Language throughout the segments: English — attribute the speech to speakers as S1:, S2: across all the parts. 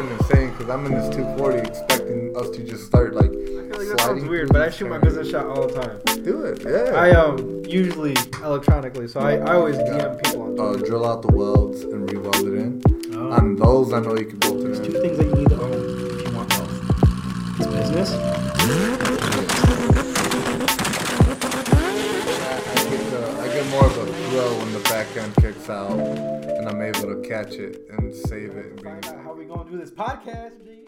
S1: because I'm in this 240 expecting us to just start
S2: I
S1: like.
S2: feel like that sounds weird, but I shoot my business shot all the time.
S1: Do it, yeah.
S2: I um usually electronically, so I, I always DM people on
S1: uh,
S2: Twitter.
S1: drill out the welds and re-weld it in.
S3: Oh.
S1: On those, I know you can bolt
S3: There's
S1: it
S3: two
S1: in.
S3: things that you need to own if you want wealth. It's business.
S1: I get, the, I get more of a thrill when the back end kicks out, and I'm able to catch it and save it. And bring it back.
S2: How we gonna do this podcast, G?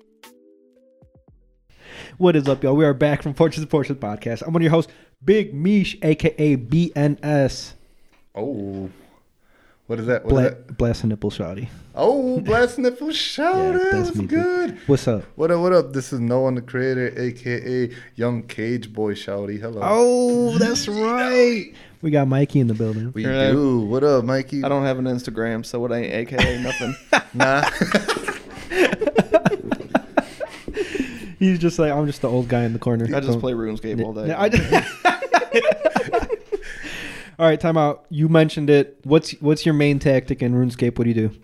S3: What is up, y'all? We are back from Fortress to Fortress podcast. I'm one of your hosts, Big Mish, aka BNS.
S1: Oh, what is that? What is
S3: Bla-
S1: that?
S3: blast a nipple shawty.
S1: Oh, blast nipple shout
S3: Yeah,
S1: out.
S3: that's
S1: That's
S3: me, dude.
S1: good.
S3: What's up?
S1: What up? What up? This is Noah the Creator, aka Young Cage Boy Shouty. Hello.
S3: Oh, that's right. We got Mikey in the building.
S1: we
S4: You're
S1: do. What up, Mikey?
S4: I don't have an Instagram, so what I ain't AKA nothing.
S1: Nah.
S3: He's just like, I'm just the old guy in the corner.
S4: I just play RuneScape all day.
S3: Yeah, I just- all right, time out. You mentioned it. What's what's your main tactic in RuneScape? What do you do?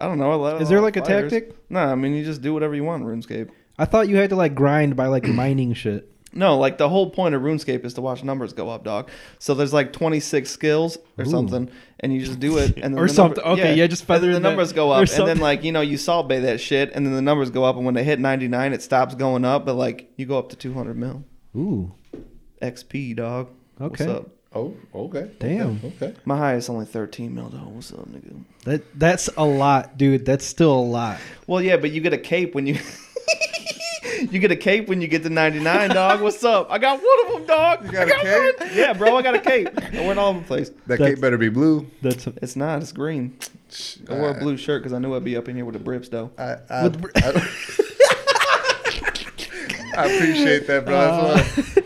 S4: I don't know. I let
S3: Is there
S4: off
S3: like a
S4: fires.
S3: tactic?
S4: Nah, I mean you just do whatever you want in RuneScape.
S3: I thought you had to like grind by like mining shit.
S4: No, like the whole point of RuneScape is to watch numbers go up, dog. So there's like 26 skills or something, and you just do it, and then
S3: Or
S4: the
S3: something.
S4: number-
S3: Okay, yeah, just feather
S4: and
S3: in
S4: then the
S3: that-
S4: numbers go
S3: or
S4: up, and then
S3: something.
S4: like you know you salt bay that shit, and then the numbers go up, and when they hit 99, it stops going up, but like you go up to 200 mil
S3: Ooh,
S4: XP, dog.
S3: Okay.
S4: What's up?
S1: oh, okay.
S3: Damn.
S1: Okay.
S4: My highest only 13 mil, though. What's up, nigga?
S3: that that's a lot, dude. That's still a lot.
S4: Well, yeah, but you get a cape when you you get a cape when you get to 99, dog. What's up? I got one of them, dog. You
S1: got
S4: I
S1: a
S4: got
S1: cape?
S4: One. Yeah, bro, I got a cape. I went all over the place.
S1: That
S3: That's-
S1: cape better be blue.
S3: That's
S4: It's not. It's green. I wore a blue shirt because I knew I'd be up in here with the brips, though.
S1: I, I, I, I appreciate that, bro.
S4: Uh,
S1: That's why-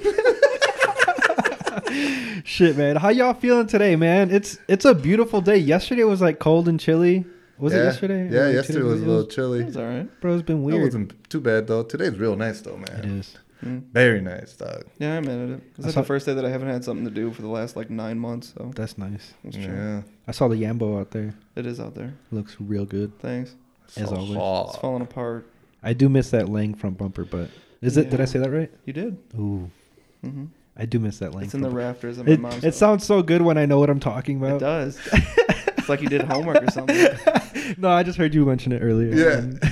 S3: shit, man. How y'all feeling today, man? It's it's a beautiful day. Yesterday was like cold and chilly. Was
S1: yeah.
S3: it yesterday? Or,
S1: Yeah,
S3: like,
S1: yesterday
S3: two days
S1: was a
S3: ago?
S1: little chilly.
S4: It was all right.
S3: Bro, it's been
S1: It
S3: weird.
S1: wasn't too bad though. Today's real nice though,
S3: It
S1: man.
S3: is.
S1: Very nice, dog.
S4: Mm. Yeah, I'm at it. This
S3: I
S4: is
S3: saw-
S4: the first day that I haven't had something to do for the last like nine months, so
S3: That's nice.
S4: it's true.
S1: Yeah.
S3: I saw the Yambo out there.
S4: It is out there.
S3: Looks real good
S4: Thanks.
S3: as
S1: So
S3: always.
S4: It's
S1: hot.
S4: falling apart.
S3: I do miss that Lang front bumper, but is it? Did I
S4: Yeah.
S3: say that right?
S4: You did.
S3: Ooh,
S4: hmm
S3: I do miss that Lang.
S4: It's in the
S3: front
S4: rafters of my
S3: bumper.
S4: mom's.
S3: It, it
S4: house.
S3: sounds so good when I know what I'm talking
S4: It
S3: about.
S4: does. it's like you did homework or something.
S3: no, I just heard you mention it earlier. Um,
S1: Yeah.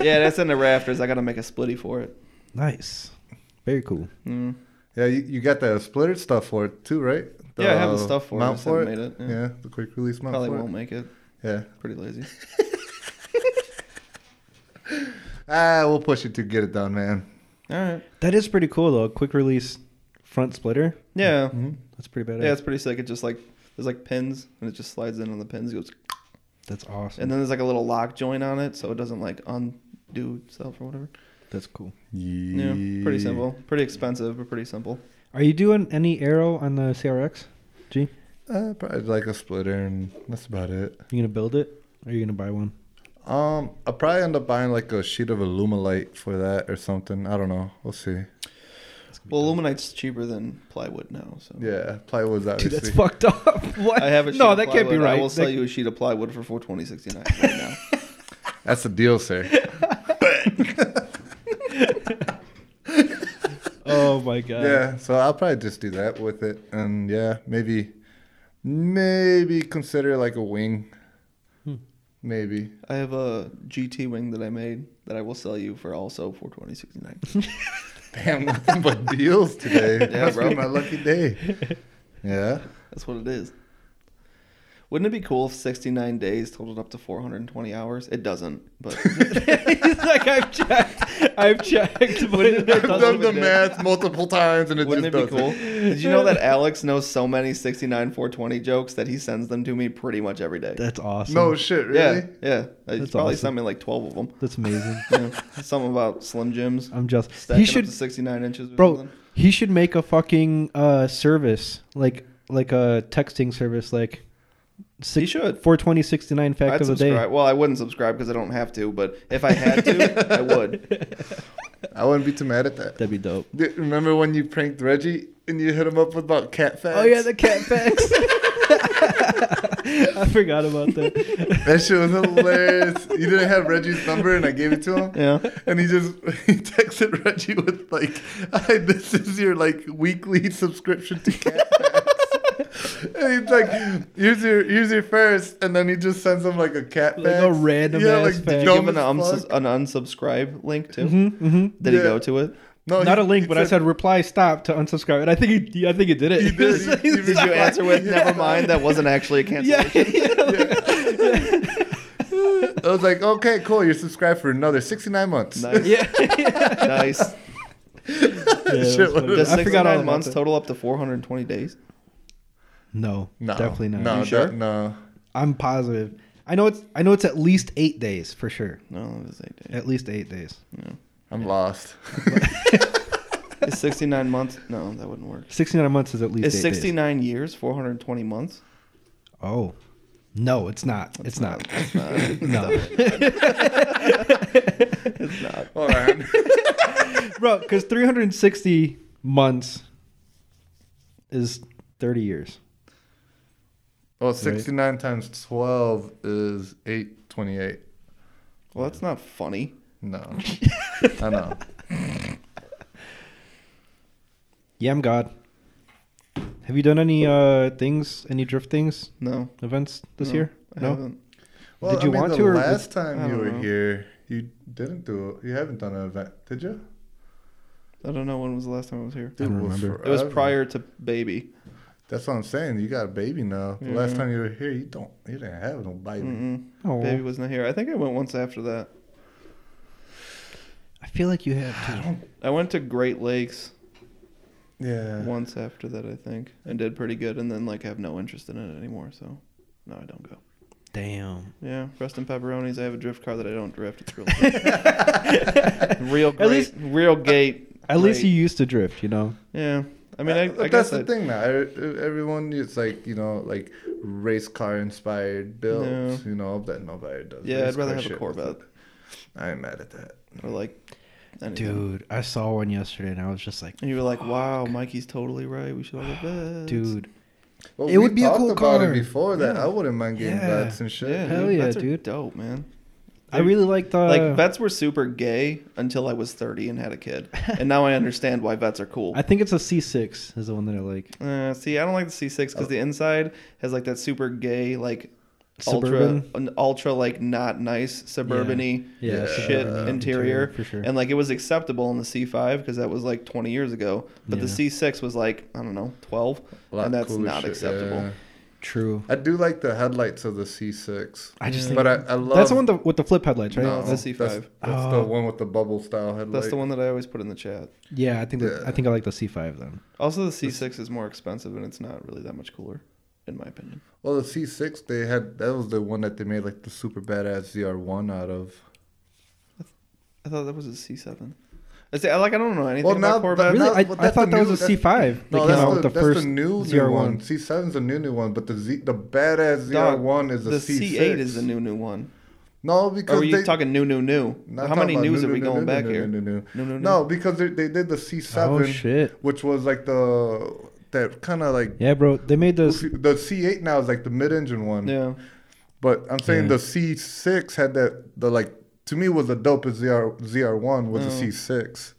S4: Yeah, that's in the rafters. I got to make a splitty for it.
S3: nice. Very cool.
S4: Mm.
S1: Yeah, you, you got the splitter stuff for it too, right?
S4: Yeah, I have the
S1: uh,
S4: stuff for it. I
S1: mount
S4: just
S1: for it.
S4: haven't
S1: Yeah.
S4: made it, yeah.
S1: the quick release mount
S4: Probably
S1: for
S4: won't make it.
S1: it. Yeah.
S4: Pretty lazy.
S1: Ah, we'll push it to get it done, man.
S4: All right.
S3: That is pretty cool though. Quick release front splitter.
S4: Yeah.
S3: Mm-hmm. That's pretty badass.
S4: Yeah, it's pretty sick. It just like there's like pins and it just slides in on the pins. It goes,
S3: That's awesome.
S4: and then there's like a little lock joint on it, so it doesn't like undo itself or whatever.
S3: That's cool.
S4: Yeah. Pretty simple. Pretty expensive, but pretty simple.
S3: Are you doing any arrow on the CRX? G,
S1: Uh, probably like a splitter, and that's about it.
S3: you gonna build it? Or are you gonna buy one?
S1: Um, I'll probably end up buying like a sheet of Alumalite for that or something. I don't know. We'll see.
S4: Well, aluminite's cheaper than plywood now, so
S1: Yeah, plywood's
S3: Dude,
S1: obviously.
S3: that's fucked up. what?
S4: I have a sheet
S3: no,
S4: of
S3: that can't be
S4: plywood.
S3: right.
S4: I will
S3: That-
S4: sell you a sheet of plywood for four twenty sixty nine right now.
S1: That's a deal, sir.
S3: Oh my god.
S1: yeah, so I'll probably just do that with it, and yeah, maybe, maybe consider like a wing.
S4: Hmm.
S1: Maybe.
S4: I have a GT wing that I made that I will sell you for also four twenty sixty nine.
S1: Damn, nothing but deals today.
S4: Yeah,
S1: Must be
S4: bro.
S1: my lucky day. Yeah.
S4: That's what it is. Wouldn't it be cool if 69 days totaled up to 420 hours? It doesn't, but
S3: He's like, I've checked. I've checked, but it
S4: I've
S1: I've
S4: That's
S1: done
S3: doesn't.
S4: what
S1: the
S4: we did.
S1: math multiple times, and it
S4: wouldn't it
S1: just
S4: be
S1: doesn't.
S4: cool? Did you know that Alex knows so many 69 420 jokes that he sends them to me pretty much every day?
S3: That's awesome.
S1: No shit, really.
S4: Yeah, yeah. He
S3: That's
S4: probably
S3: awesome.
S4: sent me like 12 of them.
S3: That's amazing.
S4: Yeah. Something about Slim Jims.
S3: I'm just.
S4: Stacking
S3: Uh, He
S4: up
S3: should,
S4: to 69 inches. Or
S3: bro.
S4: something.
S3: He should make a fucking uh, service like like a texting service like. Six,
S4: He should.
S3: 420 69 fact
S4: I'd
S3: of the day.
S4: subscribe. Well, I wouldn't subscribe because I don't have to, but if I had to, I would.
S1: I wouldn't be too mad at that.
S3: That'd be dope.
S1: D- Remember when you pranked Reggie and you hit him up with about cat facts?
S3: Oh yeah, the cat facts. I forgot about that.
S1: That shit was hilarious. you didn't have Reggie's number, and I gave it to him.
S4: Yeah.
S1: And he just he texted Reggie with like, "Hi, "This is your like weekly subscription to Cat Packs." and he's like, "Here's your here's your first. and then he just sends him like a cat
S3: Like a
S1: pack.
S3: random ass pack.
S4: Did you
S1: dumb
S4: give him an,
S1: as
S4: uns-
S1: fuck.
S4: an unsubscribe link too?
S3: Mm-hmm, mm-hmm.
S4: Did
S1: Yeah.
S4: he go to it?
S1: No,
S3: Not
S1: he-
S3: a link,
S1: he
S3: but I said reply stop to unsubscribe, and I think he, I think he did it.
S1: He did. He- he
S4: Did you
S1: Stop.
S4: answer with
S1: Yeah.
S4: "Never mind"? That wasn't actually a
S3: Yeah,
S4: cancellation.
S1: I was like, "Okay, cool. You're subscribed for another 69 months."
S4: Nice.
S3: yeah.
S4: nice.
S1: Shit
S3: that's
S1: was-
S3: funny.
S4: Does
S3: I forgot all
S4: 69
S3: about
S4: months
S3: that.
S4: total up to 420 days?
S3: No,
S1: No,
S3: definitely not.
S1: No,
S4: You sure?
S1: that- no.
S3: I'm positive. I know it's I know it's at least eight days for sure.
S4: No, it was eight days.
S3: At least eight days.
S1: I'm lost.
S4: Is 69 months? No, that wouldn't work.
S3: Sixty nine months is at least
S4: Is
S3: eight
S4: 69 years 420 months?
S3: days. Oh. No, it's not. It's not.
S4: It's not.
S3: No.
S4: It's not.
S1: Hold on.
S3: Bro, because 360 months is 30 years.
S1: Well, 69 Oh, times 12 is 828.
S4: Well, that's not funny.
S1: No. I know.
S3: Yeah, I'm God. Have you done any uh things, any drift things,
S4: No.
S3: events this
S4: No,
S3: year?
S4: I
S3: No.
S4: haven't.
S1: Well,
S3: Did you
S1: I mean,
S3: want
S1: the
S3: to, or was-
S1: last
S4: I
S1: time you
S4: don't
S1: were
S4: know.
S1: here, you didn't do it. You haven't done an event, did you?
S4: I don't know when was the last time I was here.
S3: don't
S1: Dude, it was
S3: remember.
S4: It was
S1: forever.
S4: prior to baby.
S1: That's what I'm saying. You got a baby now. The last
S4: Mhm.
S1: time you were here, you don't. You didn't have no baby.
S4: Mm-mm.
S3: Oh,
S4: Baby was not here. I think I went once after that.
S3: I feel like you have. To.
S4: I went to Great Lakes
S1: Yeah.
S4: once after that, I think, and did pretty good. And then like have no interest in it anymore. So no, I don't go.
S3: Damn.
S4: Yeah, rest in pepperonis. I have a drift car that I don't drift. It's real, real great,
S3: least-
S4: real gate.
S3: At least
S4: great.
S3: you used to drift, you know.
S4: Yeah, I mean, I,
S1: Uh,
S4: I
S1: that's
S4: guess
S1: the
S4: I,
S1: thing now. E- e- Everyone is like you know like race car inspired builds. You know that nobody does.
S4: Yeah, I'd
S1: race
S4: rather
S1: car
S4: have a
S1: shit with
S4: Corvette.
S1: it. I ain't mad at that.
S4: or like, anything.
S3: Dude, I saw one yesterday, and I was just like,
S4: And you were like, "Wow, Mikey's totally right. We should all get vets."
S3: dude,
S1: Well,
S3: It would be a
S1: talked
S3: cool
S1: about
S3: car.
S1: it before that. I wouldn't mind getting
S3: Yeah.
S1: vets and shit.
S4: yeah,
S3: Hell
S4: dude,
S3: yeah,
S4: vets are
S3: dude. Uh,
S4: dope, man.
S3: I really like the
S4: like vets were super gay until I was thirty and had a kid, and now I understand why vets are cool.
S3: I think it's a C6 is the one that I like.
S4: Uh, see, I don't like the C6 because
S3: Oh.
S4: the inside has like that super gay, like
S3: Suburban?
S4: ultra, an ultra like not nice suburban-y
S3: Yeah, yeah,
S4: shit
S3: suburban
S4: interior,
S3: interior, for sure.
S4: and like it was acceptable in the C5 because that was like 20 years ago, but the
S3: Yeah.
S4: C6 was like I don't know 12,
S1: A lot
S4: and that's
S1: cooler
S4: not
S1: shit,
S4: acceptable.
S1: yeah.
S3: True.
S1: I do like the headlights of the C6.
S3: I just think
S1: but I, I love
S3: that's the one with the, with the flip headlights, right?
S1: No,
S4: It's
S1: that's,
S4: the
S1: that's
S4: C5.
S1: the
S3: Oh.
S1: one with the bubble style headlight.
S4: That's the one that I always put in the chat.
S3: Yeah, I think that I
S1: Yeah.
S3: think I like the C5 then.
S4: Also, the C6 is more expensive and it's not really that much cooler, in my opinion.
S1: Well, the C6 they had that was the one that they made like the super badass ZR1 out of.
S4: I thought that was a C7. I say, I, like I don't know anything
S1: Well,
S4: about
S1: now-
S4: Corvette.
S1: But
S3: Really,
S1: that's-
S3: I,
S1: but
S3: I
S1: that's
S3: thought
S1: the
S3: that
S1: new-
S3: was a
S1: that-
S3: C5.
S1: No,
S3: that
S1: that's
S3: came out
S1: the,
S3: with the
S1: that's
S3: first
S1: the new
S3: ZR1.
S1: new one. C7 is the new new one, but the Z, the badass
S4: Dog,
S1: ZR1 is
S4: the
S1: the, C6.
S4: C8 is the new new one.
S1: No,
S4: Or
S1: because
S4: were Oh, you
S1: they,
S4: talking new, new, new?
S1: Not
S4: How
S1: talking
S4: many
S1: about
S4: news
S1: new,
S4: are we
S1: new,
S4: going
S1: new,
S4: back
S1: new,
S4: here?
S1: new, new, new.
S4: No, no, no.
S1: No, because they, they did the C7,
S3: Oh shit!
S1: which was like the that kind of like
S3: Yeah, bro, they made this.
S1: the C8 now is like the mid-engine one.
S4: Yeah.
S1: But I'm saying
S3: Yeah.
S1: the C6 had that the like to me was the dopest ZR ZR1 was the C6.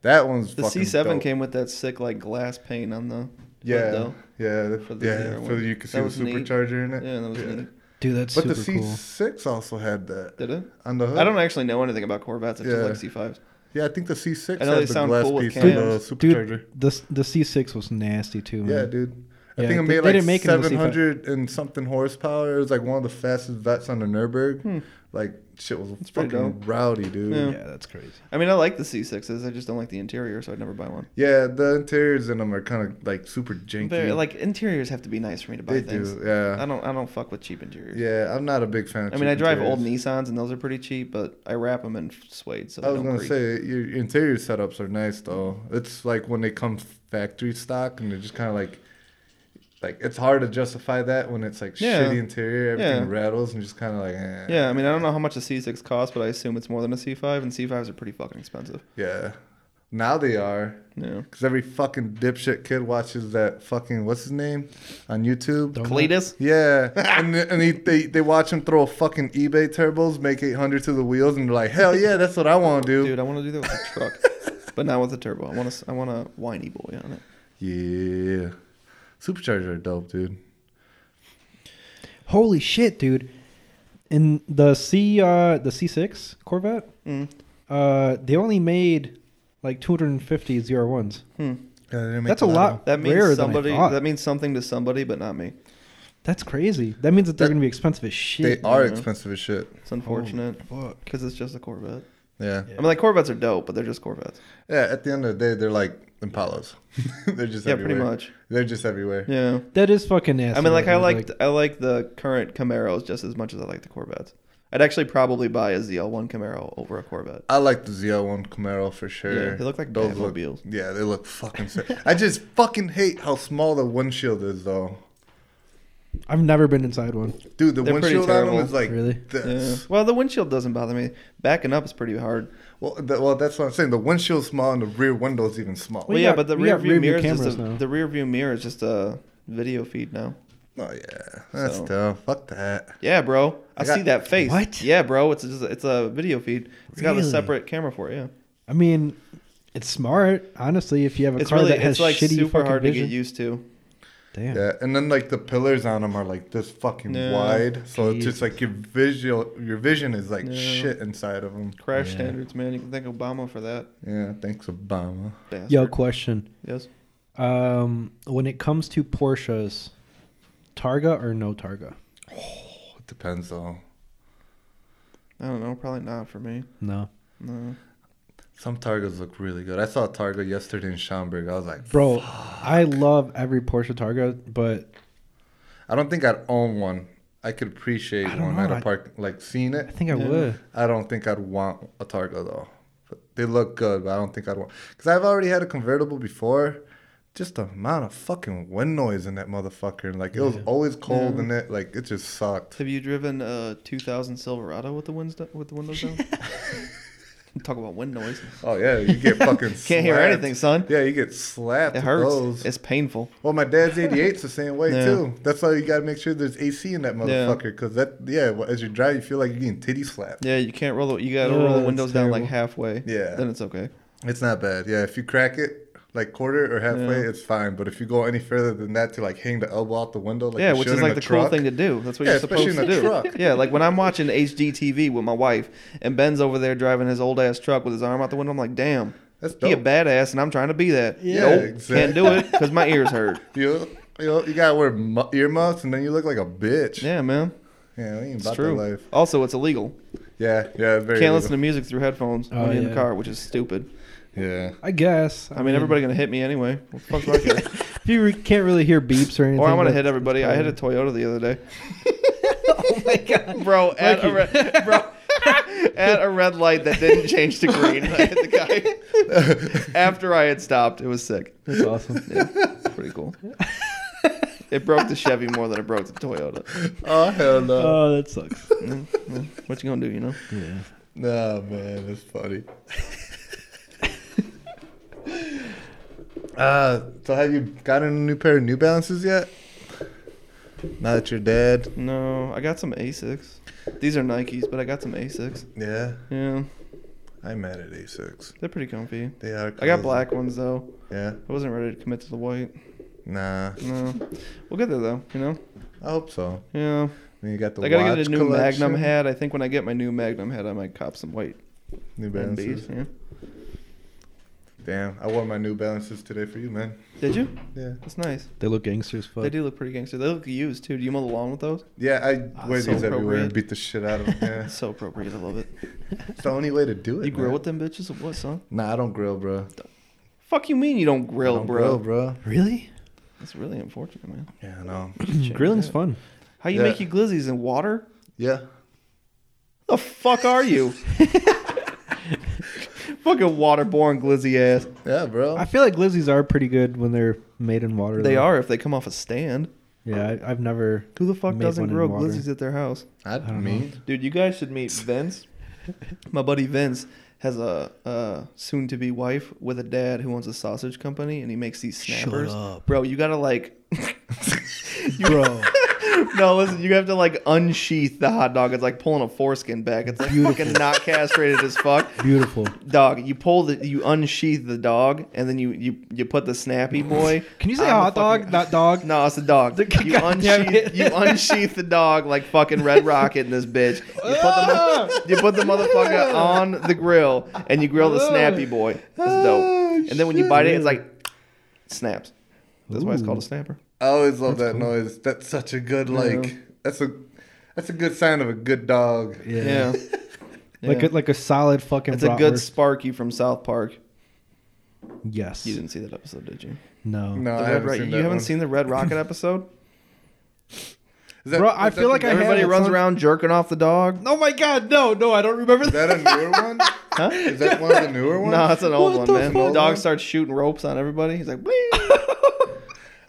S1: That one's
S4: Uh-huh. The
S1: fucking
S4: C7
S1: dope.
S4: came with that sick like glass pane on the
S1: yeah
S4: window.
S1: yeah that-
S4: for the
S1: yeah
S4: ZR1.
S1: so you could see
S4: That
S1: the
S4: was neat.
S1: supercharger in it.
S4: Yeah, that was neat.
S3: Dude, that's
S1: But
S3: super
S1: the
S3: cool.
S1: C6 also had that
S4: Did it?
S1: on the hood.
S4: I don't actually know anything about Corvettes. I
S1: Yeah.
S4: just like C5s.
S1: Yeah, I think the C6
S4: I know they
S1: had the
S4: sound
S1: glass
S4: cool with
S1: piece on the
S4: cams.
S1: supercharger.
S3: Dude, the the C6 was nasty too. Man.
S1: Yeah, dude. I
S3: Yeah,
S1: think it made
S3: they- they
S1: like
S3: didn't make it in the C5.
S1: 700 and something horsepower. It was like one of the fastest vets on the Nürburgring. Like shit was
S4: Hmm. pretty
S1: fucking rowdy, dude.
S4: Yeah.
S1: Yeah.
S3: Yeah, that's crazy.
S4: I mean, I like the C6s. I just don't like the interior, so I'd never buy one.
S1: the interiors in them are kind of like super janky.
S4: Very, like interiors have to be nice for me to buy
S1: they
S4: things.
S1: do, yeah.
S4: I don't. I don't fuck with cheap interiors.
S1: yeah, I'm not a big fan. Of
S4: I mean, I drive old Nissans and those are pretty cheap, but I wrap them in suede. So
S1: I
S4: they
S1: was
S4: don't
S1: gonna
S4: creak.
S1: say your interior setups are nice though. It's like when they come factory stock and they're just kind of like, like it's hard to justify that when it's like
S4: Yeah.
S1: shitty interior, everything
S4: Yeah.
S1: rattles and just kind of like, eh.
S4: Yeah, I mean, I don't know how much a C6 costs, but I assume it's more than a C5, and C5s are pretty fucking expensive.
S1: yeah. Now they are.
S4: Yeah.
S1: Because every fucking dipshit kid watches that fucking, what's his name? On YouTube?
S4: Cletus.
S1: Yeah, and and he, they they watch him throw a fucking eBay turbos, make eight hundred to the wheels, and they're like, hell yeah, that's what I want to do.
S4: Dude, I want to do that with a truck, but not with a turbo. I want to. I want a whiny boy on it.
S1: Yeah, superchargers are dope, dude.
S3: Holy shit, dude! In the C uh, the C6 Corvette,
S4: Mm.
S3: uh, they only made like 250 Z01s.
S1: Yeah, they didn't make
S3: That's a lot.
S4: Mm-hmm. That means
S3: rarer than I
S4: somebody.
S3: thought.
S4: That means something to somebody, but not me.
S3: That's crazy. That means that they're
S1: That-
S3: gonna be expensive as shit.
S1: They are
S4: Yeah.
S1: expensive as shit.
S4: It's unfortunate
S3: Fuck.
S4: because it's just a Corvette.
S1: Yeah.
S4: I mean, like Corvettes are dope, but they're just Corvettes.
S1: yeah, At the end of the day, they're like Impalas. they're just
S4: Yeah,
S1: everywhere.
S4: pretty much.
S1: They're just everywhere.
S4: Yeah.
S3: That is fucking ass.
S4: I mean, like I liked I like the current Camaros just as much as I like the Corvettes. I'd actually probably buy a ZL1 Camaro over a Corvette.
S1: I like the ZL1 Camaro for sure.
S4: Yeah, they look like Batmobiles.
S1: Look, yeah, they look fucking sick. I just fucking hate how small the windshield is though.
S3: I've never been inside one.
S1: Dude, the
S4: They're pretty
S1: windshield on them
S4: terrible.
S1: is like
S3: Really?
S1: this.
S4: Yeah. Well, the windshield doesn't bother me. Backing up is pretty hard.
S1: Well, th- well, that's what I'm saying. The windshield's small and the rear window's even smaller.
S4: Well,
S3: We
S4: yeah,
S3: got-
S4: but the
S3: we
S4: rear
S3: got
S4: view
S3: rear view
S4: mirror is just
S3: cameras
S4: a,
S3: now.
S4: the rear view mirror is just a video feed now.
S1: Oh yeah, that's
S4: So-
S1: tough. Fuck that.
S4: Yeah, bro. I,
S1: I got-
S4: see that face.
S3: What?
S4: Yeah, bro. It's just it's a video feed. It's got a
S3: Really?
S4: separate camera for it. Yeah.
S3: I mean, it's smart, honestly. If you have a
S4: It's
S3: car
S4: really
S3: that has
S4: it's like
S3: shitty
S4: super
S3: fucking
S4: hard
S3: vision.
S4: to get used to.
S3: Damn.
S1: Yeah, and then like the pillars on them are like this fucking
S4: No.
S1: wide, so it's just like your visual, your vision is like
S4: No.
S1: shit inside of them.
S4: Crash standards, man. You can thank Obama for that.
S1: Yeah, thanks Obama.
S4: Bastard.
S3: Yo, question.
S4: Yes.
S3: Um, when it comes to Porsches, Targa or no Targa?
S1: It depends though.
S4: I don't know. Probably not for me.
S3: No,
S4: No.
S1: Some Targas look really good. I saw a Targa yesterday in Schaumburg. I was like,
S3: bro. I love every Porsche Targa, but
S1: I don't think I'd own one. I could appreciate
S3: I don't
S1: one
S3: know,
S1: at a
S3: I-
S1: park, like seeing
S3: I
S1: it.
S3: think I
S4: Yeah.
S3: would.
S1: I don't think I'd want a Targa though. But they look good, but I don't think I'd want because I've already had a convertible before. Just the amount of fucking wind noise in that motherfucker. Like it was always cold in it. Like it just sucked.
S4: Have you driven a 2000 Silverado with the winds with the windows down? Talk about wind noise.
S1: Oh yeah, you get fucking
S4: Can't hear
S1: slapped.
S4: anything, son.
S1: Yeah, you get slapped.
S4: It
S1: with
S4: hurts.
S1: Those.
S4: It's painful.
S1: Well, my dad's 88's the same way
S4: Yeah.
S1: too. That's why you gotta make sure there's AC in that motherfucker. Cause that yeah, well, as you drive, you feel like you're getting titty slapped.
S4: Yeah, you can't roll. The, you gotta
S3: Ugh,
S4: roll the
S3: that's
S4: windows down like halfway.
S1: Yeah.
S4: Then it's okay.
S1: It's not bad. Yeah, if you crack it like quarter or halfway,
S4: Yeah.
S1: it's fine. But if you go any further than that to like hang the elbow out the window, like
S4: yeah,
S1: you
S4: which
S1: should
S4: is
S1: in
S4: like
S1: a
S4: the
S1: truck,
S4: cool thing to do. That's what
S1: Yeah,
S4: you're supposed
S1: especially
S4: to
S1: in a
S4: do.
S1: truck.
S4: Yeah, like when I'm watching HGTV with my wife, and Ben's over there driving his old ass truck with his arm out the window. I'm like, damn,
S1: That's
S4: he a
S1: dope.
S4: badass, and I'm trying to be that.
S1: Yeah,
S4: nope,
S1: exactly.
S4: can't do it because my ears hurt.
S1: You you, know, you gotta wear mu- earmuffs and then you look like a bitch. Yeah,
S4: Yeah, man,
S1: we ain't
S4: it's
S1: about
S4: true.
S1: that life.
S4: Also, it's illegal.
S1: Yeah, yeah, very.
S4: can't listen to music through headphones
S3: Oh,
S4: when you're in the
S3: yeah.
S4: car, which is stupid.
S1: Yeah,
S3: I guess.
S4: I mean, everybody gonna hit me anyway. What the fuck do I care?
S3: If you re- can't really hear beeps or anything.
S4: Or I'm gonna
S3: that's-
S4: hit everybody.
S3: that's
S4: I hit a
S3: probably-
S4: Toyota the other day,
S3: oh my god,
S4: bro. At a
S3: Mikey.
S4: red, bro, at a red light that didn't change to green. I hit the guy after I had stopped. It was sick.
S3: that's awesome.
S4: Yeah, it's pretty cool. It broke the Chevy more than it broke the Toyota.
S1: Oh hell no.
S3: Oh, that sucks.
S4: Mm, mm, What you gonna do? You know?
S3: Yeah.
S1: Nah, man, that's funny. uh, so have you gotten a new pair of New Balances yet? Now that you're dead,
S4: No, I got some Asics. These are Nikes, but I got some Asics.
S1: yeah,
S4: Yeah,
S1: I'm mad at Asics.
S4: they're pretty comfy.
S1: They are.
S4: I got black ones though.
S1: Yeah,
S4: I wasn't ready to commit to the white.
S1: nah.
S4: No, we'll get there though. You know?
S1: I hope so.
S4: Yeah.
S1: Then you got the.
S4: I gotta get
S1: watch
S4: a new
S1: collection.
S4: Magnum hat. I think when I get my new Magnum hat, I might cop some white
S1: New
S4: NBs.
S1: Balances.
S4: Yeah.
S1: Damn, I wore my New Balances today for you, man.
S4: Did you?
S1: Yeah.
S4: That's nice.
S3: They look gangsters. Fuck.
S4: They do look pretty gangster. They look used too. Do you mow the lawn with those?
S1: Yeah, I
S4: Ah,
S1: wear
S4: so
S1: these everywhere and
S4: appropriate.
S1: beat the shit out of them. Yeah.
S4: That's so appropriate. I love it.
S1: it's the only way to do it.
S4: You grill
S1: man.
S4: with them bitches or what, son?
S1: Nah, I don't grill, bro.
S4: Fuck you mean you don't grill,
S1: I don't
S4: bro?
S1: grill, bro.
S3: Really?
S4: That's really unfortunate, man.
S1: Yeah, no.
S3: Grilling's fun.
S4: How you
S1: Yeah.
S4: make your glizzies in water?
S1: Yeah.
S4: The fuck are you? Fucking waterborne glizzy ass.
S1: Yeah, bro.
S3: I feel like glizzies are pretty good when they're made in water.
S4: They
S3: though.
S4: are if they come off a stand.
S3: Yeah, I, I've never.
S4: Who the fuck
S3: Made
S4: doesn't
S3: one in
S4: grow
S3: water.
S4: glizzies at their house?
S1: I
S3: don't
S1: mean,
S4: Dude, you guys should meet Vince. My buddy Vince has a uh, soon-to-be wife with a dad who owns a sausage company, and he makes these snappers.
S3: up.
S4: Bro, you gotta like,
S3: bro.
S4: no, listen, you have to like unsheath the hot dog. It's like pulling a foreskin back. It's like fucking not castrated as fuck.
S3: Beautiful.
S4: Dog, you pull the, you unsheath the dog, and then you you you put the snappy boy.
S3: Can you say
S4: on the
S3: hot dog?
S4: fucking-
S3: Not dog.
S4: No, it's a dog. You
S3: God damn
S4: unsheath,
S3: it.
S4: you unsheath the dog like fucking Red Rocket in this bitch. You put the, you put the motherfucker on the grill and you grill the Snappy Boy. It's dope. And then when you bite it, it's like snaps. That's why it's called a snapper.
S1: I always love that noise. That's such a good like. That's a that's a good sound of a good dog.
S4: Yeah,
S3: Like a,
S4: Yeah.
S3: like a solid fucking.
S4: it's a good
S3: bratwurst.
S4: Sparky from South Park.
S3: Yes.
S4: You didn't see that episode, did you?
S3: No.
S1: No,
S4: The
S1: I
S4: Red
S1: haven't
S4: Ro-
S1: seen
S4: you
S1: that
S4: haven't
S1: one.
S4: seen the Red Rocket episode?
S1: Is that-
S3: Bro, I
S1: is that
S3: feel
S1: the-
S3: like I have-
S4: Everybody
S3: it's
S4: runs
S3: on-
S4: around jerking off the dog.
S3: Oh my god, no, no, I don't remember
S1: Is that a newer one?
S4: Huh?
S1: Is that one of the newer ones?
S4: No, it's an old
S3: What
S4: one,
S3: the
S4: man. The
S1: fuck?
S4: dog starts shooting ropes on everybody. He's like, "Bling."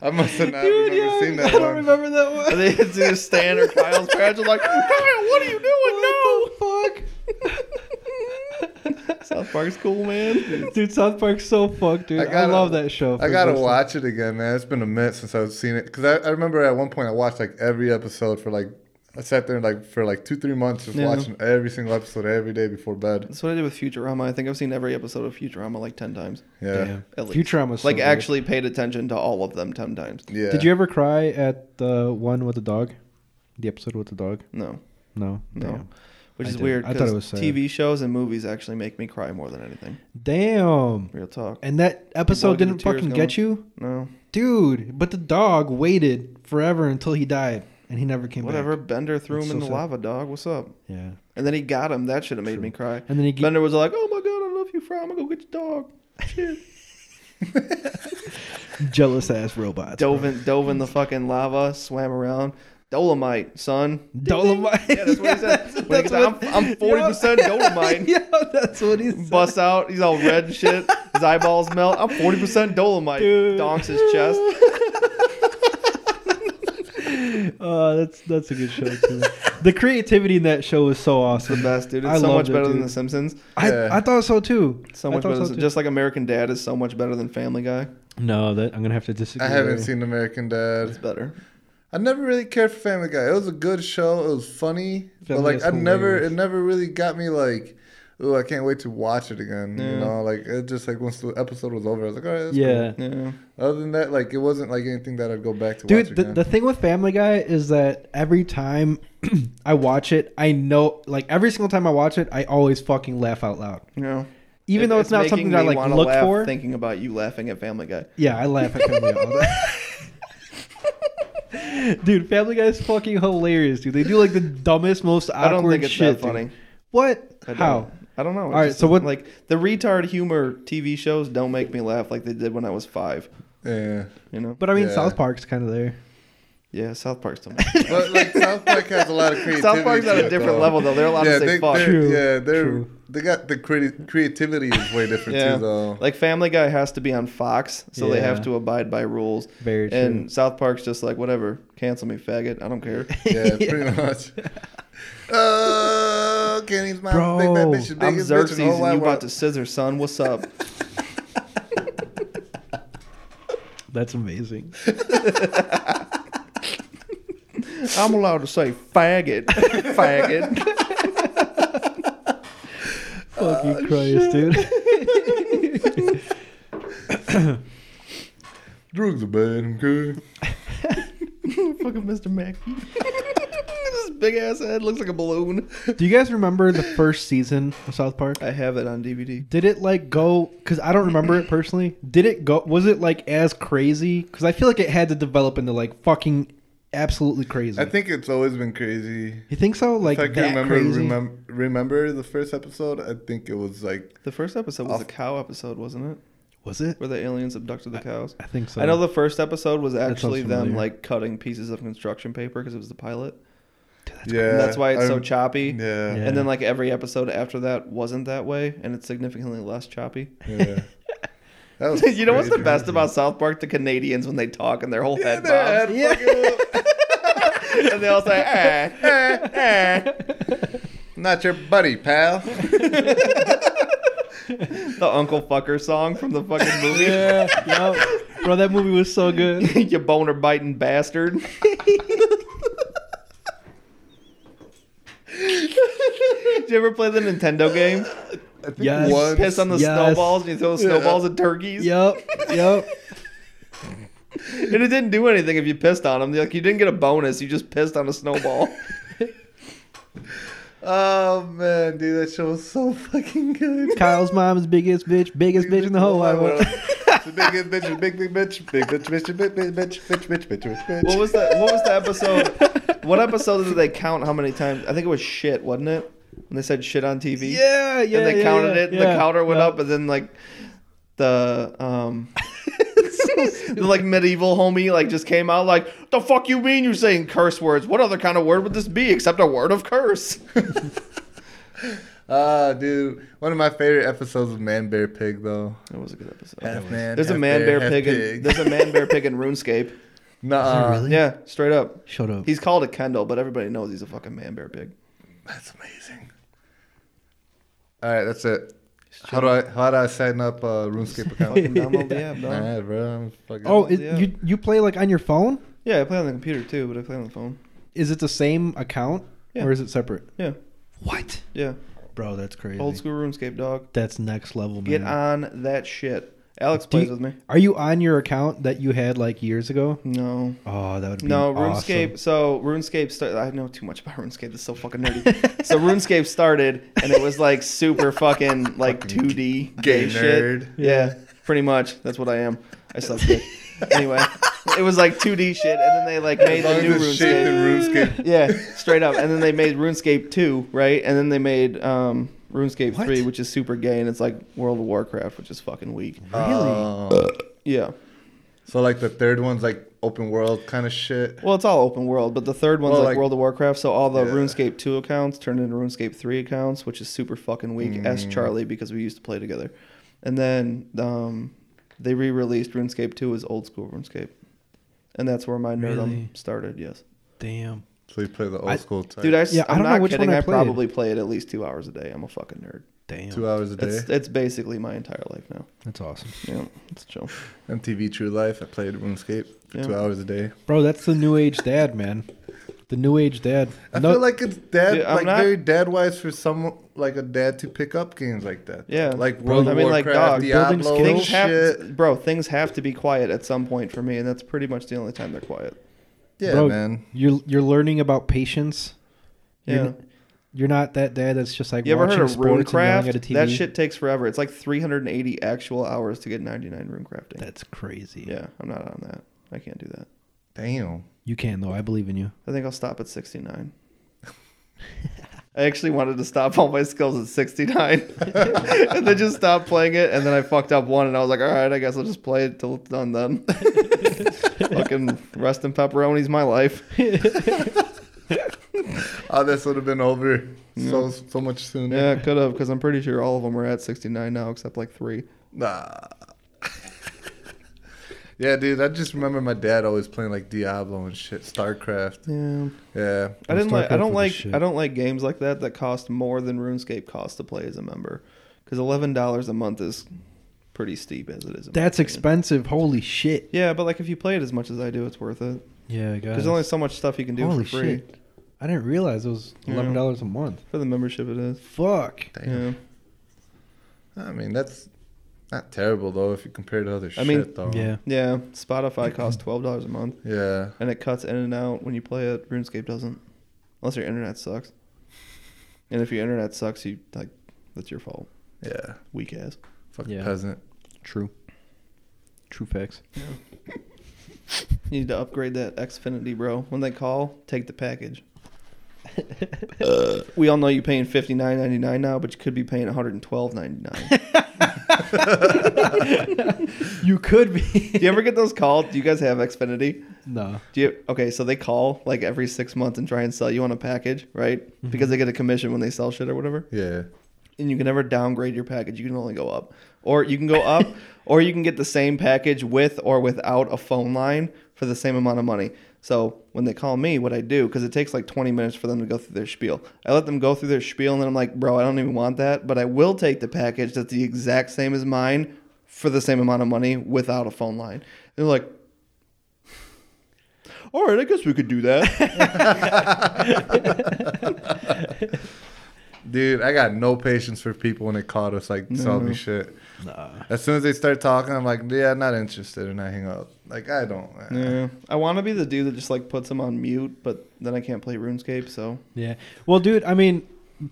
S1: I must have not
S3: Dude,
S1: remember
S3: yeah,
S1: seen that
S3: I don't
S1: one.
S3: remember that one.
S4: And then it's either Stan or Kyle's parents are like, Kyle, what are you doing?
S3: What the
S4: No. South Park's cool, man.
S3: fuck? dude, South Park's so fucked, dude. I,
S1: gotta-
S3: love that show.
S1: I
S3: for
S1: gotta
S3: this.
S1: watch it again, man. It's been a minute since I've seen it because I, I remember at one point I watched like every episode for like I sat there like for like two three months just
S4: Yeah.
S1: watching every single episode every day before bed.
S4: That's what I did with Futurama. I think I've seen every episode of Futurama like 10 times.
S1: Yeah,
S4: At least.
S3: Futurama's so
S4: like,
S3: good.
S4: actually paid attention to all of them 10 times.
S1: yeah.
S3: Did you ever cry at the one with the dog? The episode with the dog?
S4: No.
S3: No.
S4: No.
S3: Damn.
S4: Which
S3: I
S4: is
S3: didn't.
S4: weird
S3: I thought it was sad.
S4: because TV shows and movies actually make me cry more than anything.
S3: Damn.
S4: Real talk.
S3: And that episode
S4: Dog and the
S3: didn't fucking
S4: tears
S3: get you?
S4: No.
S3: Dude, but the dog waited forever until he died and he never came
S4: Whatever.
S3: back.
S4: Bender threw him
S3: That's
S4: in
S3: so
S4: the
S3: sad.
S4: lava, dog. What's up?
S3: Yeah.
S4: And then he got him. That should have made me cry.
S3: And then he ge-
S4: Bender was like, oh my God, I love you, Fry. I'm going to go get your dog. Shit.
S3: Jealous ass robots.
S4: dove in, dove in the fucking lava, swam around. Dolomite, son.
S3: Dolomite.
S4: Yeah, that's what he said.
S3: that's-
S4: When
S3: that's
S4: he said,
S3: what-
S4: I'm, I'm 40% dolomite.
S3: yeah, that's what he said.
S4: Busts out, he's all red and shit. His eyeballs melt. I'm 40% dolomite.
S3: Dude.
S4: Donks his chest.
S3: Uh, that's that's a good show too. the creativity in that show was so
S4: The
S3: awesome.
S4: best, dude. It's
S3: I
S4: so
S3: loved
S4: much
S3: it,
S4: better than
S3: dude.
S4: The Simpsons.
S1: Yeah.
S3: I, I thought so too.
S4: So
S3: I
S4: much
S3: thought
S4: better.
S3: so
S4: than,
S3: too.
S4: just like American Dad is so much better than Family Guy.
S3: no, that I'm gonna have to disagree.
S1: I haven't seen American
S4: It's
S1: Dad.
S4: better.
S1: I never really cared for Family Guy. It was a good show. It was funny, but
S3: Family
S1: like
S3: Guy's
S1: I never,
S3: hilarious.
S1: it never really got me like, oh, I can't wait to watch it again. You
S4: Yeah.
S1: know, like it just like once the episode was over, I was like, all right, that's
S3: Yeah,
S4: Yeah.
S1: cool. Other than that, like it wasn't like anything that I'd go back to. watch
S3: dude. The,
S1: again.
S3: the thing with Family Guy is that every time I watch it, I know like every single time I watch it, I always fucking laugh out loud,
S4: You know?
S3: even
S4: It-
S3: though it's, not
S4: making
S3: something that I
S4: me
S3: like
S4: wanna
S3: look
S4: laugh
S3: for.
S4: Thinking about you laughing at Family Guy.
S3: Yeah, I laugh at Family Guy all the time. Dude, Family Guy is fucking hilarious, dude. They do like the dumbest, most awkward
S4: I don't think it's
S3: shit.
S4: that
S3: dude.
S4: funny.
S3: What?
S4: I don't-
S3: How?
S4: I don't know. All
S3: All right, so what-
S4: Like the retard humor TV shows don't make me laugh like they did when I was five.
S1: yeah.
S4: You know.
S3: But I mean,
S1: Yeah.
S3: South Park's kind of there.
S4: yeah, South Park's don't. Make
S1: But like South Park has a lot of creativity.
S4: South Park's on
S1: to
S4: a
S1: it,
S4: different
S1: though.
S4: level though. They're allowed
S1: yeah,
S4: to say
S1: they,
S4: fuck.
S1: they're-
S3: True,
S1: yeah, they're
S3: true.
S1: they got the creati- creativity is way different
S4: Yeah.
S1: too though.
S4: Like Family Guy has to be on Fox, so they have
S3: Yeah.
S4: to abide by rules.
S3: Very true.
S4: And South Park's just like whatever, cancel me, faggot. I don't care.
S1: Yeah, pretty much. Oh, Kenny's my
S3: Bro,
S1: big fat bitch, the
S4: I'm
S1: biggest bitch
S4: Xerxes,
S1: in the
S4: and
S1: whole
S4: you
S1: wide
S4: about
S1: world.
S4: to scissor, son. What's up?
S3: That's amazing.
S4: I'm allowed to say faggot, faggot.
S3: Fucking
S1: Oh,
S3: Christ, dude.
S1: Drugs are bad, okay?
S4: Fucking Mr. Mackey. this big ass head looks like a balloon.
S3: Do you guys remember the first season of South Park?
S4: I have it on DVD.
S3: Did it like go? Because I don't remember it personally. Did it go? Was it like as crazy? Because I feel like it had to develop into like fucking absolutely crazy.
S1: I think it's always been crazy.
S3: you think so? Like
S1: If I can
S3: that
S1: remember,
S3: crazy?
S1: remember remember the first episode, I think it was like
S4: The first episode was a cow episode, wasn't it?
S3: was it?
S4: Where the aliens abducted the cows.
S3: I think so.
S4: I know the first episode was
S3: sounds
S4: actually them
S3: familiar.
S4: like cutting pieces of construction paper because it was the pilot.
S1: yeah.
S4: And that's why it's so
S1: I'm-
S4: choppy.
S1: Yeah.
S3: Yeah.
S4: And then like every episode after that wasn't that way, and it's significantly less choppy.
S1: yeah. That was
S4: you know what's the
S1: crazy.
S4: best about South Park? The Canadians when they talk and their whole
S1: Yeah,
S4: head
S1: their head
S4: bobs,
S1: fucking-
S4: and they all say, "Ah." "Eh, eh, eh."
S1: Not your buddy, pal.
S4: the Uncle Fucker song from the fucking movie.
S3: Yeah, yup. bro, that movie was so good.
S4: you boner biting bastard. Did you ever play the Nintendo game?
S1: I think
S3: Yes.
S1: once-
S4: Piss on the
S3: Yes.
S4: snowballs and you throw snowballs at turkeys.
S3: Yup, yup.
S4: And it didn't do anything if you pissed on them. Like you didn't get a bonus, you just pissed on a snowball.
S1: Oh man, dude, that show was so fucking good.
S3: Kyle's mom is biggest bitch, biggest bitch in the whole wide world.
S1: The biggest bitch, big big bitch, big bitch, bitch, big bitch, bitch, bitch, bitch, bitch, bitch, bitch.
S4: what was the what was the episode? What episode did they count how many times? I think it was shit, wasn't it? When they said shit on TV.
S3: Yeah, yeah.
S4: and they
S3: yeah,
S4: counted
S3: yeah,
S4: it.
S3: yeah.
S4: the counter went
S3: Yup.
S4: up, and then like the um, the, like medieval homie like just came out like, "The fuck you mean you saying curse words? What other kind of word would this be except a word of curse?"
S1: Ah, dude, one of my favorite episodes of Man Bear Pig though.
S4: That was a good episode.
S1: Half man,
S4: There's a
S1: half
S4: man bear,
S1: half
S4: pig. In, there's a man bear pig in RuneScape.
S1: Nuh-uh.
S3: Really?
S4: Yeah, straight up.
S3: Shut up.
S4: He's called a Kendall, but everybody knows he's a fucking man bear pig.
S1: That's amazing. All right, that's it. How do I how do I sign up uh, RuneScape account?
S4: Fucking download the app,
S1: All
S4: dog.
S1: right, bro. I'm fucking.
S3: Oh, it,
S4: Yeah.
S3: you you play like on your phone?
S4: Yeah, I play on the computer too, but I play on the phone.
S3: Is it the same account
S4: Yeah.
S3: or is it separate?
S4: Yeah,
S3: What?
S4: yeah.
S3: Bro, that's crazy.
S4: Old school RuneScape, dog.
S3: That's next level, man.
S4: Get on that shit. Alex
S3: Do
S4: plays
S3: you-
S4: with me.
S3: Are you on your account that you had like years ago?
S4: No.
S3: Oh, that would be
S4: No,
S3: awesome.
S4: RuneScape. So RuneScape started. I know too much about RuneScape. That's so fucking nerdy. so RuneScape started, and it was like super fucking like two D
S1: Gay
S4: gay shit.
S1: nerd.
S4: Yeah. pretty much. That's what I am. I suck dick. anyway, it was like two D shit, and then they like made
S1: As long
S4: the new
S1: as it's shaped
S4: RuneScape.
S1: in RuneScape.
S4: Yeah, straight up. And then they made RuneScape two, right? And then they made um, RuneScape
S3: What?
S4: three, which is super gay, and it's like World of Warcraft, which is fucking weak.
S1: Really?
S4: Yeah.
S1: Um, so like the third one's like open world kind of shit.
S4: Well, it's all open world, but the third one's
S1: Well,
S4: like,
S1: like-
S4: World of Warcraft, so all the
S1: Yeah.
S4: RuneScape 2 accounts turned into RuneScape 3 accounts, which is super fucking weak. S Charlie because we used to play together. And then um, they re released RuneScape 2 as old school RuneScape. And that's where my nerdum
S3: Really?
S4: started, yes.
S3: Damn.
S1: So you play the old
S3: I-
S1: school type.
S4: Dude, I, s-
S3: Yeah, I
S4: I'm
S3: don't know
S4: not
S3: which one
S4: kidding.
S3: I
S4: I,
S3: played.
S4: probably play it at least two hours a day. I'm a fucking nerd.
S3: Damn.
S1: two hours a day.
S3: Eh?
S4: It's, it's basically my entire life now.
S3: That's awesome.
S4: Yeah, it's chill.
S1: MTV True Life. I played RuneScape for
S4: Yeah.
S1: two hours a day.
S3: Bro, that's the new age dad, man. The new age dad.
S1: I
S3: No-
S1: feel like it's dad,
S4: Dude, I'm
S1: like
S4: not-
S1: very dad wise for some, like a dad to pick up games like that.
S4: Yeah.
S1: like
S4: Bro,
S1: World
S4: I
S1: of
S4: mean, like,
S1: Warcraft, like,
S3: building
S4: dog,
S1: Diablo,
S3: skills.
S4: Things
S1: shit.
S4: have, bro, things have to be quiet at some point for me, and that's pretty much the only time they're quiet.
S1: yeah,
S3: Bro,
S1: man.
S3: You're you're learning about patience. You're,
S4: Yeah.
S3: n- you're not that dad that's just like
S4: You ever
S3: watching
S4: heard of
S3: sports and yelling
S4: RuneCraft?
S3: at a TV.
S4: That shit takes forever. It's like 380 actual hours to get 99 RuneCrafting.
S3: That's crazy.
S4: yeah, I'm not on that. I can't do that.
S1: Damn.
S3: You can though. I believe in you.
S4: I think I'll stop at 69. I actually wanted to stop all my skills at 69 and then just stop playing it. And then I fucked up one and I was like, all right, I guess I'll just play it till it's done then. Fucking rest and pepperoni's my life.
S1: Oh, this would have been over so so much sooner.
S4: Yeah, could have because I'm pretty sure all of them are at 69 now except like three.
S1: Nah. yeah, dude. I just remember my dad always playing like Diablo and shit, StarCraft.
S4: Yeah.
S1: Yeah.
S4: I didn't like. I
S3: StarCraft
S4: don't
S3: was
S4: like.
S3: the shit.
S4: I don't like games like that that cost more than RuneScape costs to play as a member, because eleven dollars a month is pretty steep as it is. in my
S3: That's
S4: opinion.
S3: expensive. Holy shit.
S4: Yeah, but like if you play it as much as I do, it's worth it.
S3: Yeah, I got
S4: There's only so much stuff you can do
S3: Holy
S4: for free
S3: shit. I didn't realize it was
S4: Yeah.
S3: eleven dollars a month.
S4: for the membership. It is.
S3: Fuck.
S1: Damn. I mean, that's not terrible though if you compare to other
S4: I
S1: shit
S4: mean-
S1: though.
S3: Yeah.
S4: Yeah. Yeah. Spotify costs twelve dollars a month,
S1: Yeah.
S4: and it cuts in and out when you play it. RuneScape doesn't, unless your internet sucks. And if your internet sucks, you like, that's your fault.
S1: Yeah.
S4: Weak ass.
S1: Fucking
S3: Yeah.
S1: peasant.
S3: True. True facts.
S4: You need to upgrade that Xfinity, bro. When they call, take the package. we all know you're paying fifty nine ninety nine now, but you could be paying one hundred and twelve ninety nine.
S3: You could be.
S4: Do you ever get those calls? Do you guys have Xfinity?
S3: no.
S4: Do you? Okay, so they call like every six months and try and sell you on a package, right? Because they get a commission when they sell shit or whatever.
S1: Yeah.
S4: And you can never downgrade your package. You can only go up, or you can go up, or you can get the same package with or without a phone line for the same amount of money. So when they call me, what I do because it takes like 20 minutes for them to go through their spiel. I let them go through their spiel, and then I'm like, bro, I don't even want that, but I will take the package that's the exact same as mine for the same amount of money without a phone line. they're like, all right, I guess we could do that.
S1: Dude, I got no patience for people when they call us like sell me shit. Nah. As soon as they start talking, I'm like, yeah, not interested, and I hang up. Like I don't.
S4: yeah, I want to be the dude that just like puts them on mute, but then I can't play RuneScape, so
S3: Yeah. Well, dude, I mean,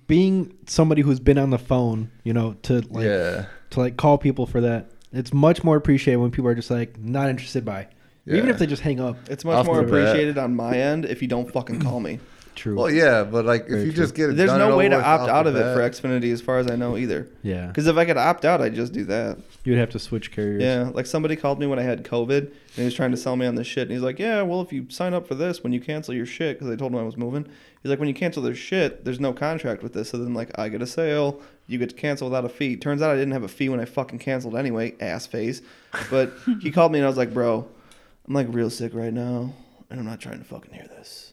S3: being somebody who's been on the phone, you know, to like
S1: yeah.
S3: to like call people for that, it's much more appreciated when people are just like not interested by, even
S1: Yeah.
S3: if they just hang up.
S4: it's much
S1: Off
S4: more
S1: the bat.
S4: appreciated on my end if you don't fucking call me.
S3: True.
S1: Well, yeah, but like
S3: Very
S1: if you
S3: true.
S1: just get it,
S4: There's
S1: done
S4: no
S1: and
S4: way
S1: over
S4: to
S1: with
S4: opt
S1: off
S4: out
S1: the
S4: of it for
S1: bat.
S4: Xfinity, as far as I know, either.
S3: yeah.
S4: Because if I could opt out, I'd just do that.
S3: You would have to switch carriers.
S4: Yeah, like somebody called me when I had COVID, and he was trying to sell me on this shit. And he's like, "Yeah, well, if you sign up for this, when you cancel your shit, because I told him I was moving, he's like, when you cancel their shit, there's no contract with this. So then, like, I get a sale, you get to cancel without a fee. Turns out I didn't have a fee when I fucking canceled anyway, ass face. But he called me, and I was like, bro, I'm like real sick right now, and I'm not trying to fucking hear this.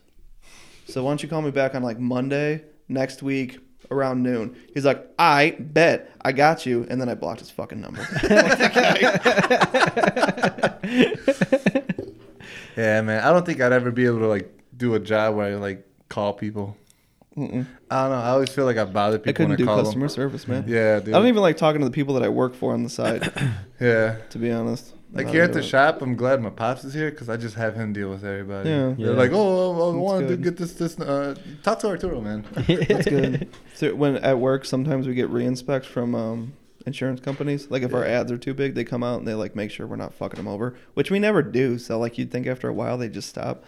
S4: So why don't you call me back on like Monday next week around noon? He's like, I bet I got you, and then I blocked his fucking number.
S1: Yeah, man. I don't think I'd ever be able to like do a job where I like call people.
S4: Mm-mm.
S1: I don't know. I always feel like I bother people
S4: I couldn't
S1: when I
S4: do
S1: call
S4: customer
S1: them.
S4: service, man.
S1: Yeah, dude.
S4: I don't even like talking to the people that I work for on the side,
S1: Yeah.
S4: to be honest.
S1: Like
S4: Not
S1: here at
S4: into
S1: the
S4: it.
S1: shop, I'm glad my pops is here because I just have him deal with everybody.
S4: Yeah.
S1: They're
S3: Yeah.
S1: like, oh, I, I wanted to
S4: good.
S1: get this, this. Uh, talk to Arturo, man.
S4: That's good. So when at work, sometimes we get reinspects from um, insurance companies. Like if our ads are too big, they come out and they like make sure we're not fucking them over, which we never do. So like you'd think after a while they just stop.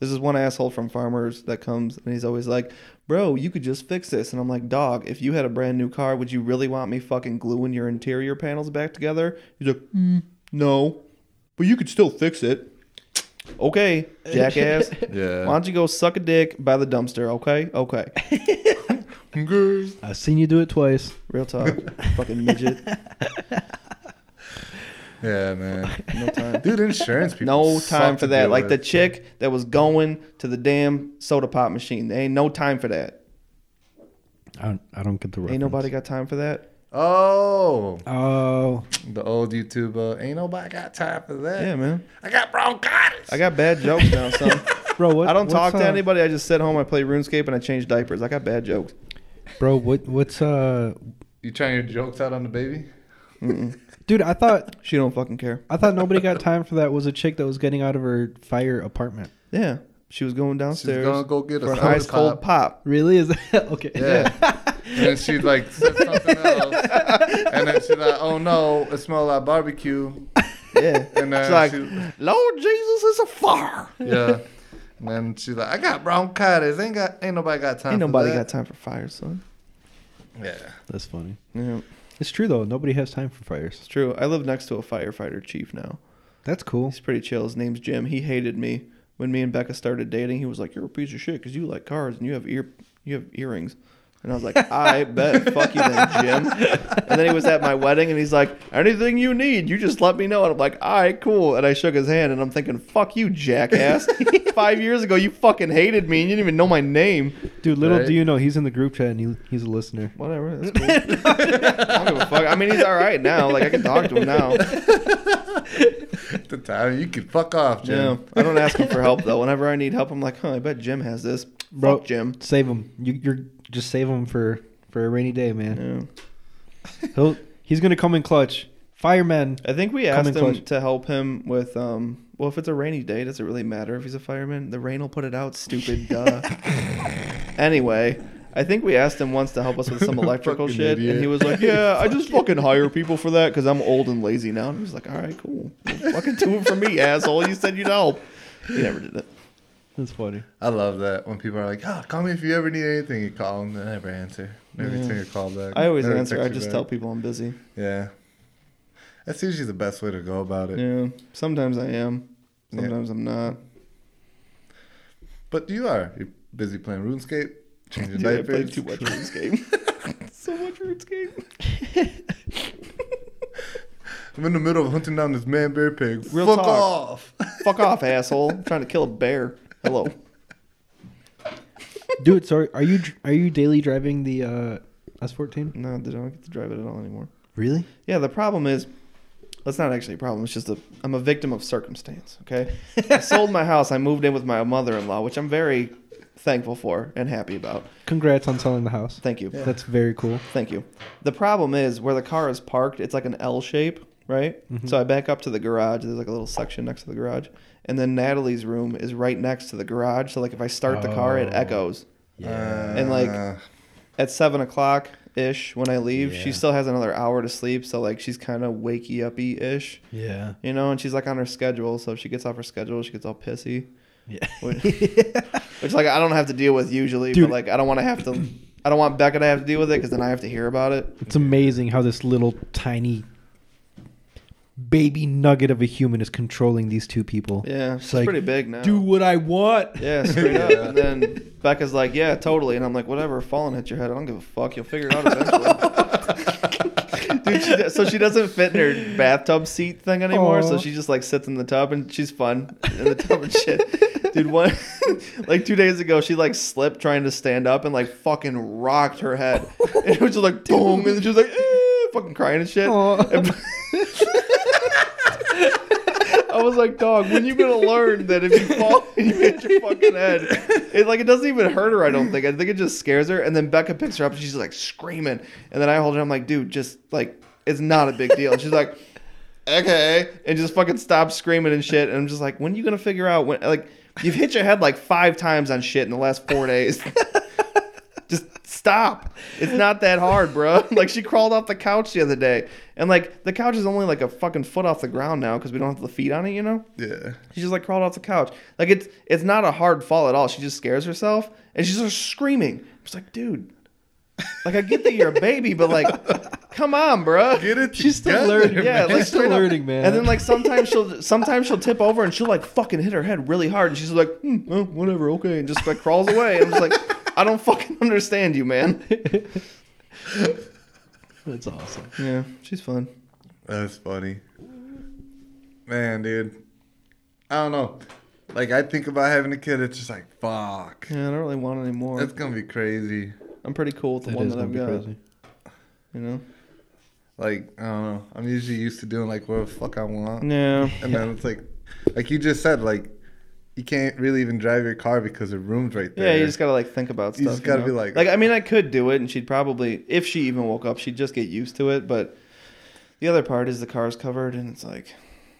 S4: This is one asshole from Farmers that comes and he's always like, "Bro, you could just fix this." And I'm like, "Dog, if you had a brand new car, would you really want me fucking gluing your interior panels back together?" He's like, mm, "No, but you could still fix it." Okay, jackass. Why
S1: yeah.
S4: don't you go suck a dick by the dumpster? Okay, okay.
S1: Girls.
S3: I've seen you do it twice.
S4: Real talk. Fucking midget.
S1: Yeah, man.
S4: No time.
S1: Dude, insurance people.
S4: No
S1: suck
S4: time for
S1: to
S4: that.
S1: deal
S4: Like the
S1: with.
S4: chick that was going to the damn soda pop machine. There ain't no time for that.
S3: I don't, I don't get the reference.
S4: Ain't nobody got time for that.
S1: Oh,
S3: Oh,
S1: the old YouTube. Uh, ain't nobody got time for that.
S4: Yeah, man.
S1: I got bronchitis.
S4: I got bad jokes now, son.
S3: bro. What,
S4: I don't
S3: what's,
S4: talk to
S3: uh,
S4: anybody. I just sit home, I play RuneScape, and I change diapers. I got bad jokes.
S3: Bro, what? What's uh?
S1: You trying your jokes out on the baby?
S3: Dude, I thought
S4: She don't fucking care.
S3: I thought nobody got time for that. Was a chick that was getting out of her fire apartment.
S4: Yeah. She was going
S1: She's
S4: downstairs
S1: gonna go get a
S4: for an
S1: soda
S4: ice cold pop.
S3: Really? Is that okay?
S1: Yeah. and then she like said something else, and then she's like, "Oh no, it smells like barbecue."
S4: Yeah.
S1: And then
S4: She's like,
S1: she-
S4: Lord Jesus, it's a fire.
S1: Yeah. And then she's like, "I got bronchitis. Ain't got ain't nobody got time.
S4: Ain't
S1: for
S4: nobody got
S1: that."
S4: time for fire, son.
S1: Yeah.
S3: That's funny.
S4: Yeah.
S3: It's true though. Nobody has time for fires.
S4: It's true. I live next to a firefighter chief now.
S3: That's cool.
S4: He's pretty chill. His name's Jim. He hated me when me and Becca started dating. He was like, "You're a piece of shit because you like cars and you have ear you have earrings." And I was like, "I bet, fuck you then, Jim." And then he was at my wedding and he's like, "Anything you need, you just let me know." And I'm like, "All right, cool." And I shook his hand and I'm thinking, "Fuck you, jackass! Five years ago, you fucking hated me and you didn't even know my name."
S3: Dude, little
S1: Right?
S3: do you know, he's in the group chat and he, he's a listener.
S4: Whatever. That's cool. I don't give a fuck. I mean, he's all right now. Like I can talk to him now.
S1: At the time you could fuck off,
S4: Yeah,
S1: Jim.
S4: I don't ask him for help though. Whenever I need help, I'm like, huh, I bet Jim has this.
S3: Bro.
S4: Fuck Jim.
S3: Save him. You, you're just save him for for a rainy day, man.
S4: Yeah.
S3: He'll he's gonna come in clutch. Firemen.
S4: I think we
S3: Come
S4: asked
S3: in
S4: him
S3: clutch.
S4: to help him with. um Well, if it's a rainy day, does it really matter if he's a fireman? The rain will put it out. Stupid. Duh. anyway. I think we asked him once to help us with some electrical
S1: Fucking
S4: shit,
S1: idiot.
S4: and he was like, "Yeah, I just fucking hire people for that because I'm old and lazy now." And he was like, "All right, cool, Well, fucking do it for me, asshole. You said you'd help. He never did it.
S3: That's funny.
S1: I love that when people are like, "Oh, call me if you ever need anything." You call them, they never answer. Never
S4: Yeah.
S1: take a call back.
S4: I always
S1: Never
S4: answer.
S1: text
S4: I
S1: you
S4: just
S1: back.
S4: tell people I'm busy.
S1: Yeah. That's usually the best way to go about it.
S4: Yeah, sometimes I am,
S1: Yeah.
S4: sometimes I'm not.
S1: But you are. You're busy playing RuneScape, changing
S4: Dude, I played
S1: diapers.
S4: too much RuneScape. so much RuneScape.
S1: I'm in the middle of hunting down this man bear pig.
S4: Real
S1: Fuck
S4: talk.
S1: off.
S4: Fuck off, eh? asshole. I'm trying to kill a bear. Hello.
S3: Dude, sorry. Are you dr- are you daily driving the uh, S14?
S4: No, I don't get to drive it at all anymore.
S3: Really?
S4: Yeah, the problem is, that's not actually a problem. It's just a, I'm a victim of circumstance. Okay, I sold my house. I moved in with my mother-in-law, which I'm very thankful for and happy about.
S3: Congrats on selling the house.
S4: Thank you,
S3: That's very cool.
S4: thank you. The problem is where the car is parked. It's like an L shape, right? So I back up to the garage. There's like a little section next to the garage, and then Natalie's room is right next to the garage. So like if I start the car, it
S3: Oh.
S4: echoes.
S1: Uh,
S4: And, like, at seven o'clock ish when I leave. She
S3: Yeah.
S4: still has another hour to sleep, so like she's kind of wakey uppy ish,
S3: Yeah.
S4: you know. And she's like on her schedule, so if she gets off her schedule, she gets all pissy,
S3: Yeah.
S4: which, which like I don't have to deal with usually,
S3: Dude.
S4: but like I don't want to have to. I don't want Becca to have to deal with it because then I have to hear about it.
S3: It's amazing how this little tiny baby nugget of a human is controlling these two people.
S4: Yeah,
S3: It's
S4: she's
S3: like,
S4: pretty big now.
S3: Do what I want.
S4: Yeah, straight up. And then Becca's like, "Yeah, totally," and I'm like, "Whatever, falling hit your head. I don't give a fuck. You'll figure it out eventually." Dude, she, do- so she doesn't fit in her bathtub seat thing anymore. So
S3: Aw.
S4: she just like sits in the tub and she's fun in the tub and shit. Dude, one like two days ago, she like slipped trying to stand up and like fucking rocked her head. And it was just like boom, and she was like eh, fucking crying and shit.
S3: Aw.
S4: And- I was like, dog, when you gonna learn that if you fall and you hit your fucking head, it like it doesn't even hurt her. I don't think. I think it just scares her. And then Becca picks her up and she's like screaming. And then I hold her. I'm like, dude, just like it's not a big deal. And she's like, okay, and just fucking stops screaming and shit. And I'm just like, when are you gonna figure out when? Like, you've hit your head like five times on shit in the last four days. just stop. It's not that hard, bro. Like she crawled off the couch the other day, and like the couch is only like a fucking foot off the ground now because we don't have the feet on it, you know.
S1: yeah.
S4: She just like crawled off the couch. Like it's it's not a hard fall at all. She just scares herself and she's just screaming. I was like, dude, like I get that you're a baby, but like, come on, bro.
S1: Get it
S3: She's still
S1: together,
S3: learning.
S1: man.
S4: Yeah, like
S3: She's still
S4: straight up.
S3: learning, man.
S4: And then like sometimes she'll sometimes she'll tip over and she'll like fucking hit her head really hard and she's like, hmm, well, whatever, okay, and just like crawls away. And I'm just like, I don't fucking understand you, man.
S3: That's awesome.
S4: Yeah, she's fun.
S1: That's funny. Man, dude. I don't know. Like, I think about having a kid, it's just like, fuck.
S4: Yeah, I don't really want any more.
S1: That's going to be crazy.
S4: I'm pretty cool with the
S3: That
S4: one
S3: is
S4: that
S3: gonna
S4: I've
S3: be
S4: got.
S3: crazy.
S4: You know?
S1: Like, I don't know. I'm usually used to doing, like, what the fuck I want.
S4: Yeah.
S1: And then it's like, like you just said, like, you can't really even drive your car because the room's right there.
S4: Yeah, you just gotta like think about stuff.
S1: You just gotta
S4: know?
S1: be like-
S4: like I mean, I could do it, and she'd probably, if she even woke up, she'd just get used to it. But the other part is the car's covered, and it's like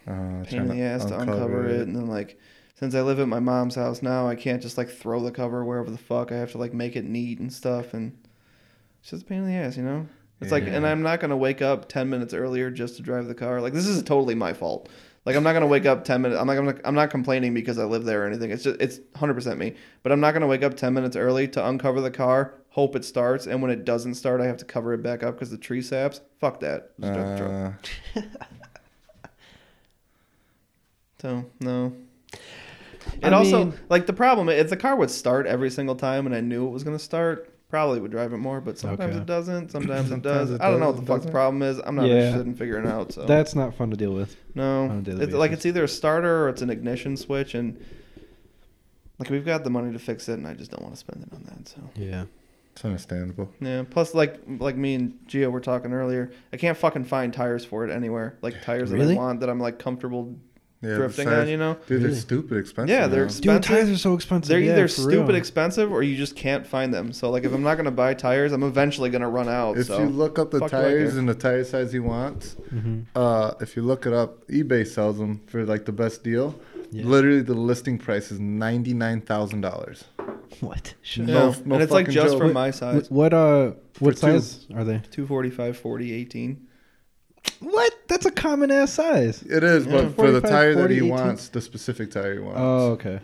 S1: Uh,
S4: pain in
S1: trying
S4: the ass to uncover it. and then like since I live at my mom's house now, I can't just like throw the cover wherever the fuck. I have to like make it neat and stuff, and it's just a pain in the ass, you know. It's like, and
S1: Yeah.
S4: I'm not gonna wake up ten minutes earlier just to drive the car. Like this is totally my fault. Like I'm not gonna wake up ten minutes. I'm like I'm not, I'm not complaining because I live there or anything. It's just it's 100 percent me. But I'm not gonna wake up ten minutes early to uncover the car, hope it starts, and when it doesn't start, I have to cover it back up because the tree saps. Fuck that. Just drive the truck.
S1: Uh,
S4: So no. And
S3: I
S4: also,
S3: mean-
S4: like the problem, if the car would start every single time, and I knew it was gonna start, probably would drive it more. But sometimes
S3: Okay.
S4: it doesn't. Sometimes it
S1: Sometimes
S4: does.
S1: it
S4: I don't know what the
S1: doesn't,
S4: fuck the
S1: doesn't.
S4: problem is. I'm not
S3: Yeah.
S4: interested in figuring out. So
S3: That's not fun to deal with.
S4: no,
S3: a daily
S4: it's, like
S3: basis.
S4: it's either a starter or it's an ignition switch, and like we've got the money to fix it, and I just don't want to spend it on that. So
S3: Yeah.
S1: it's understandable.
S4: yeah. Plus, like like me and Gio were talking earlier, I can't fucking find tires for it anywhere. Like tires
S3: Really?
S4: that I want that I'm like comfortable
S1: Yeah,
S4: drifting on.
S1: besides-
S4: You know.
S1: Dude, they're
S3: Really?
S1: stupid expensive.
S4: Yeah, they're
S1: now.
S4: expensive.
S3: Dude, tires are so expensive.
S4: They're
S3: Yeah,
S4: either
S3: for real.
S4: stupid expensive or you just can't find them. So like if I'm not gonna buy tires, I'm eventually gonna run out.
S1: If
S4: so
S1: you look up the
S4: fuck do I
S1: tires
S4: care?
S1: and the tire size you want,
S3: Mm-hmm.
S1: uh, if you look it up, eBay sells them for like the best deal.
S3: Yeah.
S1: Literally, the listing price is ninety nine thousand dollars.
S3: What?
S4: yeah.
S1: No- no
S4: and it's like
S1: fucking
S4: just
S1: joke.
S4: for my size.
S3: Wh- What uh? What
S1: two.
S3: size are they?
S4: 245, 40, 18.
S3: What? That's a common ass size.
S1: It is, but for the
S3: 45,
S1: tire that
S3: 40,
S1: he
S3: 18.
S1: wants, the specific tire he wants.
S3: Oh, okay.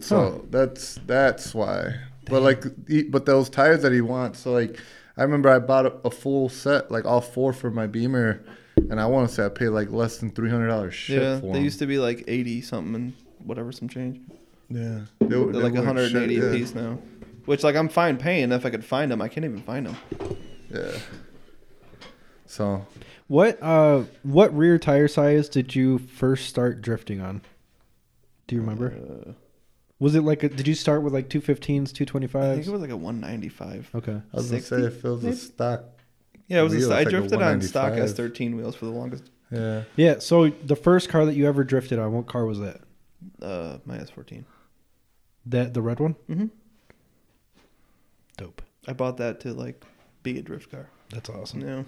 S1: so that's that's why. But like, he, but those tires that he wants. So like, I remember I bought a, a full set, like all four for my Beamer, and I want to say I paid like less than three hundred dollars. Shit
S4: yeah.
S1: for
S4: They used to be like eighty something and whatever some change.
S1: Yeah, they,
S4: They're like hundred and eighty a piece now. Which like I'm fine paying if I could find them. I can't even find them.
S1: Yeah. So
S3: What uh what rear tire size did you first start drifting on? Do you remember?
S4: Uh,
S3: Was it like a, did you start with like 215s,
S4: I think it
S3: 225s?
S4: was like a 195.
S3: Okay.
S1: I was gonna
S4: 60,
S1: say if it was a
S4: maybe?
S1: stock.
S4: Yeah, it was.
S1: Wheels,
S4: a, I
S1: like a
S4: drifted on stock
S1: 195.
S4: S13 wheels for the longest.
S1: Yeah.
S3: Yeah, so the first car that you ever drifted on, what car was that?
S4: Uh, my S14.
S3: That the red one?
S4: Mhm.
S3: Dope.
S4: I bought that to like be a drift car.
S3: That's awesome.
S4: No,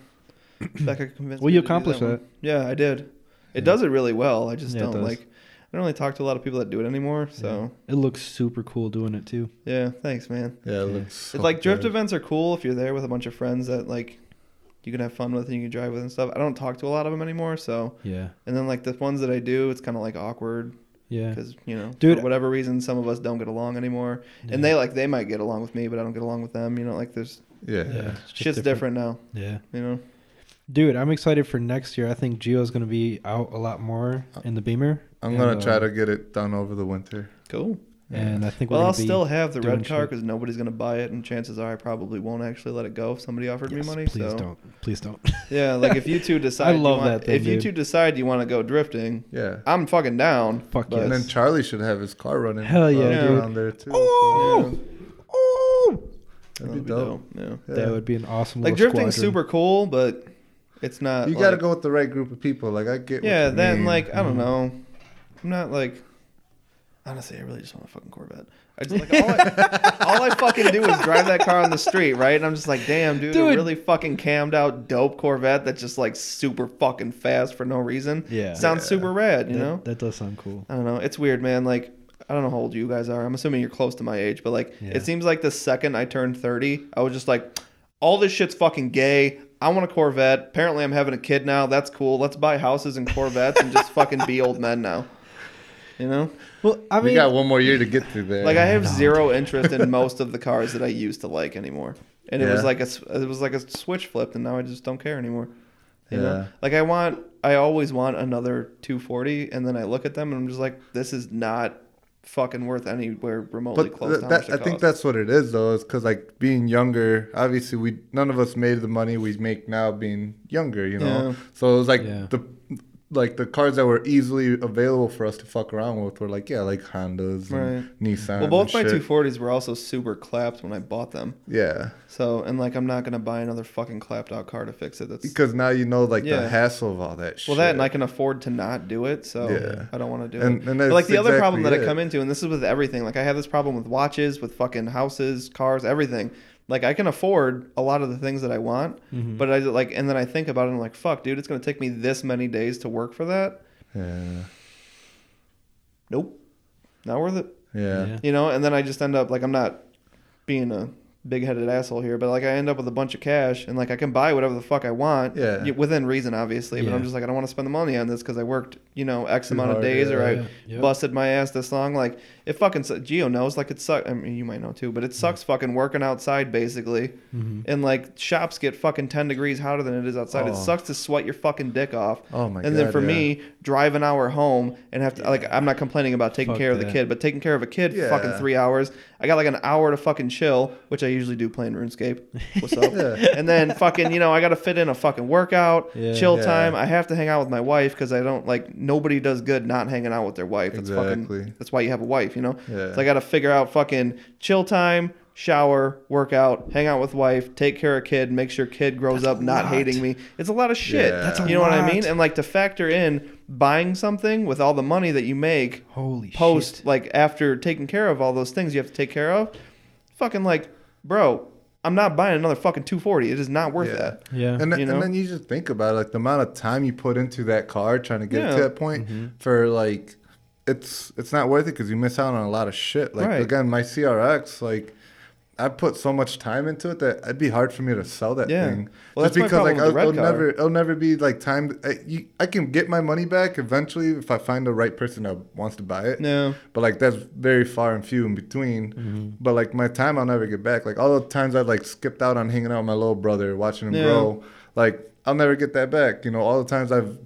S4: Becca convinced.
S3: Well,
S4: me
S3: you
S4: to do
S3: accomplished that.
S4: one. Yeah, I did. It does it really well. I just
S3: Yeah, it
S4: don't
S3: does.
S4: like. I don't really talk to a lot of people that do it anymore. So
S3: It looks super cool doing it too.
S4: yeah, thanks, man.
S1: Yeah, it looks so
S4: it's like drift
S1: good.
S4: events are cool if you're there with a bunch of friends that like you can have fun with and you can drive with and stuff. I don't talk to a lot of them anymore. So
S3: Yeah.
S4: and then like the ones that I do, it's kind of like awkward
S3: Yeah.
S4: because you know
S3: Dude.
S4: for whatever reason some of us don't get along anymore.
S3: Yeah.
S4: And they like they might get along with me, but I don't get along with them. You know, like there's
S1: Yeah.
S3: Yeah. it's just
S4: shit's different. now.
S3: Yeah.
S4: You know,
S3: Dude, I'm excited for next year. I think Gio's going to be out a lot more in the Beamer.
S1: I'm
S3: And,
S1: gonna
S3: uh,
S1: try to get it done over the winter.
S4: cool.
S3: and I think we're
S4: Well, I'll
S3: gonna be-
S4: still have the
S3: doing
S4: red car
S3: shit.
S4: because nobody's gonna buy it, and chances are I probably won't actually let it go if somebody offered
S3: Yes,
S4: me money.
S3: Please
S4: so
S3: don't. Please don't.
S4: yeah, like if you two decide, you
S3: love
S4: want-
S3: that thing,
S4: if you
S3: dude.
S4: two decide you want to go drifting,
S1: Yeah.
S4: I'm fucking down.
S3: Fuck
S4: but-
S1: And then Charlie should have his car running.
S3: Hell yeah,
S1: uh,
S4: dude.
S1: around there too.
S3: Oh! Oh,
S1: so, yeah, that'd
S4: that'd
S1: be dope.
S4: Yeah,
S1: Yeah.
S3: that would be an awesome.
S4: like
S3: little
S4: drifting's
S3: squadron.
S4: super cool, but it's not.
S1: you gotta
S4: like-
S1: go with the right group of people. Like I get.
S4: Yeah,
S1: what you
S4: then
S1: mean. Mm-hmm.
S4: like I don't know. I'm not like. Honestly, I really just want a fucking Corvette. I just like all I, all I fucking do is drive that car on the street, right? And I'm just like, damn, dude, a
S3: Dude.
S4: really fucking cammed out, dope Corvette that's just like super fucking fast for no reason.
S3: Yeah.
S4: sounds
S1: Yeah.
S4: super rad, you
S3: That-
S4: know?
S3: that does sound cool.
S4: I don't know. It's weird, man. Like, I don't know how old you guys are. I'm assuming you're close to my age, but like,
S3: Yeah.
S4: it seems like the second I turned 30, I was just like, all this shit's fucking gay. I want a Corvette. Apparently, I'm having a kid now. That's cool. Let's buy houses and Corvettes and just fucking be old men now. You know?
S3: Well, I
S1: we
S3: mean,
S1: got one more year to get through there.
S4: Like, I have zero interest in most of the cars that I used to like anymore. And it was
S1: Yeah.
S4: like a s- it was like a switch flipped, and now I just don't care anymore. You
S1: Yeah.
S4: know? Like I want, I always want another 240, and then I look at them and I'm just like, this is not fucking worth anywhere remotely
S1: But
S4: close. to
S1: th-
S4: how
S1: that,
S4: much
S1: I
S4: it
S1: think
S4: costs.
S1: that's what it is though, is because like being younger, obviously we none of us made the money we make now being younger, you know.
S4: Yeah.
S1: So it was like
S3: Yeah.
S1: the like the cars that were easily available for us to fuck around with were like yeah, like Hondas,
S4: Right.
S1: and Nissan.
S4: well, both my
S1: and Oh, shit.
S4: 240s were also super clapped when I bought them.
S1: Yeah,
S4: So and like I'm not gonna buy another fucking clapped out car to fix it. That's
S1: because now you know like
S4: Yeah.
S1: the hassle of all that. shit.
S4: Well, that and I can afford to not do it, so
S1: Yeah.
S4: I don't want to do
S1: And-
S4: it.
S1: and
S4: but
S1: that's
S4: like the other problem that
S1: exactly it.
S4: I come into, and this is with everything. Like I have this problem with watches, with fucking houses, cars, everything. Like I can afford a lot of the things that I want,
S1: Mm-hmm.
S4: but I like, and then I think about it, and I'm like, fuck, dude, it's gonna take me this many days to work for that.
S1: yeah,
S4: Nope, not worth it.
S1: yeah.
S3: Yeah.
S4: You know, and then I just end up like I'm not being a big-headed asshole here, but like I end up with a bunch of cash, and like I can buy whatever the fuck I want,
S1: Yeah.
S4: y- within reason, obviously. But I'm
S3: Yeah.
S4: just like I don't want to spend the money on this because I worked, you know, X
S1: Too
S4: amount of
S1: hard,
S4: days,
S1: yeah.
S4: or I
S3: Yeah. Yep.
S4: busted my ass this long. Like it fucking su- Geo knows, like it sucks. I mean, you might know too, but it
S1: Mm-hmm.
S4: sucks fucking working outside basically, and like shops get fucking ten degrees hotter than it is outside. It
S1: Oh.
S4: sucks to sweat your fucking dick off.
S1: Oh my
S4: And then
S1: God,
S4: for
S1: yeah.
S4: me, drive an hour home and have to like I'm not complaining about taking
S3: Fuck
S4: care of the
S3: that.
S4: kid, but taking care of a kid for fucking
S1: Yeah.
S4: three hours. I got like an hour to fucking chill, which I usually do playing RuneScape. What's up?
S1: Yeah.
S4: And then fucking, you know, I got to fit in a fucking workout,
S3: Yeah.
S4: chill
S1: Yeah.
S4: time. I have to hang out with my wife because I don't like nobody does good not hanging out with their wife. That's
S1: Exactly.
S4: fucking. That's why you have a wife, you know.
S1: Yeah.
S4: So I got to figure out fucking chill time. Shower, workout, hang out with wife, take care of kid, make sure kid grows up not hating me. It's a lot of shit.
S1: Yeah. That's a
S4: you know what I
S3: lot.
S4: mean? And like to factor in buying something with all the money that you make
S3: Holy
S4: post
S3: shit.
S4: like after taking care of all those things you have to take care of fucking like bro i'm not buying another fucking 240 it is not worth
S1: Yeah.
S4: that
S3: Yeah.
S1: And, th-
S4: You know?
S1: and then you just think about it, like the amount of time you put into that car trying to get
S4: Yeah. Mm-hmm.
S1: to that point for like it's it's not worth it because you miss out on a lot of shit. Like
S4: Right.
S1: again, my CRX, like I put so much time into it that it'd be hard for me to sell that
S4: Yeah.
S1: thing.
S4: Well, that's my problem
S1: like
S4: with the
S1: I'll-
S4: red
S1: it'll
S4: car.
S1: never it'll never be like time. I, you, I can get my money back eventually if I find the right person that wants to buy it.
S4: no
S1: But like that's very far and few in between.
S4: Mm-hmm.
S1: But like my time, I'll never get back. Like all the times I like skipped out on hanging out with my little brother, watching him
S4: Yeah.
S1: grow. Like I'll never get that back. You know, all the times I've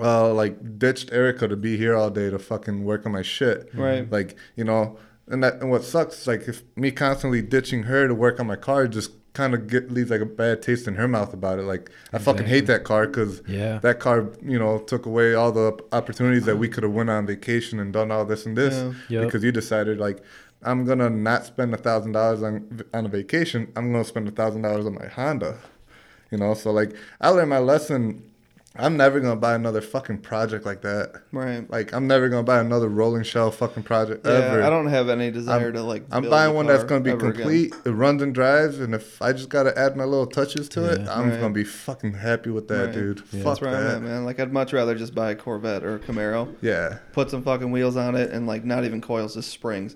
S1: uh, like ditched Erica to be here all day to fucking work on my shit.
S4: Right.
S1: Like you know, and that and what sucks is like if me constantly ditching her to work on my car just kind of get leaves like a bad taste in her mouth about it. Like I fucking hate that car because
S3: Yeah.
S1: that car you know took away all the opportunities that we
S4: Uh-huh.
S1: could have went on vacation and done all this and this
S3: Yeah. Yep.
S1: because you decided like I'm gonna not spend a thousand dollars on on a vacation. I'm gonna spend a thousand dollars on my Honda. You know, so like I learned my lesson. I'm never gonna buy another fucking project like that.
S4: Right.
S1: Like I'm never gonna buy another rolling shell fucking project
S4: Yeah,
S1: ever.
S4: I don't have any desire
S1: I'm-
S4: to like.
S1: I'm
S4: build
S1: buying
S4: a
S1: one that's
S4: car
S1: going to be
S4: ever again.
S1: complete. It runs and drives, and if I just got to add my little touches to it, I'm
S4: Right.
S1: going to be fucking happy with that,
S4: Right.
S1: dude. Fuck
S4: That's where I'm
S1: that.
S4: at, man. Like, I'd much rather just buy a Corvette or a Camaro,
S1: Yeah.
S4: put some fucking wheels on it, and like not even coils, just springs.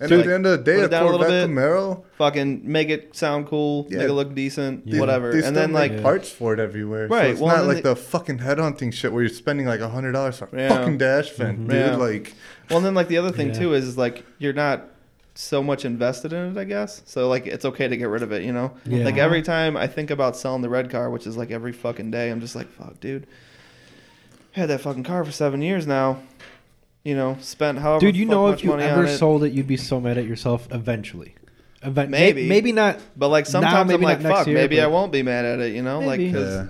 S1: And
S4: Dude,
S1: at the end of the day,
S4: put it
S1: a
S4: down a little
S1: Corvette
S4: bit.
S1: Camaro,
S4: Fucking make it sound cool,
S1: Yeah.
S4: make it look decent,
S1: they-
S4: whatever.
S1: They
S4: and
S1: still
S4: then
S1: make
S4: like,
S1: parts for it everywhere. Right.
S4: Right,
S1: So it's
S4: well,
S1: not
S4: then
S1: like
S4: they-
S1: the fucking head hunting shit where you're spending like hundred dollars for a
S4: Yeah. Mm-hmm.
S1: fucking dash vent, dude.
S4: Yeah.
S1: Like,
S4: well, and then like the other thing
S3: Yeah.
S4: too is like you're not so much invested in it, I guess. So like it's okay to get rid of it, you know.
S3: Yeah.
S4: Like every time I think about selling the red car, which is like every fucking day, I'm just like, fuck, dude. Had that fucking car for seven years now. You know, spent however.
S3: Dude, you
S4: fuck
S3: know
S4: much
S3: if you
S4: money on
S3: ever
S4: it.
S3: sold it, you'd be so mad at yourself eventually. Event- may-
S4: Maybe.
S3: maybe not.
S4: But like
S3: Now,
S4: sometimes I'm
S3: maybe not
S4: like,
S3: next
S4: fuck,
S3: year,
S4: maybe
S3: but-
S4: I won't be mad at it, you know? Like,
S3: Maybe.
S4: 'cause
S1: yeah.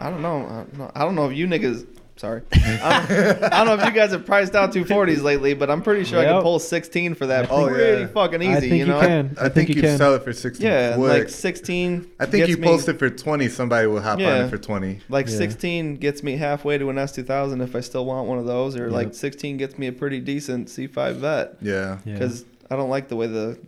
S4: I don't know, I don't know. I don't know if you niggas. Sorry, I don't, I don't know if you guys have priced out 240s lately, but I'm pretty sure I
S3: Yep.
S4: can pull 16 for that
S1: Oh,
S4: pretty
S1: yeah.
S4: fucking easy,
S3: I think
S4: you know?
S3: can.
S1: I, think,
S3: you
S1: you
S3: can.
S1: sell it for sixteen.
S4: Yeah, and,
S1: quick.
S4: like 16.
S1: I think
S4: gets
S1: you
S4: me-
S1: post it for twenty. Somebody will hop on
S4: Yeah.
S1: it for twenty.
S4: Like
S3: Yeah.
S4: 16 gets me halfway to an S2000 if I still want one of those, or like
S3: Yep.
S4: 16 gets me a pretty decent C5 vet
S1: Yeah.
S3: Yeah.
S4: because I don't like the way the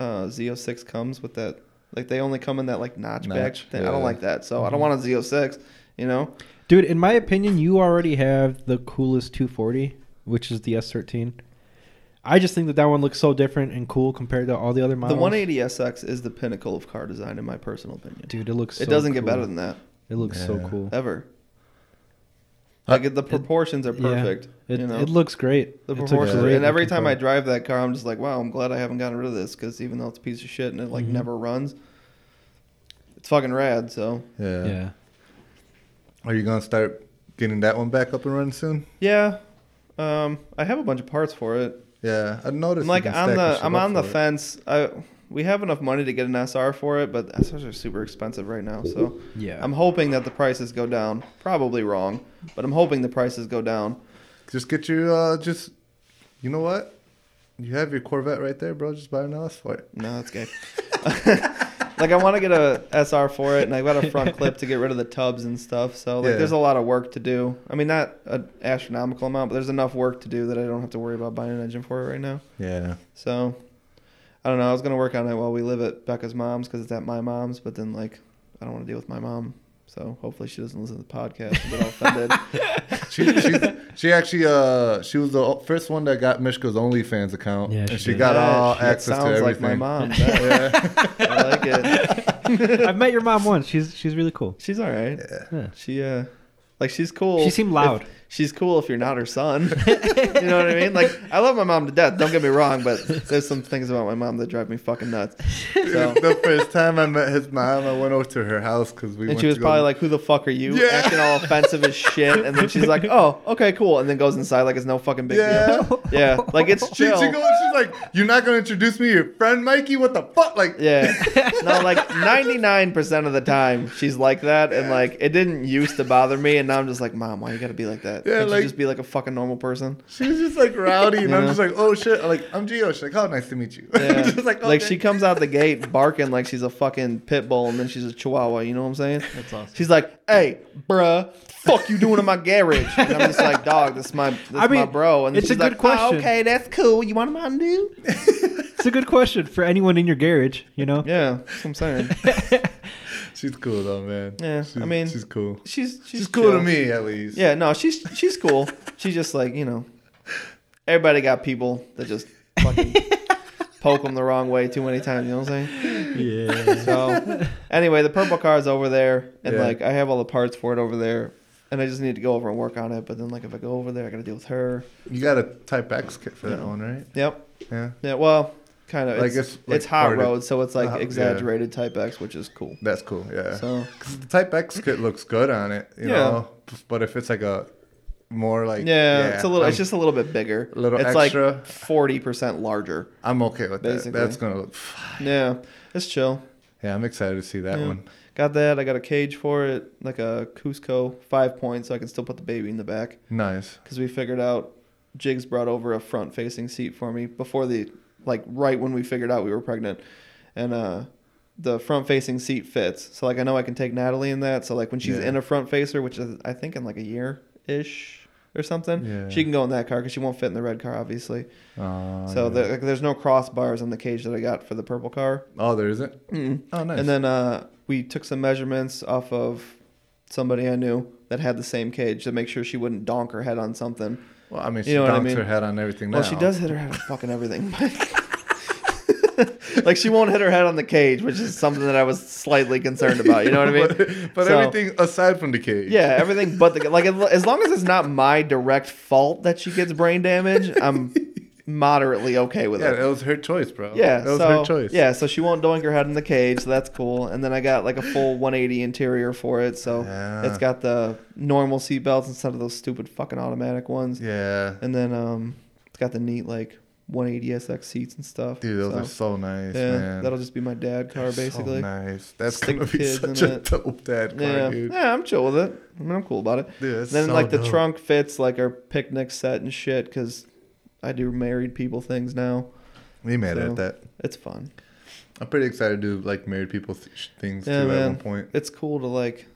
S4: uh, Z06 comes with that. Like they only come in that like notch, back
S1: Notch,
S4: thing. I
S1: yeah.
S4: don't like that, so I
S3: Mm-hmm.
S4: don't want a Z06. You know,
S3: Dude, in my opinion, you already have the coolest 240, which is the S13. I just think that that one looks so different and cool compared to all the other models.
S4: the 180 SX is the pinnacle of car design, in my personal opinion.
S3: Dude, it looks.
S4: it
S3: so
S4: doesn't get
S3: cool.
S4: better than that
S3: It looks so
S1: Yeah.
S3: cool.
S4: ever. Like the proportions are
S3: Yeah.
S4: perfect.
S3: It,
S4: you know,
S3: it looks great.
S4: the
S3: It's a
S4: proportions.
S3: great
S4: And every
S3: looking
S4: time
S3: car.
S4: I drive that car, I'm just like, wow, I'm glad I haven't gotten rid of this because even though it's a piece of shit and it like
S3: Mhm.
S4: never runs, it's fucking rad. So
S1: Yeah.
S3: yeah.
S1: Are you gonna start getting that one back up and running soon?
S4: yeah, um, I have a bunch of parts for it.
S1: Yeah, I noticed.
S4: I'm
S1: you've
S4: like
S1: been
S4: on
S1: stacking
S4: the
S1: shit
S4: I'm
S1: up
S4: on the
S1: for it.
S4: fence. I we have enough money to get an SR for it, but SRs are super expensive right now. So
S3: Yeah.
S4: I'm hoping that the prices go down. Probably wrong, but I'm hoping the prices go down.
S1: Just get your uh just you know what? You have your Corvette right there, bro. Just buy an LS for it.
S4: No, that's gay. like I want to get a SR for it, and I got a front clip to get rid of the tubs and stuff. So like,
S1: Yeah.
S4: there's a lot of work to do. I mean, not an astronomical amount, but there's enough work to do that I don't have to worry about buying an engine for it right now.
S1: Yeah.
S4: So I don't know. I was gonna work on it while we live at Becca's mom's because it's at my mom's, but then like I don't want to deal with my mom. So hopefully she doesn't listen to the podcast and get all offended.
S1: She she she actually uh she was the first one that got Mishka's OnlyFans account.
S3: Yeah,
S1: and
S3: she
S1: she
S3: did.
S1: got
S4: Yeah,
S1: all
S4: shit,
S1: access to
S4: sounds like
S1: everything.
S4: my mom.
S1: yeah.
S4: I like it.
S3: I've met your mom once. She's she's really cool.
S4: She's all right.
S3: Yeah.
S4: She uh, like she's cool.
S3: She seemed loud.
S4: If- she's cool if you're not her son. you know what I mean? Like I love my mom to death. Don't get me wrong, but there's some things about my mom that drive me fucking nuts. So,
S1: the first time I met his mom, I went over to her house because we.
S4: and
S1: went
S4: she was
S1: to go-
S4: probably like, "Who the fuck are you?"
S1: Yeah.
S4: Acting all offensive as shit. And then she's like, "Oh, okay, cool." And then goes inside like it's no fucking big
S1: Yeah.
S4: deal. Yeah, like it's
S1: She, she
S4: chill.
S1: goes, she's like, "You're not gonna introduce me to your friend Mikey? What the fuck?" Like,
S4: Yeah. No, like 99% of the time she's like that. And like it didn't used to bother me. And now I'm just like, Mom, why you gotta be like that?
S1: Yeah,
S4: Can't
S1: like-
S4: you just be like a fucking normal person?
S1: she was just like rowdy, and I'm
S4: Yeah.
S1: just like, "Oh shit!" I'm like, "I'm Gio." She's like, "Oh, nice to meet you."
S4: Yeah.
S1: Just
S4: like,
S1: "Okay."
S4: she comes out the gate barking like she's a fucking pit bull and then she's a chihuahua, you know what I'm saying? That's awesome. She's like, Hey, bruh, fuck you doing in my garage? And I'm just like, dog, this is my this
S3: I
S4: my
S3: mean,
S4: bro. And then
S3: it's a
S4: she's
S3: good
S4: like,
S3: question.
S4: Oh, okay, that's cool. You want a Mountain Dew?
S3: It's a good question for anyone in your garage. You know.
S4: Yeah, that's what I'm saying.
S1: She's cool though, man.
S4: Yeah, I
S1: She's-
S4: mean-
S1: she's cool.
S4: She's she's,
S1: She's, cool to
S4: chill.
S1: me at least.
S4: Yeah, no, she's she's cool. she's just like you know, everybody got people that just fucking poke them the wrong way too many times. You know what I'm saying?
S3: Yeah.
S4: So anyway, the purple car is over there, and
S1: Yeah.
S4: like I have all the parts for it over there, and I just need to go over and work on it. But then like if I go over there, I got to deal with her.
S1: You got a Type X kit for that
S4: Yeah.
S1: one, right?
S4: Yep.
S1: Yeah.
S4: Yeah. Well, kind of.
S1: Like,
S4: it's it's,
S1: it's, like,
S4: hot
S1: part of-
S4: road, so it's like
S1: Uh, yeah.
S4: exaggerated Type X, which is cool.
S1: That's cool. Yeah.
S4: So
S1: 'Cause the Type X kit looks good on it, you
S4: Yeah.
S1: know. But if it's like a more like
S4: yeah, it's a little. it's
S1: I'm-
S4: just a little bit bigger.
S1: A little
S4: it's
S1: extra.
S4: like forty percent larger.
S1: I'm okay with that.
S4: Basically.
S1: That's gonna look. f-
S4: Yeah, it's chill.
S1: Yeah, I'm excited to see that
S4: Yeah.
S1: one.
S4: Got that. I got a cage for it, like a Cusco, five points, so I can still put the baby in the back.
S1: Nice.
S4: Because we figured out Jigs brought over a front facing seat for me before the, like, right when we figured out we were pregnant. And, uh, the front facing seat fits. So, like, I know I can take Natalie in that. So, like, when she's
S1: Yeah.
S4: in a front facer, which is, I think, in like a year ish or something,
S1: Yeah.
S4: she can go in that car because she won't fit in the red car, obviously.
S1: Uh,
S4: so, there- like, there's no crossbars on the cage that I got for the purple car.
S1: oh, there isn't.
S4: Mm-mm.
S1: Oh, nice.
S4: And then uh, we took some measurements off of somebody I knew that had the same cage to make sure she wouldn't donk her head on something.
S1: well, I mean, she
S4: you know what I
S1: dunks
S4: mean.
S1: her head on everything now.
S4: Well, she does hit her head on fucking everything. but- like she won't hit her head on the cage, which is something that I was slightly concerned about. You know what I mean?
S1: but
S4: So-
S1: everything aside from the cage.
S4: Yeah, everything but the like. As long as it's not my direct fault that she gets brain damage, I'm moderately okay with
S1: Yeah,
S4: it.
S1: that was her choice, bro.
S4: Yeah,
S1: that was
S4: so,
S1: her choice.
S4: Yeah, so she won't doink her head in the cage, so that's cool. And then I got like a full 180 interior for it, so
S1: Yeah.
S4: it's got the normal seat belts instead of those stupid fucking automatic ones.
S1: Yeah.
S4: And then um, it's got the neat like 180SX seats and stuff.
S1: Dude, those
S4: so,
S1: are so nice,
S4: yeah,
S1: man.
S4: that'll just be my dad car
S1: They're so
S4: basically.
S1: nice. That's
S4: Stick
S1: gonna be
S4: kids
S1: such
S4: in
S1: a
S4: it.
S1: dope dad car,
S4: yeah,
S1: dude.
S4: yeah, I'm chill with it. I mean, I'm cool about it.
S1: Dude, that's
S4: then
S1: so
S4: like the
S1: dope.
S4: trunk fits like our picnic set and shit because I do married people things now.
S1: We mad
S4: so-
S1: at that.
S4: It's fun.
S1: I'm pretty excited to do like married people th- things
S4: Yeah,
S1: too at
S4: man.
S1: one point.
S4: It's cool to like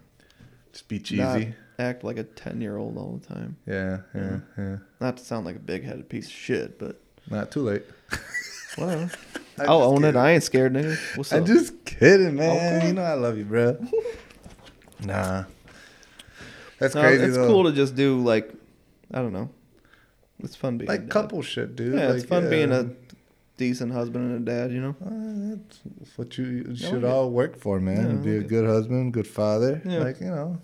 S1: Just be cheesy.
S4: not act like a 10 year old all the time.
S1: yeah, yeah,
S4: Yeah.
S1: yeah.
S4: Not to sound like a big headed piece of shit, but
S1: Not too late.
S4: whatever.
S1: I
S4: I'll
S1: just
S4: own it.
S1: kidding.
S4: I ain't scared, nigga. What's
S1: I'm
S4: up?
S1: just kidding, man.
S4: Okay.
S1: You know I love you, bro. nah. That's
S4: No,
S1: crazy
S4: it's
S1: though.
S4: cool to just do like, I don't know. It's fun being a
S1: like
S4: dad.
S1: couple shit, dude.
S4: Yeah,
S1: like, um,
S4: it's fun
S1: yeah.
S4: being a decent husband and a dad. You know.
S1: Uh, that's that's what you should
S4: like it.
S1: all work for, man.
S4: Yeah, I
S1: be a
S4: like it.
S1: good husband, good father.
S4: Yeah.
S1: Like, you know,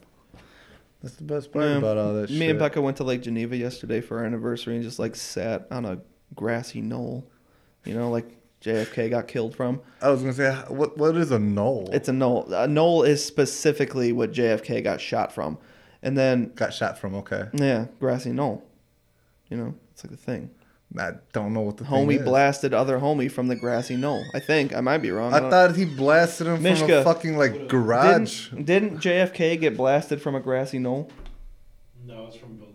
S1: that's the best part
S4: Yeah.
S1: about all that
S4: Um, Me
S1: shit.
S4: and Becca went to Lake Geneva yesterday for our anniversary and just like sat on a grassy knoll. You know, like JFK got killed from.
S1: I was going to say, h- what what is a knoll?
S4: It's a knoll. A knoll is specifically what JFK got shot from, and then
S1: Got shot from, okay.
S4: Yeah, grassy knoll. You know, it's like the thing.
S1: I don't know what the thing
S4: Homie
S1: is.
S4: blasted other homie from the grassy knoll. I think I might be wrong. Uh,
S1: I
S4: don't-
S1: thought he blasted him from a
S4: Mishka,
S1: fucking like garage.
S4: didn't, didn't JFK get blasted from a grassy knoll?
S2: No, it's from a building.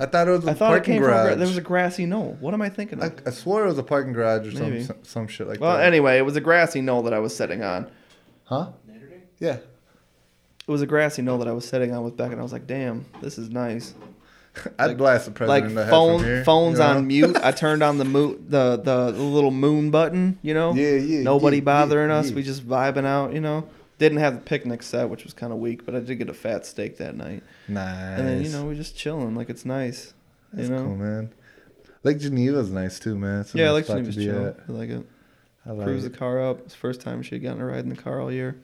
S1: I thought it was a
S4: I thought it
S1: parking
S4: came from a, gra-
S1: garage.
S4: there was a grassy knoll. What am I thinking
S1: I,
S4: of?
S1: I swore it was a parking garage or some,
S4: Maybe.
S1: some some shit like
S4: well,
S1: that.
S4: anyway, it was a grassy knoll that I was sitting on.
S1: huh? Yeah.
S4: It was a grassy knoll that I was sitting on with Beck, and I was like, "Damn, this is nice."
S1: I'd
S4: Like-
S1: blast the
S4: Like
S1: president. in the head from here,
S4: phone, phones
S1: you know?
S4: on mute. I turned on the mo- the the little moon button. You know,
S1: Yeah, yeah.
S4: nobody
S1: yeah,
S4: bothering
S1: yeah,
S4: us.
S1: yeah.
S4: We just vibing out, you know. Didn't have the picnic set, which was kind of weak, but I did get a fat steak that night.
S1: nice.
S4: And then you know we're just chilling, like it's nice,
S1: That's
S4: you know.
S1: cool, man. Lake Geneva's nice too, man. It's a
S4: yeah, I
S1: nice
S4: like
S1: spot
S4: Geneva's
S1: to be
S4: chill.
S1: at.
S4: I like it.
S1: I like
S4: Cruise the
S1: it.
S4: car up. It's the first time she had gotten a ride in the car all year.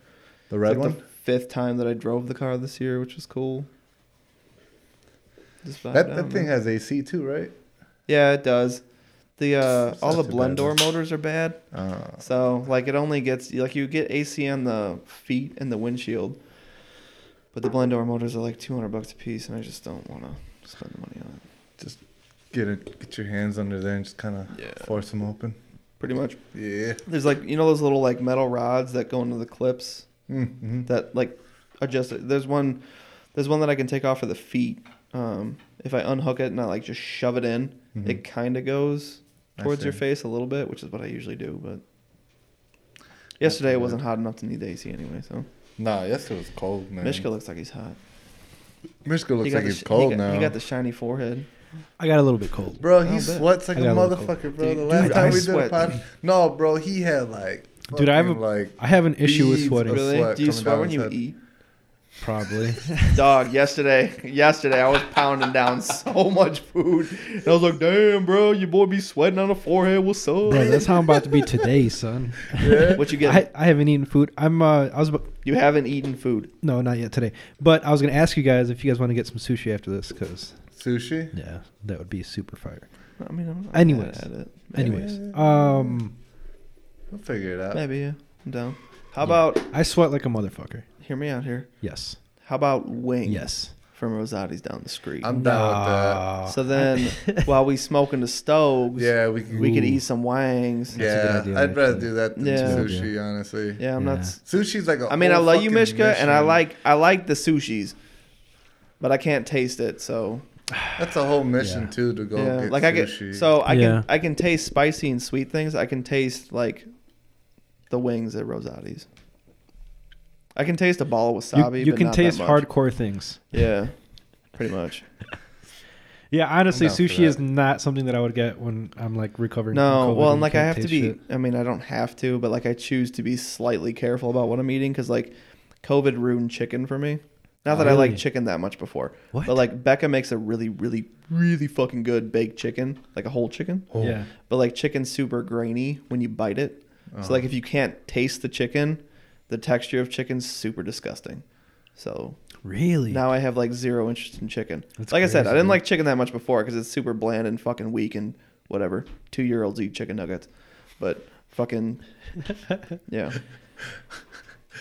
S1: the red
S4: it's like
S1: one.
S4: The fifth time that I drove the car this year, which was cool. Just vibe
S1: that
S4: out,
S1: that thing
S4: man.
S1: has AC too, right?
S4: Yeah, it does. The uh,
S1: It's
S4: all the
S1: not too bad,
S4: Blendor
S1: though.
S4: motors are bad.
S1: Uh,
S4: So like it only gets like you get AC on the feet and the windshield, but the Blendor motors are like two hundred bucks a piece, and I just don't want to spend the money on it.
S1: just get it, get your hands under there and just kind of
S4: Yeah.
S1: force them open.
S4: Pretty much,
S1: Yeah.
S4: there's like you know those little like metal rods that go into the clips
S1: Mm-hmm.
S4: that like adjust. It. There's one, there's one that I can take off for the feet. Um, if I unhook it and I like just shove it in,
S1: Mhm.
S4: it kind of goes
S1: I
S4: towards your
S1: see.
S4: face a little bit, which is what I usually do. But yesterday it
S1: bad.
S4: wasn't hot enough to need the AC anyway. So
S1: Nah, yesterday was cold, man.
S4: Mishka looks like he's hot.
S1: Mishka looks
S4: He got
S1: like
S4: the
S1: he's
S4: sh-
S1: cold
S4: he got,
S1: now.
S4: He got the shiny forehead.
S3: I got a little bit cold.
S1: Bro,
S4: I'll
S1: he
S4: bet.
S1: sweats like
S3: I
S1: a
S3: got a little cold.
S1: motherfucker, bro.
S4: Dude,
S1: the last
S4: dude,
S1: time
S4: I
S1: we
S4: sweat.
S1: did a pod, no, bro, he had like,
S3: Dude, I have
S1: fucking,
S3: a-
S1: like,
S3: I have an issue with
S1: Beads,
S3: sweating.
S1: bro.
S4: Really?
S1: sweat
S4: Do you
S1: coming
S4: sweat
S1: down
S4: when
S1: his
S4: you
S1: head.
S4: eat?
S3: Probably.
S4: Dog, yesterday, yesterday I was pounding down so much food. And I was like, damn, bro, your boy be sweating on the forehead. What's up?
S3: Bro, that's how I'm about to be today, son.
S1: yeah.
S4: What you get?
S3: I, I haven't eaten food. I'm uh I was about,
S4: you haven't eaten food.
S3: no, not yet today. But I was gonna ask you guys if you guys want to get some sushi after this, cause
S1: sushi.
S3: yeah, that would be super fire.
S4: I mean, I'm not
S3: Anyways.
S4: mad at it. Maybe.
S3: Anyways, um,
S1: We'll figure it out.
S4: Maybe, yeah. I'm down. How
S3: Yeah.
S4: about,
S3: I sweat like a motherfucker.
S4: hear me out here.
S3: Yes,
S4: How about wings?
S3: yes.
S4: from Rosati's down the street.
S1: I'm down with that.
S5: Uh,
S4: so then, while we smoking the stoves,
S1: Yeah, we can.
S4: we could
S3: Ooh.
S4: eat some wangs. Yeah,
S1: yeah,
S3: That's a good idea,
S1: I'd rather
S3: actually.
S1: do that than
S4: Yeah.
S1: sushi, honestly.
S4: I'm not.
S3: Yeah.
S4: s-
S1: Sushi's like a
S4: I mean, I
S1: whole
S4: love you,
S1: Oh, fucking
S4: Mishka, and I
S1: mission.
S4: like I like the sushis, but I can't taste it. So
S1: that's a whole mission
S3: Yeah.
S1: too to go
S4: yeah,
S1: get
S4: like I get
S1: sushi.
S4: so I
S5: Yeah.
S4: can I can taste spicy and sweet things. I can taste like the wings at Rosati's. I can taste a ball of
S5: You,
S4: wasabi.
S5: you
S4: but
S5: can
S4: not that
S5: taste
S4: much.
S5: hardcore things.
S4: Yeah, pretty much.
S5: Yeah, honestly,
S1: I'm down for
S5: sushi
S1: that.
S5: is not something that I would get when I'm like recovering.
S4: No,
S5: from COVID
S4: well, and
S5: and
S4: like I
S5: can't
S4: have to
S5: taste
S4: be.
S5: shit.
S4: I mean, I don't have to, but like I choose to be slightly careful about what I'm eating because like COVID ruined chicken for me. Not that I
S5: Really?
S4: like chicken that much before,
S5: What?
S4: but like Becca makes a really, really, really fucking good baked chicken, like a whole chicken.
S3: Oh.
S5: Yeah,
S4: But like chicken's super grainy when you bite it. So
S5: Uh-huh.
S4: like if you can't taste the chicken, the texture of chicken's super disgusting. So
S5: really.
S4: now I have like zero interest in chicken.
S5: That's
S4: like I said, I
S5: crazy,
S4: didn't
S5: dude.
S4: like chicken that much before because it's super bland and fucking weak and whatever. Two year olds eat chicken nuggets, but fucking yeah,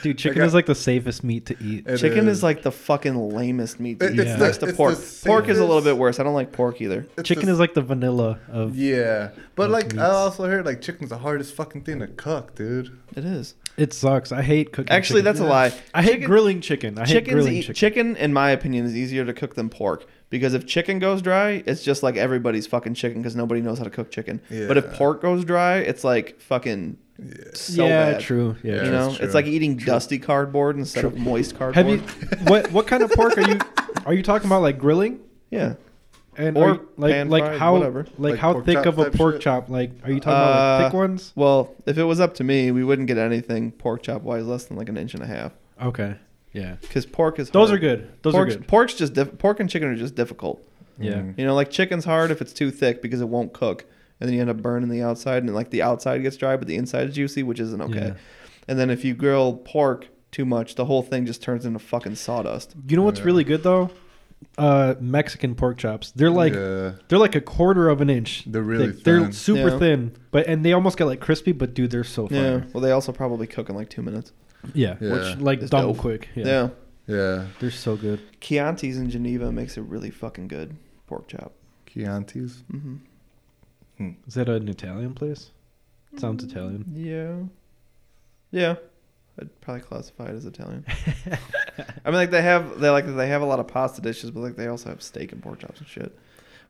S5: Dude, chicken
S1: got-
S5: is like the safest meat to eat.
S1: It
S4: chicken is. like the fucking lamest meat. To
S1: It-
S4: eat
S5: it's the-
S4: next to
S1: it's
S4: pork.
S1: the
S4: pork is a little
S1: safest-
S4: bit worse. I don't like pork either.
S1: It's
S5: chicken
S1: just-
S5: is like the vanilla of.
S1: Yeah, but like
S5: meats.
S1: I also heard like chicken's the hardest fucking thing to cook, dude.
S4: It is
S5: It sucks. I hate cooking.
S4: actually
S5: chicken.
S4: that's a lie.
S5: I hate
S4: Chicken-
S5: grilling chicken. I hate
S4: Chicken's
S5: grilling
S4: e-
S5: chicken.
S4: chicken, in my opinion, is easier to cook than pork because if chicken goes dry, it's just like everybody's fucking chicken because nobody knows how to cook chicken. But if
S1: Yeah.
S4: pork goes dry, it's like fucking so
S5: yeah,
S4: bad.
S5: true. Yeah.
S1: You
S4: you
S5: true.
S4: know,
S1: that's true.
S4: it's like eating dusty cardboard instead of moist cardboard.
S5: Have you what what kind of pork are you are you talking about like grilling?
S4: Yeah.
S5: And
S4: Or
S5: are you- like
S4: pan
S5: like
S4: fried,
S5: how
S4: whatever.
S5: like,
S1: Like
S5: how
S1: pork
S5: thick
S1: chop
S5: of a
S1: type
S5: pork
S1: shit?
S5: chop? Like are you talking about like thick
S4: Uh,
S5: ones?
S4: Well, if it was up to me, we wouldn't get anything pork chop wise less than like an inch and a half
S5: Okay. Yeah.
S4: because pork is.
S5: Those
S4: hard.
S5: are good. Those
S4: pork's,
S5: are good.
S4: Pork's just diff- pork and chicken are just difficult.
S5: Yeah.
S1: Mm.
S4: You know, like chicken's hard if it's too thick because it won't cook, and then you end up burning the outside, and like the outside gets dry, but the inside is juicy, which isn't okay.
S5: Yeah.
S4: And then if you grill pork too much, the whole thing just turns into fucking sawdust.
S5: You know what's
S1: Yeah.
S5: really good though? Uh Mexican pork chops. They're like
S1: yeah,
S5: they're like a quarter of an inch.
S1: They're really
S5: thick. They're
S1: thin.
S5: super
S4: Yeah.
S5: thin, but and they almost get like crispy, but dude, they're so
S4: Yeah.
S5: fire.
S4: Well, they also probably cook in like two minutes.
S5: Yeah.
S1: Yeah.
S5: Which like
S4: It's
S5: double
S4: dope.
S5: quick. Yeah.
S4: yeah.
S1: yeah.
S5: They're so good.
S4: Chianti's in Geneva makes a really fucking good pork chop.
S1: Chianti's.
S4: Mm-hmm.
S5: Is that an Italian place? Sounds Italian.
S4: Yeah. Yeah. I'd probably classify it as Italian. I mean, like they have they like they have a lot of pasta dishes, but like they also have steak and pork chops and shit.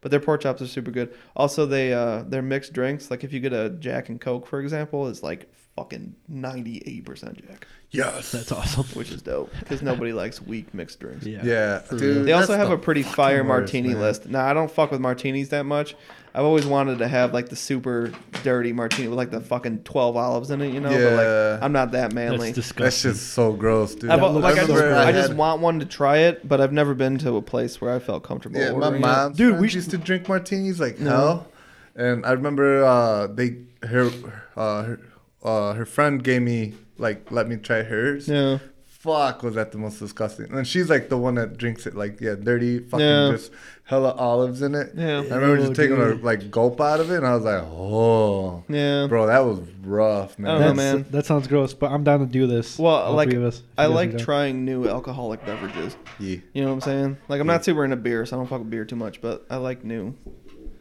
S4: But their pork chops are super good. Also, they uh their mixed drinks, like if you get a Jack and Coke, for example, is like fucking ninety eight percent Jack,
S1: Yes.
S5: That's awesome.
S4: which is dope because nobody likes weak mixed drinks.
S5: Yeah.
S1: yeah,
S5: real.
S1: dude.
S4: They also
S1: that's
S4: have
S1: the
S4: a pretty fire
S1: fucking worst,
S4: martini
S1: man.
S4: list. Now I don't fuck with martinis that much. I've always wanted to have like the super dirty martini with like the fucking twelve olives in it, you know. But
S1: Yeah.
S4: like I'm not that manly.
S5: That's
S1: That
S5: disgusting.
S1: shit's so gross, dude.
S4: I've,
S5: that looks
S4: like I
S5: so
S4: just,
S5: good.
S4: I just
S1: had-
S4: want one to try it, but I've never been to a place where I felt comfortable.
S1: Yeah, my
S4: ordering it.
S1: mom.
S5: Dude, we
S1: Dude, we
S5: should-
S1: used to drink martinis like
S4: No.
S1: hell, and I remember uh, they her uh, her, uh, her friend gave me like let me try hers.
S4: Yeah.
S1: Fuck, was that the most disgusting? And she's like the one that drinks it like yeah, dirty, fucking
S4: Yeah.
S1: just hella olives in it.
S4: Yeah.
S1: I remember
S5: Oh,
S1: just taking
S5: dude.
S1: a like gulp out of it, and I was like, oh,
S4: Yeah.
S1: bro, that was rough, Oh, man.
S4: I don't know,
S5: That's,
S4: man.
S5: That sounds gross, but I'm down to do this.
S4: Well,
S5: All
S4: like
S5: three of us, if you
S4: I
S5: guys are
S4: like
S5: down.
S4: trying new alcoholic beverages.
S1: Yeah.
S4: You know what I'm saying? Like I'm not super into beer, so I don't fuck with beer too much, but I like new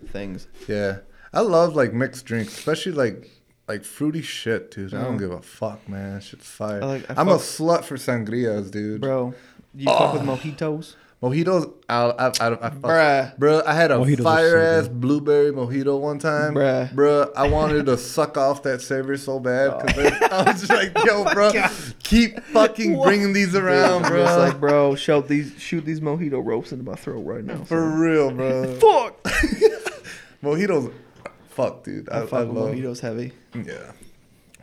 S4: things.
S1: Yeah, I love like mixed drinks, especially like like fruity shit, dude. I don't
S4: Mm.
S1: give a fuck, man. That Shit's fire.
S4: I like- I
S1: I am a
S4: fuck-
S1: slut for sangrias, dude.
S4: Bro, you fuck with mojitos?
S1: Mojitos, I, I, I, I fuck-
S4: Bruh.
S1: Bro, I had a
S5: Mojitos are so
S1: fire ass blueberry mojito one time.
S4: Bruh. Oh.
S1: Bruh, I wanted to suck off that savor so bad. 'cause I, I was just like, yo, bro, keep fucking bringing these around,
S4: I'm
S1: bro.
S4: just like, bro, shoot these, shoot these mojito ropes into my throat right now.
S1: For real, bro.
S4: fuck.
S1: mojitos, fuck, dude. I,
S4: I
S1: I,
S4: fuck with
S1: love
S4: mojitos heavy.
S1: Yeah.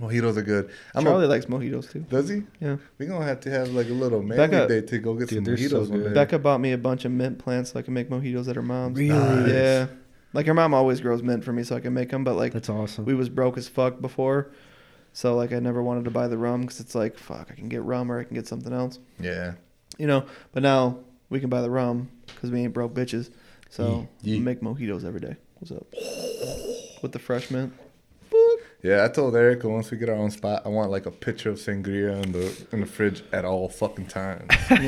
S1: Mojitos are good. I'm
S4: Charlie
S1: a,
S4: likes mojitos too.
S1: does he?
S4: Yeah.
S1: We're gonna have to have like a little man
S4: Becca-
S1: day to go get
S5: Dude,
S1: some
S5: they're so
S1: mojitos one
S5: good.
S1: day.
S4: Becca bought me a bunch of mint plants so I can make mojitos at her mom's.
S5: Really?
S1: Nice.
S4: Yeah. Like her mom always grows mint for me so I can make them, but like
S5: That's awesome.
S4: we was broke as fuck before. So like I never wanted to buy the rum cuz it's like fuck, I can get rum or I can get something else,
S1: yeah.
S4: you know. But now we can buy the rum cuz we ain't broke bitches. So
S1: Ye- ye.
S4: make mojitos every day. What's up? With the fresh mint.
S1: Yeah, I told Erica once we get our own spot, I want like a pitcher of sangria in the in the fridge at all fucking times.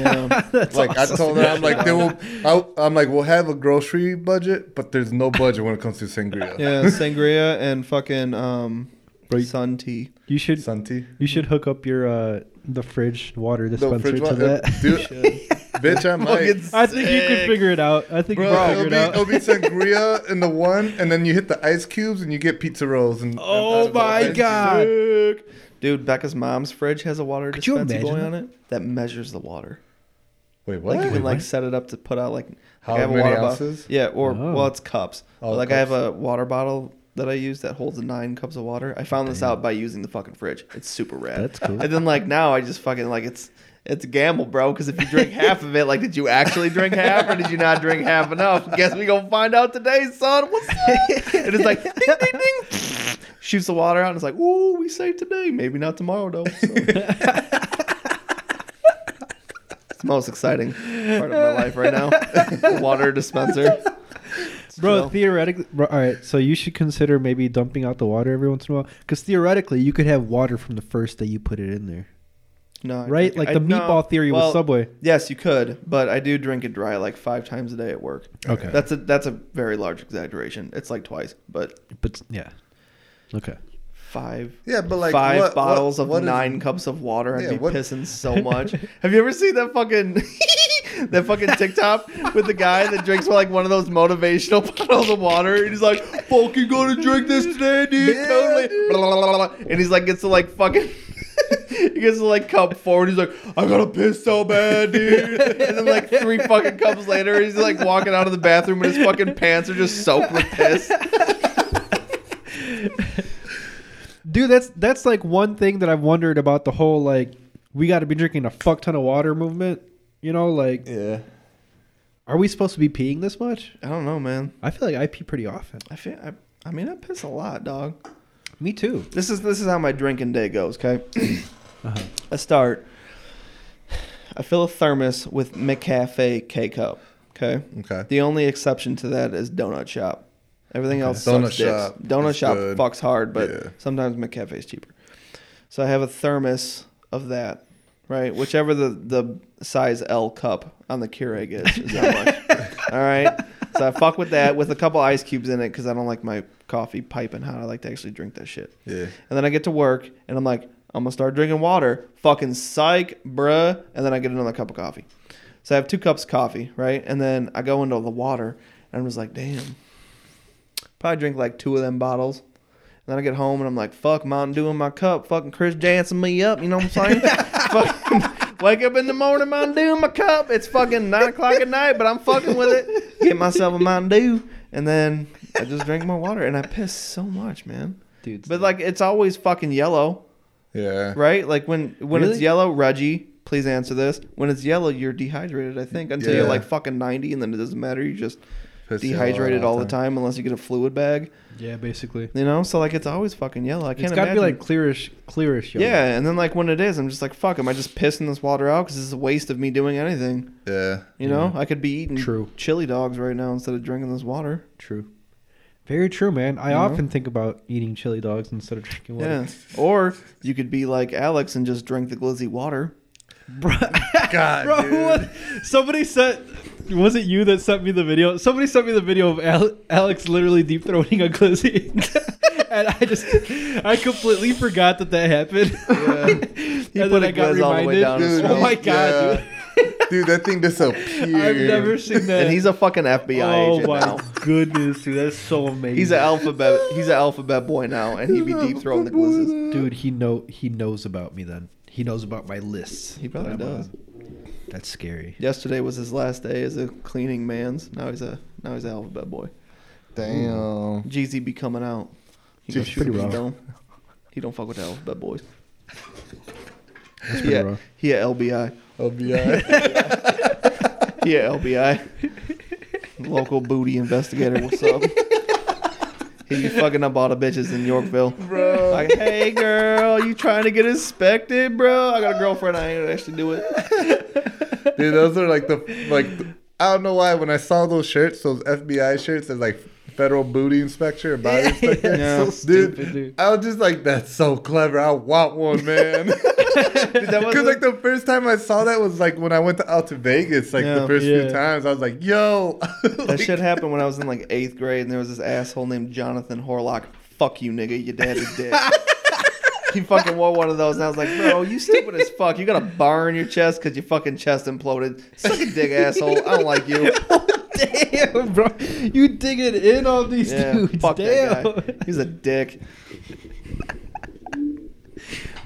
S3: That's
S1: like I
S3: awesome.
S1: told her, I'm like, there will, I, I'm like, we'll have a grocery budget, but there's no budget when it comes to sangria.
S4: Yeah, sangria and fucking um, sun tea.
S3: you should
S1: Santi.
S3: you should hook up your uh the fridge water dispenser to
S1: water-
S3: that.
S1: uh, Dude, bitch, I might.
S3: I think you could figure it out. I think
S1: Bro,
S3: you could
S1: it'll,
S3: figure it
S1: be, it'll
S3: out.
S1: be sangria in the one, and then you hit the ice cubes, and you get pizza rolls. And
S4: Oh
S1: and-
S4: my
S1: and-
S4: god, dude! Becca's mom's fridge has a water
S3: Could you
S4: dispenser
S3: imagine
S4: going
S3: that?
S4: on it that measures the water.
S1: Wait, what?
S4: Like you can
S3: Wait,
S4: like
S3: what?
S4: set it up to put out like
S1: How
S4: like, I have
S1: many
S4: a water
S1: ounces?
S4: bottle. Yeah, or
S5: Oh.
S4: well, it's cups.
S1: Oh,
S4: like I have a water bottle that I use that holds nine cups of water. I found this out by using the fucking fridge. It's super rad.
S5: That's cool.
S4: And then like now I just fucking like it's it's a gamble, bro. Because if you drink half of it, like did you actually drink half or did you not drink half enough? Guess we gonna find out today, son. What's up? and it's like ding ding ding. Shoots the water out and it's like, ooh, we saved today. Maybe not tomorrow though. So. it's the most exciting part of my life right now. Water dispenser. It's
S3: Bro,
S4: chill.
S3: theoretically, bro, all right. So you should consider maybe dumping out the water every once in a while, because theoretically, you could have water from the first day you put it in there,
S4: no, I
S3: right?
S4: drink it.
S3: Like
S4: I-
S3: the
S4: no,
S3: meatball theory
S4: well,
S3: with Subway.
S4: Yes, you could, but I do drink it dry like five times a day at work.
S3: Okay.
S4: That's a that's a very large exaggeration. It's like twice, but
S3: But yeah, okay.
S4: five
S1: Yeah, but like
S4: five
S1: what- what-
S4: bottles of
S1: what is-
S4: nine cups of water. I'd
S1: Yeah,
S4: be
S1: what-
S4: pissing so much. Have you ever seen that fucking that fucking TikTok with the guy that drinks like one of those motivational bottles of water? And he's like, "Fucking gonna drink this today, dude."
S1: Yeah,
S4: totally.
S1: dude.
S4: Blah, blah, blah, blah. And he's like, gets to like fucking. He gets to like cup four and he's like, I gotta piss so bad, dude. And then like three fucking cups later, he's like walking out of the bathroom and his fucking pants are just soaked with piss.
S3: Dude, that's that's like one thing that I've wondered about the whole like we got to be drinking a fuck ton of water movement. You know, like
S4: Yeah.
S3: are we supposed to be peeing this much?
S4: I don't know, man.
S3: I feel like I pee pretty often.
S4: I feel I, I mean I piss a lot, dog.
S3: Me too.
S4: This is this is how my drinking day goes. Okay,
S3: Uh-huh.
S4: I start. I fill a thermos with McCafe K cup. Okay.
S1: Okay.
S4: The only exception to that is donut shop. Everything else
S1: Donut
S4: sucks dicks.
S1: shop
S4: Donut
S1: is
S4: shop
S1: good.
S4: fucks hard, but
S1: Yeah.
S4: sometimes McCafe is cheaper. So I have a thermos of that, right? Whichever the the size L cup on the Keurig is, is how much. All right. So I fuck with that with a couple ice cubes in it because I don't like my coffee piping hot. I like to actually drink that shit.
S1: Yeah.
S4: And then I get to work and I'm like, I'm gonna start drinking water. Fucking psych, bruh. And then I get another cup of coffee. So I have two cups of coffee, right? And then I go into the water and I'm just like, damn. Probably drink like two of them bottles. And then I get home and I'm like, fuck Mountain Dew in my cup, fucking Chris dancing me up, you know what I'm saying? fucking wake up in the morning, Mountain Dew in my cup. It's fucking nine o'clock at night, but I'm fucking with it. Get myself a Mountain Dew. And then I just drink my water and I piss so much, man.
S3: Dude,
S4: But like it's always fucking yellow,
S1: Yeah.
S4: right? Like when when it's
S3: Really?
S4: yellow, Reggie, please answer this. When it's yellow, you're dehydrated, I think, until you're
S1: Yeah.
S4: like fucking 90 and then it doesn't matter. You're just
S1: Piss yellow
S4: dehydrated all the
S1: time.
S4: time unless you get a fluid bag,
S3: yeah, basically.
S4: you know? So like it's always fucking yellow. I can't
S3: It's got to be
S4: imagine-
S3: like clearish clearish yellow.
S4: Yeah, and then like when it is, I'm just like, fuck, am I just pissing this water out? Because this is a waste of me doing anything.
S1: Yeah.
S4: You know, I could be eating
S3: True.
S4: chili dogs right now instead of drinking this water.
S3: True. Very true, man. I
S4: You know?
S3: often think about eating chili dogs instead of drinking water.
S4: Yeah. Or you could be like Alex and just drink the glizzy water.
S3: Bro,
S1: God,
S3: bro,
S1: dude.
S3: what? Somebody sent. Was it you that sent me the video? Somebody sent me the video of Al- Alex literally deep throating a glizzy, and I just, I completely forgot that that happened.
S4: He
S3: and
S4: put
S3: then
S4: a
S3: I got
S4: glizz all the way
S3: reminded.
S4: down his
S3: oh my
S1: throat.
S3: god, dude!
S1: Dude, that thing disappeared.
S3: I've never seen that.
S4: And he's a fucking FBI
S3: oh
S4: agent
S3: my
S4: now.
S3: goodness, dude! That's so amazing.
S4: He's an alphabet. He's an alphabet boy now, and he be deep throwing the glizzes.
S3: dude. He know he knows about me. Then he knows about my lists.
S4: He probably
S3: that I'm
S4: does.
S3: on. That's scary.
S4: Yesterday was his last day as a cleaning man's. Now he's a now he's an alphabet boy.
S1: Damn.
S4: Jeezy be coming out. He
S1: Jeezy's
S4: gonna shoot
S1: pretty
S4: me
S1: rough.
S4: down. He don't fuck with the alphabet boys.
S3: pretty
S4: Yeah,
S3: rough.
S4: he a LBI.
S1: LBI.
S4: He a LBI. Local booty investigator. What's up? He be fucking up all the bitches in Yorkville.
S1: Bro.
S4: Like, hey girl, you trying to get inspected, bro? I got a girlfriend. I ain't actually do it.
S1: Dude, those are like the like. I don't know why when I saw those shirts, those FBI shirts, they're like federal booty inspector or body inspector.
S3: Yeah.
S1: dude,
S3: So stupid, dude.
S1: I was just like, that's so clever. I want one, man.
S4: Dude, that
S1: Because
S4: was
S1: like the first time I saw that was like when I went to, out to Vegas. Like
S4: Yeah.
S1: the first
S3: Yeah.
S1: few times, I was like, "Yo,
S4: that shit happened when I was in like eighth grade, and there was this asshole named Jonathan Horlock. Fuck you, nigga. Your dad is dead. he fucking wore one of those, and I was like, bro, you stupid as fuck. You got a bar in your chest because your fucking chest imploded. Suck a dick, asshole. I don't like you.
S3: Oh, Damn, bro. You digging in on these
S4: Yeah,
S3: dudes.
S4: fuck
S3: Damn.
S4: that guy. He's a dick.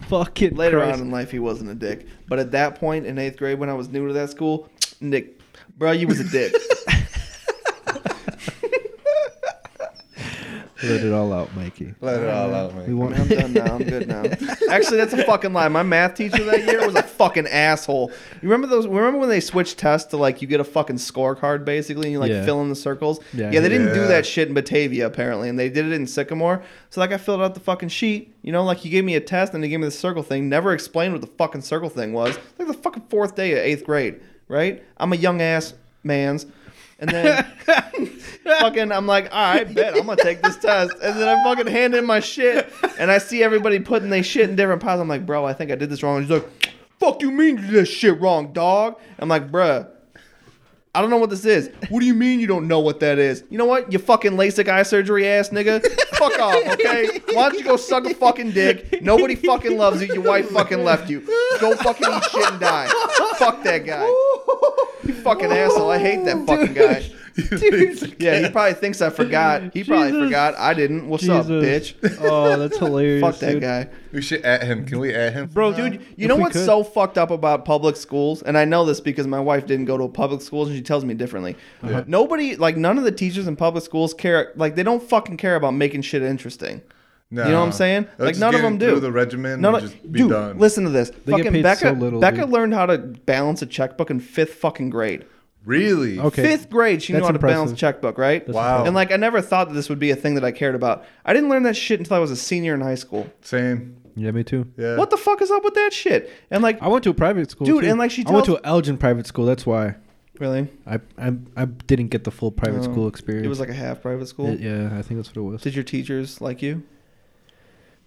S3: Fucking
S4: Later
S3: Christ.
S4: on in life, he wasn't a dick, but at that point in eighth grade, when I was new to that school, Nick, bro, you was a dick.
S5: Let it all out, Mikey.
S1: let it all out, man."
S5: We
S4: I
S5: want
S4: mean, I'm done now. I'm good now. Actually, that's a fucking lie. My math teacher that year was a fucking asshole. You remember those? Remember when they switched tests to like you get a fucking scorecard basically, and you like
S5: Yeah.
S4: fill in the circles?
S5: Yeah.
S4: they didn't do
S1: Yeah.
S4: that shit in Batavia apparently, and they did it in Sycamore. So like I filled out the fucking sheet. You know, like you gave me a test and they gave me the circle thing. Never explained what the fucking circle thing was. Like the fucking fourth day of eighth grade, right? I'm a young ass man's. And then fucking, I'm like, all right, bet I'm gonna take this test. And then I fucking hand in my shit, and I see everybody putting their shit in different piles. I'm like, bro, I think I did this wrong. And he's like, fuck you mean you did this shit wrong, dog? I'm like, bruh. I don't know what this is. What do you mean you don't know what that is? You know what? You fucking LASIK eye surgery ass nigga. Fuck off, okay? Why don't you go suck a fucking dick? Nobody fucking loves you. Your wife fucking left you. Go fucking eat shit and die. Fuck that guy. You fucking asshole. I hate that fucking guy.
S1: Dude,
S4: Yeah, he probably thinks I forgot. He probably
S3: Jesus.
S4: forgot. I didn't. What's up,
S3: Jesus.
S4: bitch?
S3: Oh, that's hilarious.
S4: Fuck that
S3: dude.
S4: guy.
S1: we should at him. Can we at him,
S5: Uh,
S3: Bro,
S1: somehow?
S3: dude,
S4: You
S3: If
S4: know
S3: we
S4: what's
S3: could.
S4: so fucked up about public schools? And I know this because my wife didn't go to a public schools and she tells me differently. Uh-huh. Nobody, like, none of the teachers in public schools care, like, they don't fucking care about making shit interesting.
S1: No.
S4: You know what I'm saying?
S1: Let's
S4: like
S1: just
S4: none
S1: get
S4: of them
S1: him
S4: do.
S1: through the regimen
S4: No,
S1: and
S4: no,
S1: just be
S4: dude,
S1: done.
S4: listen to this.
S5: They get
S4: fucking
S5: paid
S4: Becca,
S5: so little,
S4: Becca
S5: dude.
S4: learned how to balance a checkbook in fifth fucking grade.
S1: Really?
S5: Okay.
S4: Fifth grade, she knew
S5: That's
S4: how to balance a
S5: impressive.
S4: checkbook, right?
S1: Wow.
S4: And like, I never thought that this would be a thing that I cared about. I didn't learn that shit until I was a senior in high school.
S1: Same.
S5: Yeah, me too.
S1: Yeah.
S4: What the fuck is up with that shit? And like,
S5: I went to a private school,
S4: Dude,
S5: too.
S4: and, like, she
S5: I went to
S4: tells-
S5: an Elgin private school. That's why
S4: really,
S5: I I, I didn't get the full private
S4: Oh,
S5: school experience.
S4: it was like a half private school.
S5: Y- yeah, I think that's what it was.
S4: Did your teachers like you,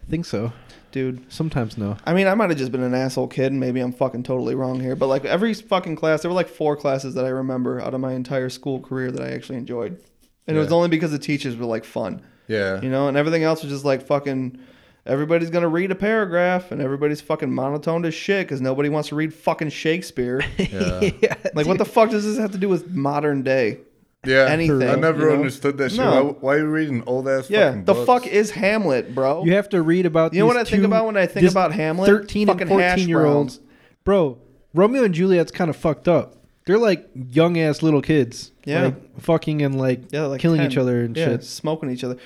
S5: I think so.
S4: dude?
S5: Sometimes no.
S4: I mean, I might have just been an asshole kid, and maybe I'm fucking totally wrong here. But like every fucking class, there were like four classes that I remember out of my entire school career that I actually enjoyed, and it was
S1: Yeah.
S4: only because the teachers were like fun.
S1: Yeah.
S4: You know, and everything else was just like fucking. Everybody's gonna read a paragraph, and everybody's fucking monotoned as shit because nobody wants to read fucking Shakespeare.
S1: yeah.
S4: like, what the fuck does this have to do with modern day?
S1: yeah.
S4: Anything,
S1: I never
S4: you know?
S1: understood that shit.
S4: No.
S1: Why, why are you reading old ass?
S4: Yeah,
S1: fucking
S4: the
S1: books?
S4: fuck is Hamlet, bro?
S5: You have to read about.
S4: Oh. You know
S5: these
S4: what I think
S5: two-
S4: about when I think
S5: this
S4: about Hamlet?
S5: Thirteen
S4: Fucking
S5: and
S4: hash
S5: fourteen year olds, bro. Romeo and Juliet's kind of fucked up. They're like young ass little kids.
S4: Yeah.
S5: like, fucking and like,
S4: yeah, like
S5: killing
S4: 10.
S5: each other and
S4: Yeah,
S5: shit.
S4: smoking each other,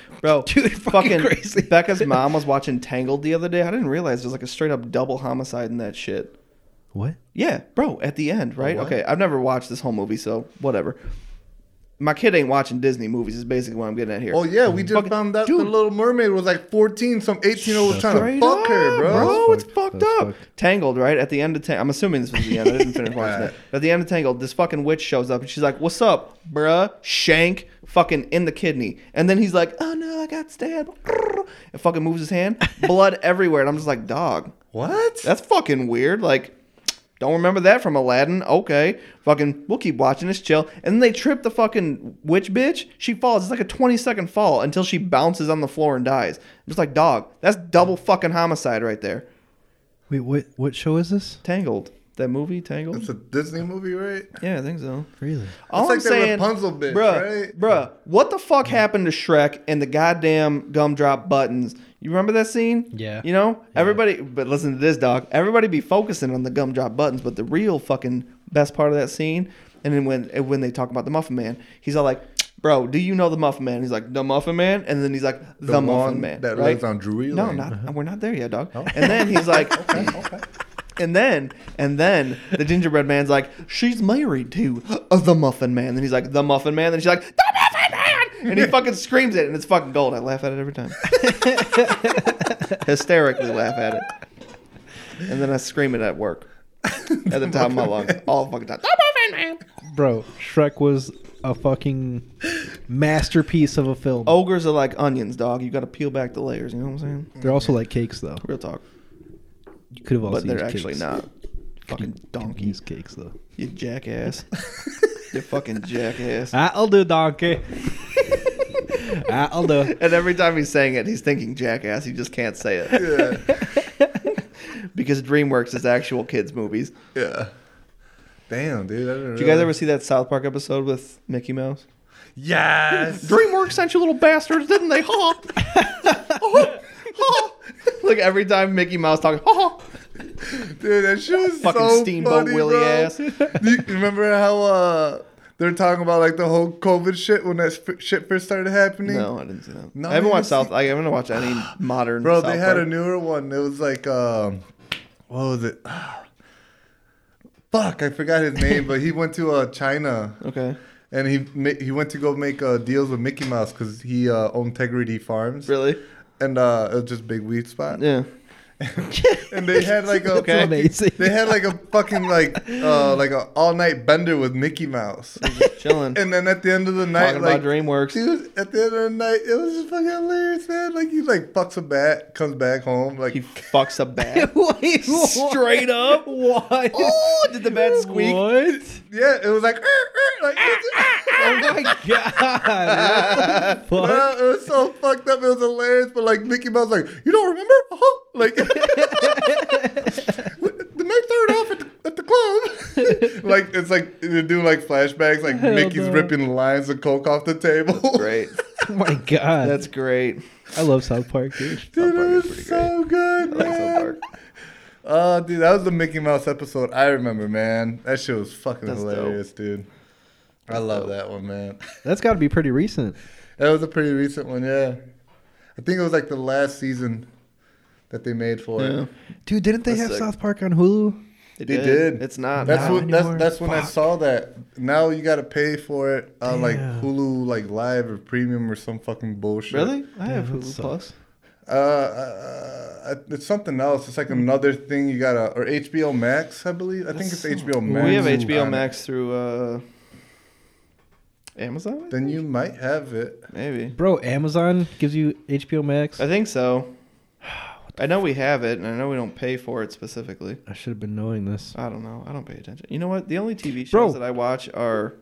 S4: bro.
S5: Dude, fucking crazy.
S4: Becca's mom was watching Tangled the other day. I didn't realize there's like a straight up double homicide in that shit.
S5: What?
S4: Yeah, bro, at the end, right?
S1: what?
S4: Okay, I've never watched this whole movie, so whatever. My kid ain't watching Disney movies, is basically what I'm getting at here.
S1: Oh yeah, we just
S4: Fucking-
S1: found out
S4: dude.
S1: the Little Mermaid was like 14. Some 18 year old was trying
S4: Straight
S1: to fuck her,
S4: up,
S1: bro.
S4: bro, it's
S5: That's fucked.
S4: fucked
S5: That's
S4: up. Tangled, right? At the end of Tangled, I'm assuming this was the end. I didn't finish watching it. But at the end of Tangled, this fucking witch shows up and she's like, "What's up, bruh? Shank, fucking in the kidney." And then he's like, "Oh no, I got stabbed." And fucking moves his hand, blood everywhere, and I'm just like, "Dog,
S1: What?
S4: that's fucking weird." Like. Don't remember that from Aladdin. Okay. Fucking, we'll keep watching this chill. And then they trip the fucking witch bitch. She falls. It's like a 20 second fall until she bounces on the floor and dies. I'm just like, dog, that's double fucking homicide right there.
S5: Wait, what? What show is this?
S4: Tangled. That movie,
S1: It's
S4: Tangled?
S1: a Disney movie, right?
S4: Yeah, I think so.
S5: Really?
S4: All
S1: It's like
S4: I'm
S1: the
S4: saying,
S1: Rapunzel bitch,
S4: bruh,
S1: right?
S4: bruh, what the fuck happened to Shrek and the goddamn gumdrop buttons? You remember that scene?
S5: Yeah.
S4: You know, everybody, but listen to this, dog. Everybody be focusing on the gumdrop buttons, but the real fucking best part of that scene, and then when and when they talk about the Muffin Man, he's all like, "Bro, do you know the Muffin Man?" He's like, "The Muffin Man," and then he's like, "The,
S1: The
S4: Muffin
S1: one
S4: Man."
S1: that
S4: right?
S1: lives on Drury
S4: No,
S1: Lane.
S4: not we're not there yet, dog. And then he's like, and then and then the gingerbread man's like, she's married to the Muffin Man. Then he's like, the Muffin Man. Then she's like, the Muffin Man. And he fucking screams it, and it's fucking gold. I laugh at it every time. Hysterically laugh at it. And then I scream it at work. At the top of my lungs, all the fucking time. The Muffin Man.
S5: Bro, Shrek was a fucking
S3: masterpiece of a film.
S4: Ogres are like onions, dog. You got to peel back the layers. You know what I'm saying?
S3: They're also like cakes, though.
S4: Real talk.
S3: You could have also
S4: but they're
S3: used
S4: actually
S3: cakes.
S4: not. Fucking donkeys,
S3: Use cakes, though.
S4: you jackass. you fucking jackass.
S3: I'll do donkey. I'll do.
S4: And every time he's saying it, he's thinking jackass. He just can't say it
S1: Yeah.
S4: because DreamWorks is actual kids' movies.
S1: yeah. Damn, dude. I didn't
S4: Did you guys ever see that South Park episode with Mickey Mouse?
S1: Yes.
S4: DreamWorks sent you little bastards, didn't they? Ha! Ha! Ha! Like every time Mickey Mouse talks, ha!
S1: Dude, that shit was
S4: Fucking
S1: so
S4: Steamboat
S1: funny,
S4: Willie
S1: bro.
S4: ass.
S1: Do you remember how uh, they're talking about like the whole COVID shit when that sp- shit first started happening?
S4: No, I didn't see that.
S1: No,
S4: I haven't
S1: you
S4: watched
S1: didn't
S4: South. I haven't watched any modern.
S1: Bro,
S4: South
S1: they had
S4: Park.
S1: a newer one. It was like, um, what was it? Fuck, I forgot his name, but he went to uh, China
S4: Okay,
S1: and he ma- he went to go make uh, deals with Mickey Mouse because he uh, owned Integrity Farms.
S4: really?
S1: And uh, it was just big weed spot.
S4: Yeah.
S1: And they had like a
S4: Okay.
S3: Amazing.
S1: they had like a fucking like uh, like a all night bender with Mickey Mouse.
S4: Just chilling.
S1: And then at the end of the night,
S4: Talking
S1: like
S4: about DreamWorks.
S1: dude, at the end of the night, it was just fucking hilarious, man. Like he like fucks a bat, comes back home, like
S4: He fucks a bat.
S3: Wait,
S4: Straight up.
S3: What?
S4: Oh, did the bat squeak?
S3: What?
S1: yeah, it was like, "Er, er," like
S4: Ah,
S3: Oh my god! Oh What the fuck?
S1: bro, it was so fucked up. It was hilarious, but like Mickey Mouse, like you don't remember? Uh-huh. Like the night started off at the, at the club. like it's like they do like flashbacks, like Mickey's
S3: no.
S1: ripping lines of coke off the table.
S4: Great.
S3: Oh my god!
S4: That's great.
S3: I love South Park, dude.
S1: Dude,
S4: South Park
S1: it
S4: is
S1: was
S4: pretty
S1: so good,
S4: I like South
S1: man.
S4: Park.
S1: Oh, dude, that was the Mickey Mouse episode. I remember, man. That shit was fucking
S4: That's
S1: hilarious, dude. I love that one, man.
S3: That's got to be pretty recent.
S1: That was a pretty recent one, yeah. I think it was like the last season that they made for
S4: Yeah.
S1: it.
S3: Dude, didn't they
S4: That's
S3: have
S4: sick.
S3: South Park on Hulu?
S4: It
S1: They did.
S4: It's not.
S1: That's
S4: now.
S1: what that's
S3: anymore?
S1: that's when I saw that. Now you got to pay for it on like
S3: Damn.
S1: Hulu, like live or premium or some fucking bullshit.
S4: Really? I have
S3: Damn, that
S4: Hulu
S3: sucks.
S4: Plus.
S1: Uh, uh, it's something else. It's like another thing you gotta or HBO Max, I believe. I think it's HBO Max.
S4: we have HBO
S1: on it.
S4: Max through uh, Amazon. I
S1: Then
S4: think?
S1: you might have it.
S4: maybe.
S3: Bro, Amazon gives you HBO Max.
S4: I think so. I know we have it, and I know we don't pay for it specifically.
S3: I should have been knowing this.
S4: I don't know. I don't pay attention. You know what? The only TV shows
S3: Bro.
S4: that I watch are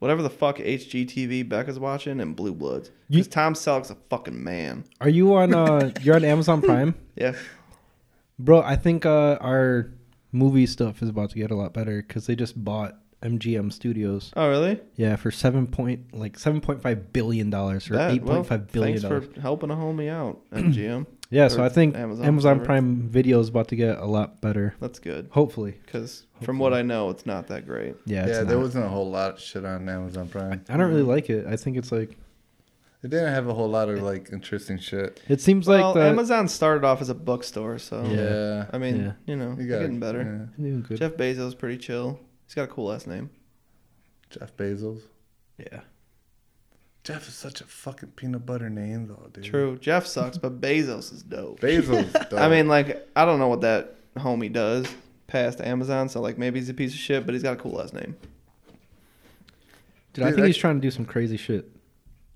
S4: whatever the fuck HGTV Becca's watching and Blue Bloods.
S3: You-
S4: Because Tom Selleck's a fucking man.
S3: Are you on? uh You're on Amazon Prime,
S4: Yeah.
S3: bro. I think uh our movie stuff is about to get a lot better because they just bought MGM Studios.
S4: Oh, really?
S3: Yeah, for seven point like seven point five billion dollars or
S4: That-
S3: eight
S4: well,
S3: point five billion
S4: Thanks
S3: dollars.
S4: for helping a homie out, MGM.
S3: Yeah, so
S4: or
S3: I think
S4: Amazon,
S3: Amazon,
S4: whatever.
S3: Prime Video is about to get a lot better.
S4: That's good.
S3: Hopefully,
S4: Because from what I know, it's not that great.
S3: yeah.
S1: yeah,
S3: It's
S1: there
S3: not.
S1: wasn't a whole lot of shit on Amazon Prime.
S3: I don't really like it. I think it's like
S1: It didn't have a whole lot of like interesting shit.
S3: it seems
S4: well,
S3: like the
S4: Amazon started off as a bookstore, so
S1: Yeah,
S4: I mean,
S3: Yeah.
S4: you know,
S1: you
S4: they're
S1: got
S4: getting better.
S3: Doing good.
S4: Jeff Bezos is pretty chill. He's got a cool last name.
S1: Jeff Bezos.
S3: yeah.
S1: Jeff is such a fucking peanut butter name, though, dude.
S4: True. Jeff sucks, but Bezos is dope.
S1: Bezos. Though.
S4: I mean, like, I don't know what that homie does past Amazon, so like maybe he's a piece of shit, but he's got a cool last name.
S3: Dude,
S1: Dude,
S3: I think
S1: that-
S3: he's trying to do some crazy shit.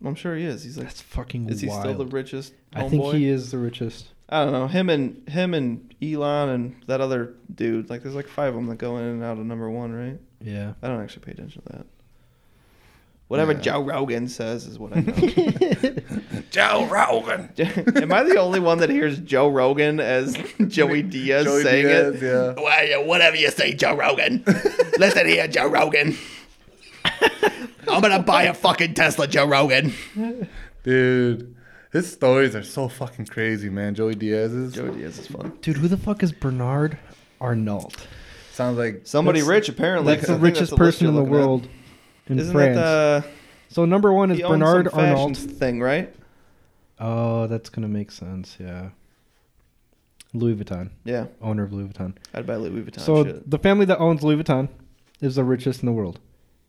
S4: I'm sure he is. He's like,
S3: That's fucking
S4: is he
S3: wild.
S4: still the richest homeboy?
S3: I think he is the richest.
S4: I don't know. Him and him and Elon and that other dude. Like, there's like five of them that go in and out of number one, right?
S3: Yeah.
S4: I don't actually pay attention to that. Whatever
S1: Yeah.
S4: Joe Rogan says is what I know.
S1: Joe Rogan.
S4: Am I the only one that hears Joe Rogan as Joey Diaz
S1: Joey
S4: saying
S1: Diaz,
S4: it?
S1: yeah.
S4: Well, yeah, whatever you say, Joe Rogan. Listen here, Joe Rogan. I'm gonna buy a fucking Tesla, Joe Rogan.
S1: Dude, his stories are so fucking crazy, man. Joey Diaz's
S4: Joe Diaz is fun.
S3: Dude, who the fuck is Bernard Arnault?
S1: sounds like
S4: Somebody
S3: That's-
S4: rich, apparently.
S3: That's
S4: I
S3: the
S4: think
S3: richest
S4: list
S3: person
S4: you're
S3: in the
S4: looking at.
S3: world in
S4: Isn't
S3: France.
S4: that
S3: so number one
S4: the
S3: is
S4: he owns some
S3: Bernard
S4: fashion
S3: Arnault.
S4: thing, right?
S3: Oh, that's gonna make sense. Yeah. Louis Vuitton,
S4: Yeah,
S3: owner of Louis Vuitton.
S4: I'd buy Louis Vuitton
S3: so
S4: shit.
S3: the family that owns Louis Vuitton is the richest in the world.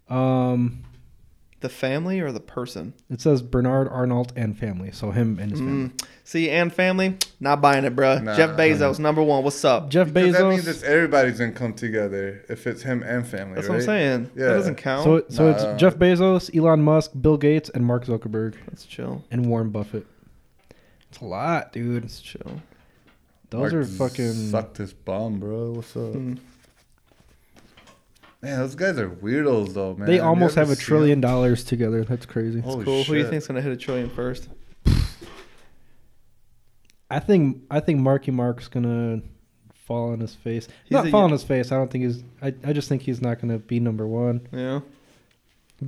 S3: Um,
S4: The family or the person? Hmm.
S3: It says Bernard Arnault and family, so him and his family.
S4: See, and family, not buying it, bruh.
S1: Nah.
S4: Jeff Bezos, number one. What's up?
S3: Jeff
S1: Because that means
S3: Bezos.
S1: it's everybody's gonna come together if it's him and family.
S4: That's
S1: right?
S4: what I'm saying.
S1: Yeah.
S4: That doesn't count.
S3: So, it- so
S1: Nah.
S3: it's Jeff Bezos, Elon Musk, Bill Gates, and Mark Zuckerberg,
S4: That's chill.
S3: and Warren Buffett. It's a lot, dude.
S4: That's chill.
S3: Those
S1: Mark
S3: are fucking.
S1: suck this bomb, bro. What's up?
S4: Hmm.
S3: Hmm.
S1: Man, those guys are weirdos, though, man.
S3: They
S1: You
S3: almost
S1: ever
S3: have a
S1: see
S3: trillion
S1: them?
S3: dollars together. That's crazy.
S1: Holy
S4: cool. Who do you
S1: shit.
S4: think's gonna hit a trillion first?
S3: I think I think Marky Mark's gonna fall on his face.
S4: He's
S3: not
S4: a-
S3: fall on his face. I don't think he's. I, I just think he's not gonna be number one.
S4: Yeah.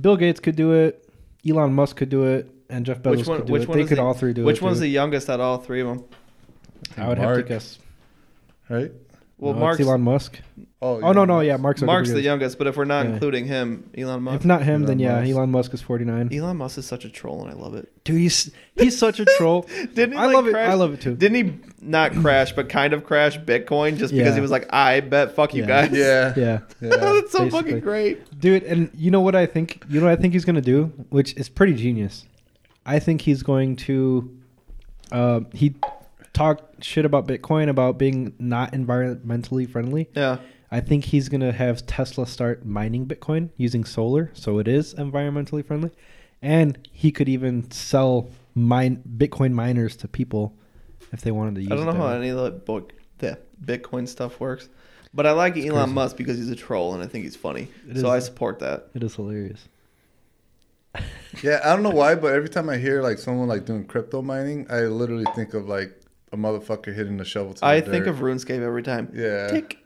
S3: Bill Gates could do it. Elon Musk could do it, and Jeff Bezos
S4: Which one-
S3: could do
S4: which
S3: it.
S4: one
S3: they
S4: is
S3: could
S4: the-
S3: all three do it.
S4: Which one's the
S3: dude.
S4: youngest out of all three of them?
S3: I would have
S1: Mark,
S3: to guess.
S1: Right?
S4: Well,
S3: No, it's
S4: Mark's
S3: Elon Musk.
S1: Oh,
S3: Oh no no yeah Mark's
S4: Mark's the
S3: young.
S4: youngest, but if we're not
S3: Yeah.
S4: including him, Elon Musk.
S3: If not him,
S1: Elon
S3: then yeah,
S1: Musk.
S3: Elon Musk is forty nine.
S4: Elon Musk is such a troll, and I love it.
S3: Dude, he's he's such a troll.
S4: Didn't he,
S3: I
S4: like,
S3: love
S4: crash-
S3: it. I love it too.
S4: Didn't he not crash, but kind of crash Bitcoin just because
S3: Yeah.
S4: he was like, "I bet, fuck you
S3: Yeah.
S4: guys."
S1: Yeah.
S3: yeah,
S1: yeah.
S4: that's so
S3: Basically.
S4: fucking great.
S3: dude, and you know what I think? You know what I think he's gonna do, which is pretty genius. I think he's going to. Uh, he talked shit about Bitcoin about being not environmentally friendly.
S4: Yeah.
S3: I think he's gonna have Tesla start mining Bitcoin using solar, so it is environmentally friendly, and he could even sell mine Bitcoin miners to people if they wanted to use.
S4: I don't know
S3: it that
S4: how
S3: way.
S4: any of the book, the Bitcoin stuff works, but I like Elon
S3: crazy.
S4: Musk because he's a troll and I think he's funny,
S3: It
S4: so
S3: is.
S4: I support that.
S3: It is hilarious.
S1: Yeah, I don't know why, but every time I hear like someone like doing crypto mining, I literally think of like a motherfucker hitting the shovel. To the
S4: I think
S1: dirt.
S4: of RuneScape every time.
S1: Yeah.
S4: Tick,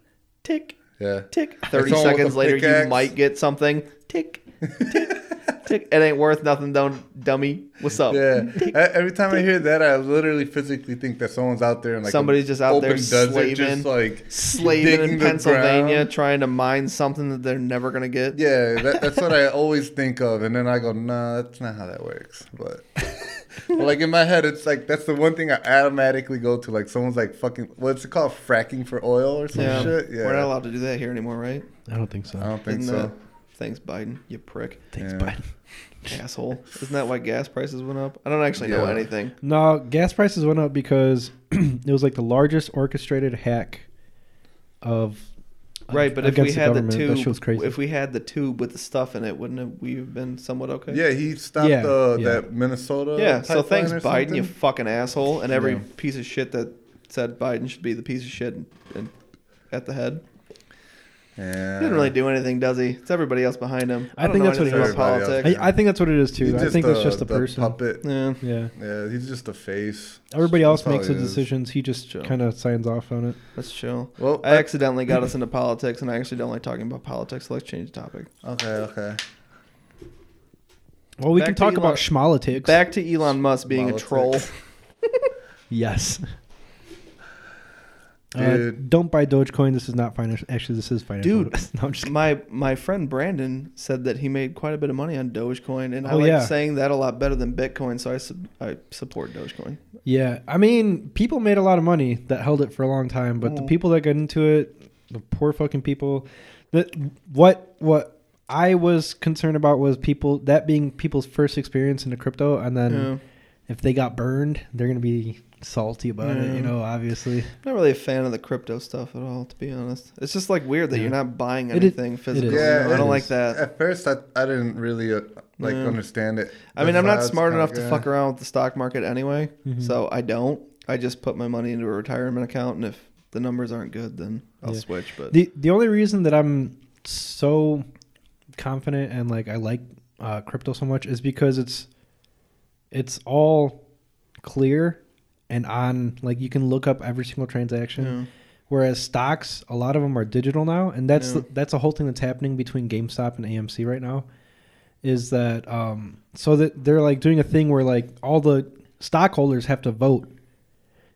S4: tick,
S1: yeah.
S4: tick. Thirty
S1: someone with
S4: seconds
S1: a
S4: later, you
S1: pickaxe.
S4: might get something. Tick, tick, tick. It ain't worth nothing, don't dummy. What's up?
S1: Yeah. E- Every time I hear that, I literally physically think that someone's out there and like
S4: Somebody's
S1: an
S4: just out there
S1: open desert,
S4: slaving.
S1: just like
S4: Slaving
S1: digging
S4: in
S1: the
S4: Pennsylvania,
S1: ground.
S4: trying to mine something that they're never gonna get.
S1: Yeah, that, that's what I always think of, and then I go, nah, that's not how that works. But, but, like in my head, it's like that's the one thing I automatically go to. Like someone's like fucking, what's it called, fracking for oil or some
S4: Yeah.
S1: shit. Yeah,
S4: We're not allowed to do that here anymore, right?
S3: I don't think so.
S1: I don't think
S4: Isn't
S1: so.
S4: that- Thanks, Biden, you prick.
S3: Thanks,
S1: Yeah.
S3: Biden.
S4: Asshole. Isn't that why gas prices went up? I don't actually know
S1: Yeah.
S4: anything.
S3: No, gas prices went up because it was like the largest orchestrated hack of
S4: Right, but if we
S3: against
S4: had the,
S3: government. that shit was
S4: tube,
S3: crazy.
S4: if we had the tube with the stuff in it, wouldn't have we have been somewhat okay?
S1: Yeah, he stopped
S3: Yeah,
S1: uh,
S3: yeah.
S1: that Minnesota.
S4: Yeah. So
S1: pipeline
S4: thanks,
S1: or
S4: Biden, you
S1: something.
S4: fucking asshole, and every
S1: Yeah.
S4: piece of shit that said Biden should be the piece of shit and, and at the head.
S1: yeah.
S4: He
S1: Uh-huh.
S4: didn't really do anything, does he? It's everybody else behind him.
S3: I
S4: don't
S3: think
S4: know
S3: that's what
S4: anything
S3: it
S1: is.
S4: about
S1: Everybody
S4: politics.
S3: I, I think that's what it is
S1: He's
S3: too. I think that's
S1: the-
S3: just a
S1: the
S3: person.
S1: puppet.
S4: Yeah.
S3: Yeah.
S1: Yeah, he's just a face.
S3: Everybody else
S1: That's all
S3: makes the
S1: he is.
S3: decisions. He just
S4: Sure.
S3: kind of signs off on it.
S4: That's chill.
S1: Well,
S4: I accidentally got us into politics, and I actually don't like talking about politics. So let's change the topic.
S1: okay, okay.
S3: Well, we
S4: Back
S3: can
S4: to
S3: talk
S4: Elon-
S3: about schmolitics.
S4: Back to Elon Musk being
S1: Politics.
S4: a troll.
S3: Yes. Uh,
S1: Dude.
S3: don't buy Dogecoin. This is not financial. Actually, this is financial.
S4: Dude.
S3: no, I'm just kidding.
S4: My my friend Brandon said that he made quite a bit of money on Dogecoin, and I
S3: Oh,
S4: like
S3: yeah.
S4: saying that a lot better than Bitcoin. So I sub, I support Dogecoin.
S3: Yeah, I mean, people made a lot of money that held it for a long time, but the
S4: Mhm.
S3: people that got into it, the poor fucking people. That what what I was concerned about was people that being people's first experience into crypto, and then
S4: Yeah.
S3: if they got burned, they're gonna be salty about it.
S4: Yeah.
S3: You know, obviously,
S4: I'm not really a fan of the crypto stuff at all, to be honest. It's just like weird that
S3: Yeah.
S4: you're not buying
S3: It is-
S4: anything physical.
S3: is.
S4: you
S1: Yeah,
S4: know? I
S1: it is.
S4: don't like that.
S1: At first, I, I didn't really uh, like
S4: Uh, Yeah.
S1: understand it.
S4: I mean, I'm not
S1: That's
S4: smart
S1: kinda
S4: enough to
S1: guy.
S4: fuck around with the stock market anyway,
S3: Mhm.
S4: so I don't. I just put my money into a retirement account, and if the numbers aren't good, then I'll
S3: Yeah.
S4: switch. But
S3: the the only reason that I'm so confident and like I like uh, crypto so much is because it's it's all clear and on like you can look up every single transaction.
S4: yeah.
S3: Whereas stocks, a lot of them are digital now, and that's
S4: Yeah.
S3: that's a whole thing that's happening between GameStop and AMC right now. Is that um, so that they're like doing a thing where like all the stockholders have to vote,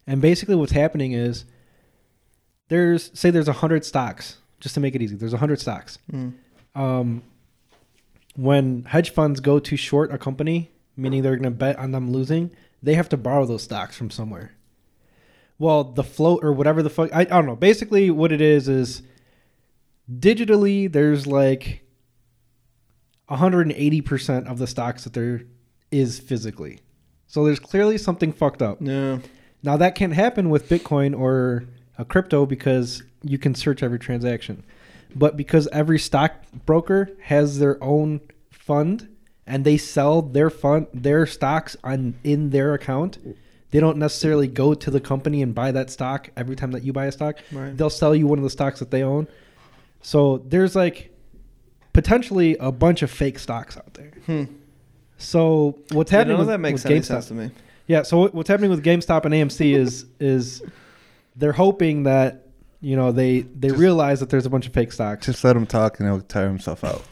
S3: and basically what's happening is there's say there's hundred stocks just to make it easy. There's hundred stocks.
S4: Mm.
S3: Um, when hedge funds go to short a company, meaning they're going to bet on them losing, they have to borrow those stocks from somewhere. Well, the float or whatever the fuck, I, I don't know. Basically, what it is is digitally, there's like 180% of the stocks that there is physically. So there's clearly something fucked up.
S6: Yeah.
S3: Now that can't happen with Bitcoin or a crypto because you can search every transaction. But because every stockbroker has their own fund and they sell their fund their stocks on in their account, they don't necessarily go to the company and buy that stock every time that you buy a stock.
S6: Right.
S3: They'll sell you one of the stocks that they own. So there's like potentially a bunch of fake stocks out there.
S4: Hmm.
S3: So what's
S4: None
S3: happening
S4: of
S3: with,
S4: that makes
S3: with
S4: any
S3: GameStop-
S4: sense to me.
S3: yeah. So what- what's happening with GameStop and AMC is is they're hoping that you know they they
S1: Just-
S3: realize that there's a bunch of fake stocks.
S1: Just let him talk and he'll tire himself out.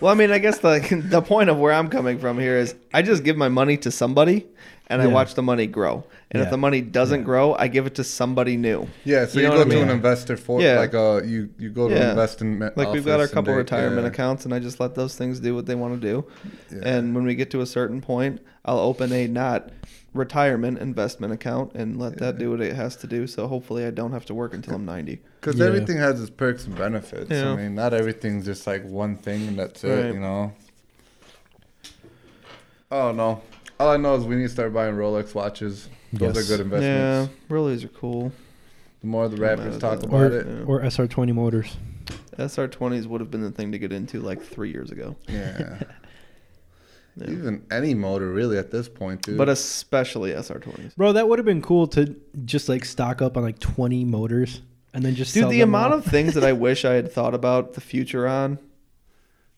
S4: Well, I mean, I guess the the point of where I'm coming from here is I just give my money to somebody, and I
S3: Yeah.
S4: watch the money grow. And if
S3: Yeah.
S4: the money doesn't grow, I give it to somebody new.
S1: Yeah, so
S4: You
S1: you,
S4: know
S1: go
S4: what I
S1: to
S4: mean?
S1: an investor for
S4: Yeah.
S1: like uh you you go to
S4: Yeah.
S1: an investment
S4: Like we've got our
S1: office and
S4: couple
S1: they-
S4: retirement
S1: yeah.
S4: accounts, and I just let those things do what they want to do.
S1: Yeah.
S4: And when we get to a certain point, I'll open a not retirement investment account and let that do what it has to do. So hopefully, I don't have to work until I'm 90.
S1: Because
S3: Yeah.
S1: everything has its perks and benefits.
S4: Yeah.
S1: I mean, not everything's just like one thing and that's
S4: Right.
S1: it, you know? Oh, no. All I know is we need to start buying Rolex watches. Those
S3: Yes.
S1: are good
S4: Yeah,
S1: investments.
S4: Rolex are cool.
S1: The more the
S4: I'm mad
S1: rappers
S4: at
S1: talk
S4: that.
S1: about
S3: Or-
S1: it,
S4: Yeah.
S3: Or SR20 Motors.
S4: SR20s would have been the thing to get into like three years ago.
S1: yeah.
S4: Yeah.
S1: Even any motor, really, at this point, dude.
S4: But especially SR20s.
S3: Bro, that would have been cool to just like stock up on like 20 motors and then just
S4: Dude,
S3: sell
S4: the
S3: them
S4: amount
S3: all.
S4: of things that I wish I had thought about the future on.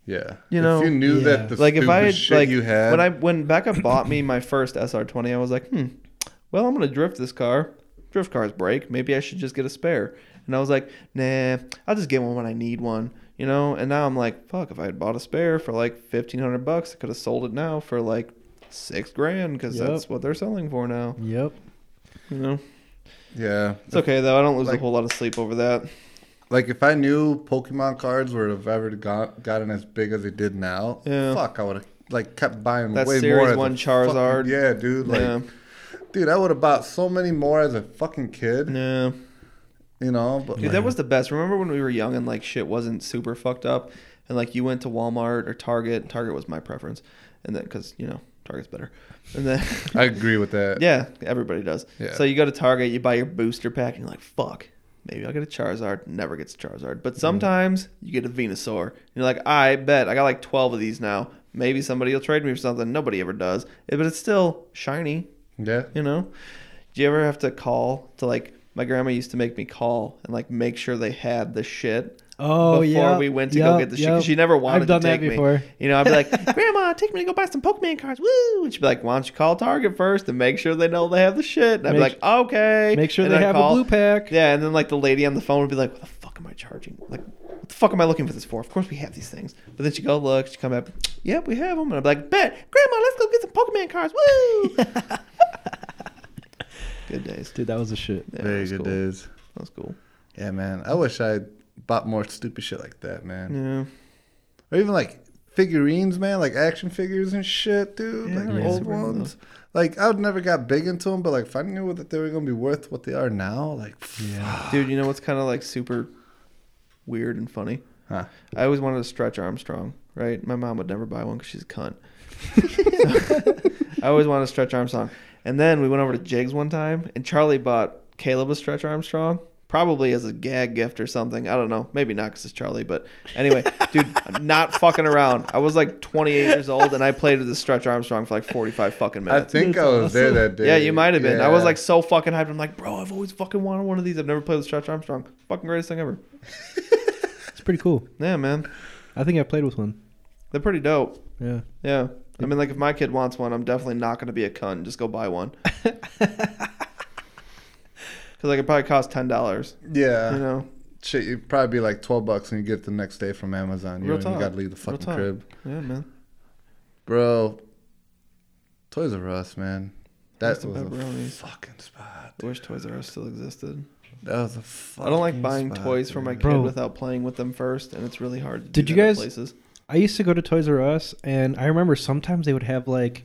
S1: yeah.
S4: You know,
S1: if you knew
S3: yeah.
S1: that the
S4: like
S1: stupid
S4: if I had,
S1: shit
S4: like
S1: you had,
S4: when I when Becca bought me my first SR20, I was like, hmm, well I'm gonna drift this car. Drift cars break. Maybe I should just get a spare. And I was like, nah, I'll just get one when I need one. You know. And now I'm like, fuck. If I had bought a spare for like fifteen hundred bucks, I could have sold it now for like six grand because
S3: Yep.
S4: that's what they're selling for now.
S3: Yep.
S4: You know.
S1: yeah,
S4: It's okay though. I don't lose
S1: Like-
S4: a whole lot of sleep over that.
S1: like if I knew Pokemon cards would have ever got, gotten as big as they did now,
S4: Yeah.
S1: fuck, I would have like kept buying
S4: That
S1: way
S4: Series
S1: more. as a
S4: one
S1: fucking-
S4: Charizard.
S1: yeah, dude, like.
S4: yeah.
S1: Dude, I would have bought so many more as a fucking kid,
S4: Yeah.
S1: you know. But
S4: Dude, that was the best. Remember when we were young and like shit wasn't super fucked up, and like you went to Walmart or Target. Target was my preference, and then because you know Target's better, and then
S1: I agree with that.
S4: yeah, everybody does.
S1: Yeah.
S4: So you go to Target, you buy your booster pack, and you're like, fuck, maybe I'll get a Charizard. Never gets a Charizard,
S1: Mm-hmm.
S4: but sometimes you get a Venusaur, and you're like, I bet I got like twelve of these now. Maybe somebody will trade me for something. Nobody ever does, Eh, but it's still shiny.
S1: yeah.
S4: You know, do you ever have to call to like? My grandma used to make me call and like make sure they had the shit
S3: Oh
S4: before
S3: yeah.
S4: we went to go
S3: yep,
S4: get the shit.
S3: yep.
S4: 'cause She never wanted
S3: I've done
S4: to take
S3: that before.
S4: me. You know, I'd be like, Grandma, take me to go buy some Pokemon cards. Woo! And she'd be like, Why don't you call Target first and make sure they know they have the shit? And I'd be
S3: Make-
S4: like, Okay.
S3: Make sure
S4: And
S3: they
S4: I'd
S3: have
S4: call.
S3: a blue pack.
S4: Yeah, and then like the lady on the phone would be like, What the fuck am I charging? Like, what the fuck am I looking for this for? Of course we have these things. But then she'd go look, she'd come back, Yep, we have them. And I'd be like, Bet, Grandma, let's go get some Pokemon cards. Woo! good days.
S3: Dude, that was a shit.
S4: Yeah,
S1: Very
S4: that's
S1: good
S4: cool.
S1: days.
S4: That's cool.
S1: Yeah, man. I wish I bought more stupid shit like that, man.
S4: Yeah.
S1: Or even like figurines, man, like action figures and shit, dude.
S4: Yeah,
S1: like
S4: yeah.
S1: old
S4: Bring
S1: ones. Like I would never got big into them, but like if I knew that they were gonna be worth what they are now, like yeah,
S4: Dude, you know what's kind of like super weird and funny?
S1: Huh.
S4: I always wanted a stretch Armstrong, right? My mom would never buy one because she's a cunt. I always wanted a stretch Armstrong. And then we went over to Jig's one time, and Charlie bought Caleb a stretch Armstrong, probably as a gag gift or something. I don't know. Maybe not because it's Charlie, but anyway, dude, I'm not fucking around. I was like 28 years old, and I played with the stretch Armstrong for like 45 fucking
S1: I
S4: minutes.
S1: think I was there that day.
S4: Yeah, you might have been. I was
S1: Yeah.
S4: like so fucking hyped. I'm like, bro, I've always fucking wanted one of these. I've never played with Stretch Armstrong. Fucking greatest thing ever.
S3: It's pretty cool.
S4: Yeah, man.
S3: I think I played with one.
S4: They're pretty dope.
S3: Yeah.
S4: Yeah. I mean, like, if my kid wants one, I'm definitely not going to be a cunt. Just go buy one. Because, like, it probably cost $10.
S1: yeah,
S4: You know?
S1: shit, you'd probably be like twelve bucks and you get it the next day from Amazon. You,
S4: Real
S1: know, you
S4: talk.
S1: gotta leave the
S4: Real
S1: fucking
S4: talk.
S1: crib,
S4: Yeah, man.
S1: bro. Toys R Us, man. That
S4: That's the
S1: was a
S4: pepperonis.
S1: fucking spot.
S4: I wish Toys R Us still existed.
S1: That was a fucking
S4: I don't like buying
S1: spot,
S4: toys for my
S1: dude.
S4: kid
S3: Bro.
S4: without playing with them first, and it's really hard to
S3: Did
S4: do
S3: you
S4: that at
S3: guys-
S4: places.
S3: I used to go to Toys R Us, and I remember sometimes they would have like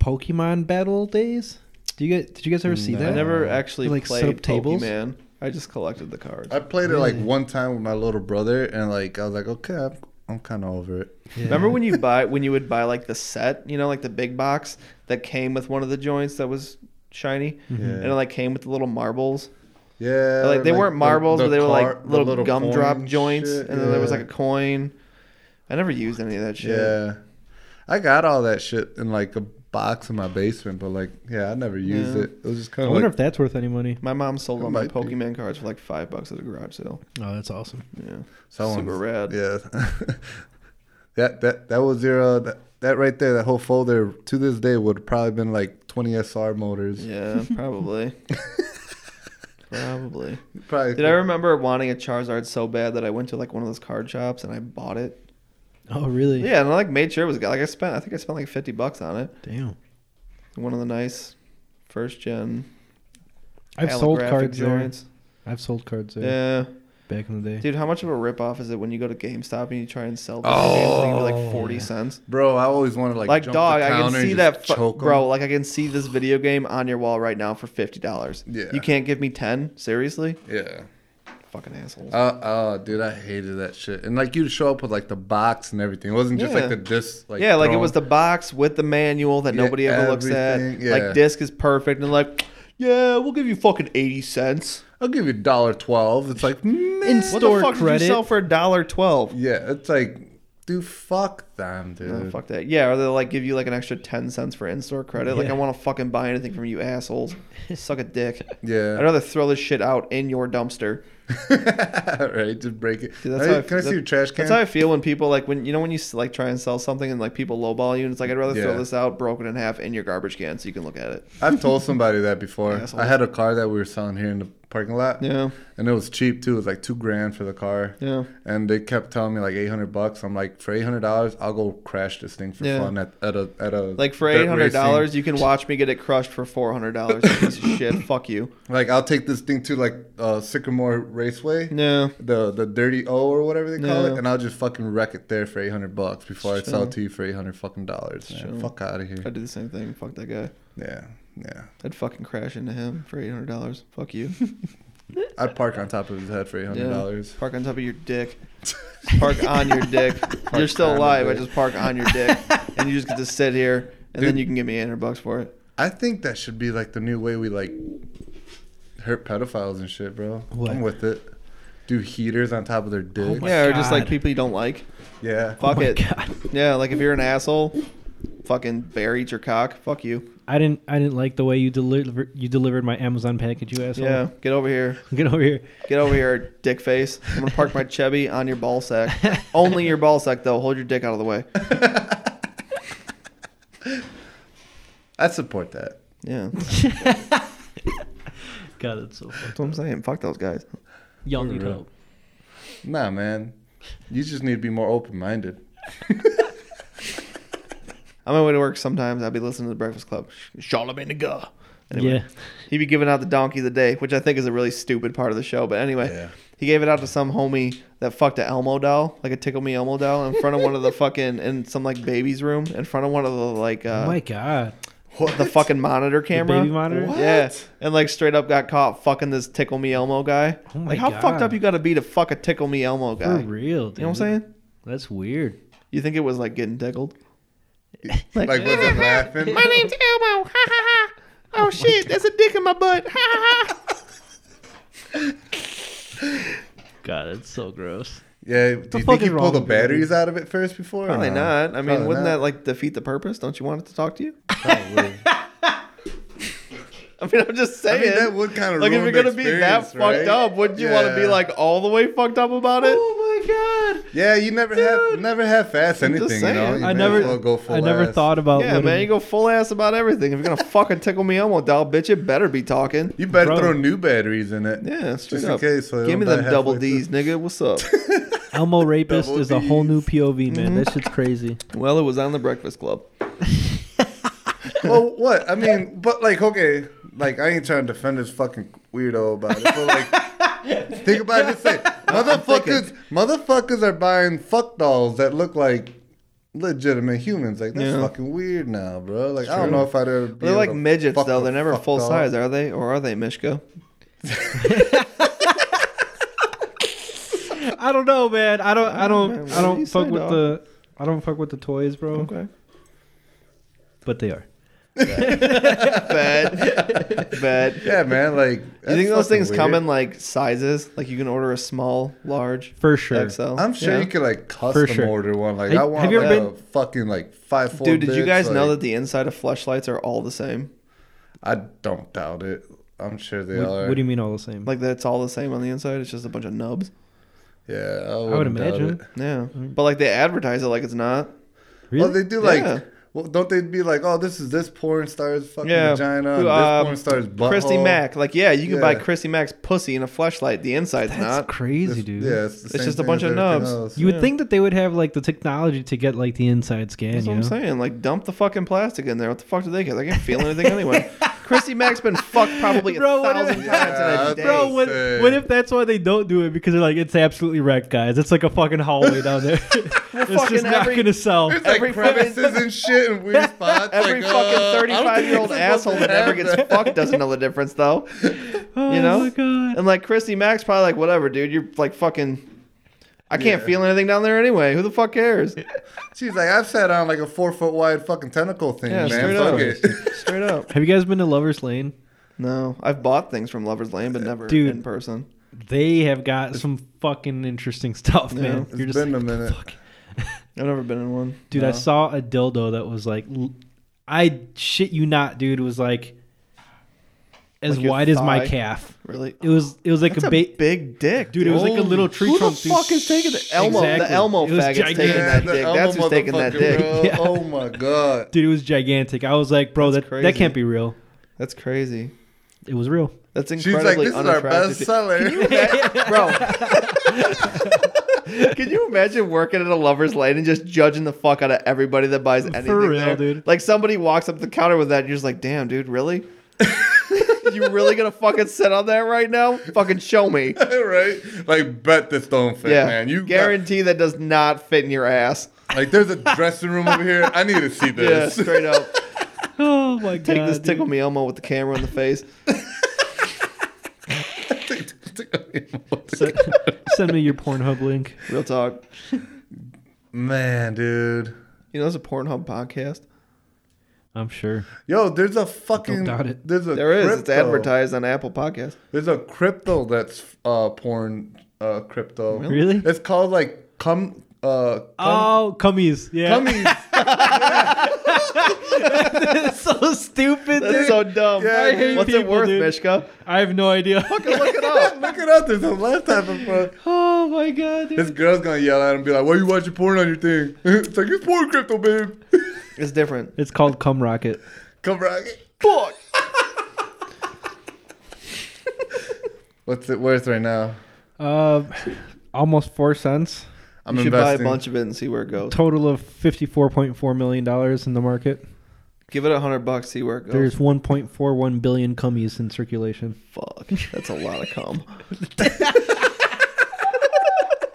S3: Pokemon battle days. Do you get? Did you guys ever see
S1: No.
S3: that?
S4: I never actually
S3: Like, set
S4: played
S3: up tables?
S4: Pokemon. I just collected the cards.
S1: I played it like
S3: Really?
S1: one time with my little brother, and like I was like, okay, I'm I'm kind of over it.
S4: Remember when you buy when you would buy like the set, you know, like the big box that came with one of the joints that was shiny,
S3: Mm.
S1: Yeah.
S4: and it like came with the little marbles.
S1: Yeah,
S4: like they weren't
S1: the-
S4: marbles,
S1: the
S4: but they were
S1: car-
S4: like
S1: the
S4: little, gumdrop
S1: coin
S4: joints,
S1: shit,
S4: and then there was
S1: yeah.
S4: like a coin. I never used any of that shit.
S1: Yeah, I got all that shit in like a box in my basement, but like, yeah, I never used
S4: Yeah.
S1: it. It was just
S5: I
S1: kind of
S5: wonder
S1: like,
S5: if that's worth any money.
S4: My mom sold
S1: It
S4: all my
S1: might be.
S4: Pokemon cards for like five bucks at a garage sale.
S5: Oh, that's awesome.
S4: Yeah,
S1: someone's-
S4: super rad.
S1: Yeah, that that that was your uh, that, that right there. That whole folder to this day would probably been like 20 SR motors.
S4: Yeah, probably. probably.
S1: Probably.
S4: Did I remember wanting a Charizard so bad that I went to like one of those card shops and I bought it?
S5: Oh, really?
S4: Yeah, and I like made sure it was like I spent. I think I spent like fifty bucks on it.
S5: Damn.
S4: One of the nice first gen.
S5: I've sold
S4: holographic
S5: cards there. I've sold cards there
S4: Yeah,
S5: back in the day.
S4: dude, how much of a ripoff is it when you go to GameStop and you try and sell? video games and you get,
S5: Oh.
S4: like forty cents.
S1: Bro, I always wanted like
S4: Like,
S1: jump the
S4: dog, I can
S1: counter and
S4: see
S1: just
S4: that, fu-
S1: choke 'em.
S4: bro. Like I can see this video game on your wall right now for fifty dollars.
S1: Yeah.
S4: you can't give me ten. Seriously,
S1: Yeah.
S4: fucking assholes.
S1: Uh, oh, dude, I hated that shit. And like you'd show up with like the box and everything. It wasn't just
S4: Yeah.
S1: like the disc. Like,
S4: yeah, like it
S1: thrown-
S4: was the box with the manual that
S1: Yeah,
S4: nobody ever looks at.
S1: everything, yeah.
S4: Like disc is perfect, and like, yeah, we'll give you fucking eighty cents.
S1: I'll give you dollar twelve. It's like man.
S4: What
S5: Store
S4: the fuck did
S5: credit.
S4: you sell for a dollar twelve?
S1: Yeah, it's like, dude, fuck them, dude.
S4: No, fuck that. Yeah, or they'll like give you like an extra ten cents for in-store credit. Like I
S5: Yeah.
S4: want to fucking buy anything from you assholes. Suck a dick. I'd
S1: Yeah,
S4: rather throw this shit out in your dumpster.
S1: right. Just break it.
S4: Dude, that's
S1: Hey,
S4: how I-
S1: can I see
S4: that-
S1: your trash can?
S4: That's how I feel when people like when you know when you s- like try and sell something and like people lowball you. And it's like I'd rather
S1: Yeah.
S4: throw this out broken in half in your garbage can so you can look at it.
S1: I've told somebody that before.
S4: Asshole.
S1: I had a car that we were selling here in the parking lot.
S4: Yeah,
S1: And it was cheap too. It was like two grand for the car.
S4: yeah.
S1: And they kept telling me like eight hundred bucks. I'm like, for eight hundred dollars, I'll go crash this thing for
S4: Yeah.
S1: fun at, at a at a
S4: Like for
S1: dirt
S4: eight hundred
S1: racing.
S4: dollars, you can watch me get it crushed for four hundred dollars. piece of shit. Fuck you.
S1: Like I'll take this thing to like uh, Sycamore Raceway,
S4: No.
S1: the the Dirty O or whatever they call
S4: Yeah.
S1: it, and I'll just fucking wreck it there for eight hundred bucks before I sell
S4: Sure.
S1: it to you for eight hundred fucking dollars. man.
S4: Sure.
S1: Fuck out of
S4: I
S1: here.
S4: did the same thing. Fuck that guy.
S1: Yeah, yeah.
S4: I'd fucking crash into him for eight hundred dollars. Fuck you.
S1: I'd park on top of his head for eight hundred dollars.
S4: Park on top of your dick. Park on your dick. You're
S1: on
S4: still
S1: the
S4: alive. I
S1: dick.
S4: just park on your dick, and you just get to sit here, and then
S1: Dude.
S4: you can give me eight hundred bucks for it.
S1: I think that should be like the new way we like hurt pedophiles and shit, bro.
S5: What?
S1: I'm with it. Do heaters on top of their dick.
S5: my-
S4: yeah, or just like
S5: God.
S4: people you don't like.
S1: yeah.
S4: Oh Fuck
S5: Oh my
S4: it.
S5: God.
S4: Yeah, like if you're an asshole, fucking bear eat your cock. Fuck you.
S5: I didn't. I didn't like the way you delivered. You delivered my Amazon package, you asshole.
S4: Yeah, get over here.
S5: Get over here.
S4: Get over here, dick face. I'm gonna park my Chevy on your ball sack. Only your ball sack though. Hold your dick out of the way.
S1: I support that.
S4: Yeah, that's
S5: God, that's so funny.
S4: what I'm saying. Fuck those guys.
S5: Y'all need help.
S1: Nah, man. You just need to be more open minded.
S4: On my way to work, sometimes I'd be listening to the Breakfast Club. Charlemagne the Guy. Anyway,
S5: Yeah.
S4: He'd be giving out the donkey of the day, which I think is a really stupid part of the show. But anyway,
S1: Yeah.
S4: he gave it out to some homie that fucked a Elmo doll, like a Tickle Me Elmo doll, in front of one of the fucking in some like baby's room, in front of one of the like uh,
S5: oh my God.
S4: the fucking monitor camera,
S5: baby monitor? What?
S4: yeah, and like straight up got caught fucking this Tickle Me Elmo guy.
S5: Oh my
S4: like how fucked
S5: God.
S4: up you got to be to fuck a Tickle Me Elmo
S5: For
S4: guy?
S5: real, dude.
S4: You know what I'm saying?
S5: That's weird.
S4: You think it was like getting tickled?
S1: Like, was it laughing?
S4: My name's Elmo. Ha ha ha. Oh, shit, there's a dick in my butt. Ha ha ha.
S5: God, that's so gross.
S1: Yeah. Do
S5: fuck
S1: you think he
S5: is
S1: pulled the
S5: wrong with you?
S1: batteries out of it first before?
S4: Probably
S1: Uh,
S4: not. I mean,
S1: probably
S4: wouldn't
S1: not.
S4: that like defeat the purpose? Don't you want it to talk to you?
S1: Probably.
S4: I mean, I'm just
S1: I
S4: saying.
S1: mean, that would kind of
S4: like, if you're gonna be that fucked up, wouldn't you want to be like all the way fucked up about it?
S5: Oh my God.
S1: Yeah, you never have never have fast anything. You know,
S4: saying.
S1: you
S5: I
S1: may
S5: never.
S1: as well go full
S5: I never
S1: ass.
S5: thought about.
S4: Yeah,
S5: what
S4: man,
S5: a-
S4: you go full ass about everything. If you're gonna fucking tickle me Elmo doll, bitch, it better be talking.
S1: You better
S5: Bro.
S1: throw new batteries in it.
S4: Yeah, straight
S1: Just in
S4: up.
S1: case, so I
S4: Give me
S1: don't die
S4: them double
S1: halfway
S4: D's, nigga. What's up?
S5: Elmo rapist
S1: Double
S5: is a whole new
S1: Ds.
S5: POV,
S4: Mm-hmm.
S5: man. That shit's crazy.
S4: well, it was on the Breakfast Club.
S1: well, what? I mean, but like, okay, like I ain't trying to defend this fucking weirdo about it, but like, think about it this way: motherfuckers, motherfuckers are buying fuck dolls that look like legitimate humans. Like that's
S4: Yeah.
S1: fucking weird now, bro. Like I don't know if I'd ever. Be
S4: They're
S1: able
S4: like
S1: to
S4: midgets
S1: fuck
S4: though.
S1: a
S4: They're never
S1: fuck
S4: full
S1: doll.
S4: size, are they? Or are they, Mishka?
S3: I don't know, man. I don't. I
S4: Man,
S3: don't.
S4: what
S3: I
S4: do
S3: don't
S4: you
S3: fuck
S4: say,
S3: with
S4: dog?
S3: the. I don't fuck with the toys, bro.
S4: Okay.
S3: But they are.
S4: Bet. Bet.
S1: Yeah, man. Like,
S4: You think those things come in like sizes? Like you can order a small, large,
S3: For sure.
S4: XL.
S1: I'm sure
S4: Yeah.
S1: you could like custom
S3: sure.
S1: order one. Like,
S3: Hey,
S1: I want
S3: have you
S1: like
S3: ever
S1: a fucking like five four.
S4: Dude, did you
S1: bits,
S4: guys know
S1: like-
S4: that the inside of fleshlights are all the same?
S1: I don't doubt it. I'm sure they
S3: What,
S1: are.
S3: what do you mean all the same?
S4: Like that it's all the same on the inside. It's just a bunch of nubs.
S1: Yeah, I,
S3: I would
S1: wouldn't doubt
S3: imagine.
S1: it.
S4: Yeah,
S1: Mm-hmm.
S4: but like they advertise it like it's not.
S1: Well, they do like.
S4: Yeah.
S1: Well, don't they be like, oh, this is this porn star's fucking
S4: Yeah.
S1: vagina,
S4: Who,
S1: and
S4: uh,
S1: this porn star's butthole.
S4: Christy Mack, like yeah, you can buy
S1: Yeah.
S4: Christy Mack's pussy in a fleshlight. The inside's
S3: That's
S4: not.
S1: This-
S3: crazy, dude.
S1: Yeah, it's, the
S4: It's
S1: same
S4: just a
S1: thing
S4: bunch
S1: as
S4: of
S1: everything
S4: nubs.
S1: else.
S3: You would
S4: Yeah.
S3: think that they would have like the technology to get like the inside scan.
S4: That's
S3: you
S4: what
S3: know?
S4: I'm saying. Like dump the fucking plastic in there. What the fuck do they get? They can't feel anything anyway. Christy Mack's been fucked probably a
S3: Bro, what if-
S4: thousand
S1: Yeah,
S4: times in a day.
S3: Bro, what,
S1: Dang.
S3: what if that's why they don't do it? Because they're like, it's absolutely wrecked, guys. It's like a fucking hallway down there. it's
S4: fucking
S3: just not
S4: every-
S3: gonna sell.
S1: It's like
S4: Every fucking-
S1: crevices and shit and weird spots.
S4: Every
S1: like,
S4: fucking
S1: uh, I don't think
S4: 35 year old
S1: it's supposed
S4: asshole
S1: to
S4: that never
S1: have
S4: gets
S1: that.
S4: fucked doesn't know the difference, though.
S3: Oh
S4: you know?
S3: my god.
S4: And like Christy Mack's probably like, whatever, dude. You're like fucking. I can't
S1: Yeah.
S4: feel anything down there anyway. Who the fuck cares?
S1: She's like, I've sat on like a four foot wide fucking tentacle thing,
S4: Yeah,
S1: man.
S4: straight
S1: Fuck
S4: up.
S1: it.
S4: Straight up.
S3: Have you guys been to Lovers Lane?
S4: No, I've bought things from Lovers Lane, but never
S3: Dude.
S4: in person.
S3: They have got some fucking interesting stuff,
S4: Yeah.
S3: man.
S1: It's
S3: You're just
S1: been
S3: like,
S1: a minute.
S4: I've never been in one.
S3: dude. I
S4: No.
S3: saw a dildo that was like, l- I shit you not, dude. Was like as
S4: Like your
S3: wide as my
S4: thigh?
S3: calf.
S4: Really?
S3: It was it was like
S4: That's
S3: a,
S4: a
S3: bait.
S4: big dick,
S3: Dude, it was like a little tree
S4: Who the
S3: trunk. dude.
S4: fuck is taking the Elmo? The
S3: Exactly.
S4: Elmo
S3: It was
S4: faggot's
S3: gigantic.
S4: taking that
S1: the
S4: dick.
S1: Elmo
S4: That's who's taking that
S1: motherfucker,
S4: dick.
S1: bro.
S3: Yeah.
S1: Oh my god.
S3: Dude, it was gigantic. I was like, bro,
S4: That's
S3: that that
S4: crazy.
S3: can't be real.
S4: That's crazy.
S3: It was real.
S4: That's
S1: She's like,
S4: incredibly
S1: this is our best
S4: unattractive.
S1: seller.
S4: bro. Can you imagine working at a lover's lane and just judging the fuck out of everybody that buys anything?
S3: real,
S4: there?
S3: dude.
S4: Like somebody walks up the counter with that, and you're just like, "Damn, dude, really? you really gonna fucking sit on that right now? Fucking show me."
S1: right? Like, bet this don't fit,
S4: yeah,
S1: man. You guarantee.
S4: guarantee that does not fit in your ass.
S1: like, there's a dressing room over here. I need to see
S4: Yeah,
S1: this.
S4: straight up.
S3: Oh my
S4: Take
S3: god.
S4: this
S3: dude.
S4: tickle me Elmo with the camera in the face.
S3: Send, send me your Pornhub link.
S4: Real talk.
S1: man, dude.
S4: You know, there's a Pornhub podcast.
S3: I'm sure.
S1: Yo, there's a fucking.
S3: doubt it.
S1: There's a
S4: There is. It's
S1: crypto.
S4: advertised on Apple Podcast.
S1: There's a crypto that's uh porn uh crypto.
S3: Really?
S1: It's called like cum uh cum
S3: Oh, cummies. Yeah.
S1: cummies.
S3: That's so stupid,
S4: That's
S3: dude.
S4: so dumb.
S1: Yeah, I hate
S4: What's it
S3: people,
S4: worth,
S3: dude.
S4: Mishka?
S3: I have no idea.
S4: Look it up.
S1: Look it up. There's a lifetime of porn.
S3: oh my god, dude.
S1: This girl's gonna yell at him and be like, "Why you watching porn on your thing?" it's like it's porn crypto, babe.
S4: It's different.
S3: It's called Cum Rocket.
S1: Come rocket.
S4: Fuck.
S1: What's it worth right now?
S3: Uh, almost four cents.
S1: I'm
S4: you should
S1: investing.
S4: buy a bunch of it and see where it goes.
S3: Total of fifty-four point four million dollars in the market.
S4: Give it a hundred bucks, see where it goes.
S3: There's one point four one billion cummies in circulation.
S4: Fuck. That's a lot of cum.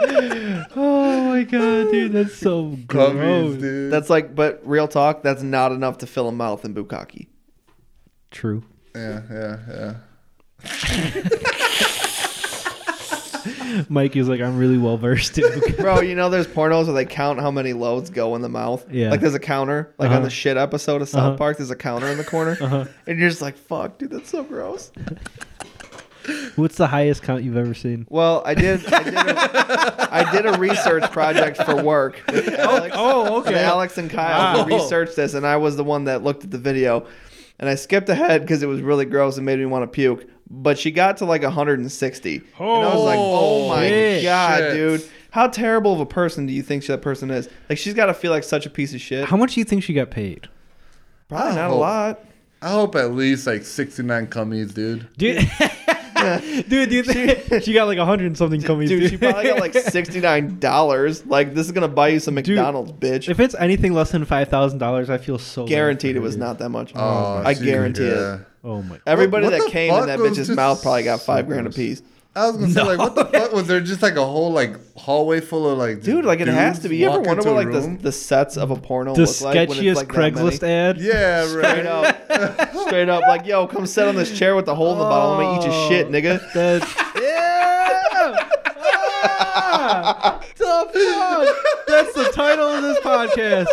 S3: Oh my god, dude, that's so
S1: Cummies,
S3: gross.
S1: dude.
S4: That's like, but real talk, that's not enough to fill a mouth in bukkake.
S3: True.
S1: yeah, yeah, yeah.
S3: Mike is like, I'm really well versed. dude.
S4: Bro, you know there's pornos where they count how many loads go in the mouth.
S3: Yeah.
S4: Like there's a counter. Like on
S3: Uh-huh.
S4: the shit episode of South
S3: Uh-huh.
S4: Park, there's a counter in the corner.
S3: Uh-huh.
S4: And you're just like, fuck, dude, that's so gross.
S3: What's the highest count you've ever seen?
S4: Well, I did I did a, I did a research project for work with Alex.
S3: Oh,
S4: And Alex and Kyle
S3: Wow.
S4: we researched this, and I was the one that looked at the video. And I skipped ahead because it was really gross and made me want to puke. But she got to like 160. and I was like, oh my
S3: Holy
S4: God,
S1: shit.
S4: dude. How terrible of a person do you think that person is? Like, she's got to feel like such a piece of shit.
S3: How much do you think she got paid?
S4: Probably not a
S1: Oh.
S4: lot.
S1: I hope at least like 69 cummies, dude.
S3: Dude, dude, do you think she got like a hundred and something coming?
S4: Dude, she probably got like $69. Like, this is going to buy you some
S3: Dude,
S4: McDonald's, bitch.
S3: if it's anything less than five thousand dollars, I feel so bad
S4: Guaranteed
S3: for
S4: it was
S3: her.
S4: not that much.
S1: Oh,
S4: I
S1: dude,
S4: guarantee
S1: yeah.
S4: it.
S3: Oh my!
S4: Everybody
S1: What- what
S4: that
S1: the
S4: came in
S1: fuck
S4: that
S1: was
S4: bitch's
S1: just
S4: mouth probably got
S1: so
S4: five grand a
S1: gross?
S4: piece.
S1: I was gonna say like, what the fuck was there? Just like a whole like hallway full of like
S4: Dude, like it has
S1: dudes
S4: to be. You ever
S1: walking
S4: wonder
S1: to
S4: what
S1: a
S4: like the,
S1: room?
S4: the sets of a porno
S3: The
S4: look like when
S3: sketchiest
S4: it's like that many?
S3: Craigslist ad.
S1: yeah,
S4: Straight
S1: right.
S4: up, straight up, like yo, come sit
S3: Oh.
S4: on this chair with the hole in the bottom. Let me eat your shit, nigga.
S3: That's- the fuck? That's the title of this podcast.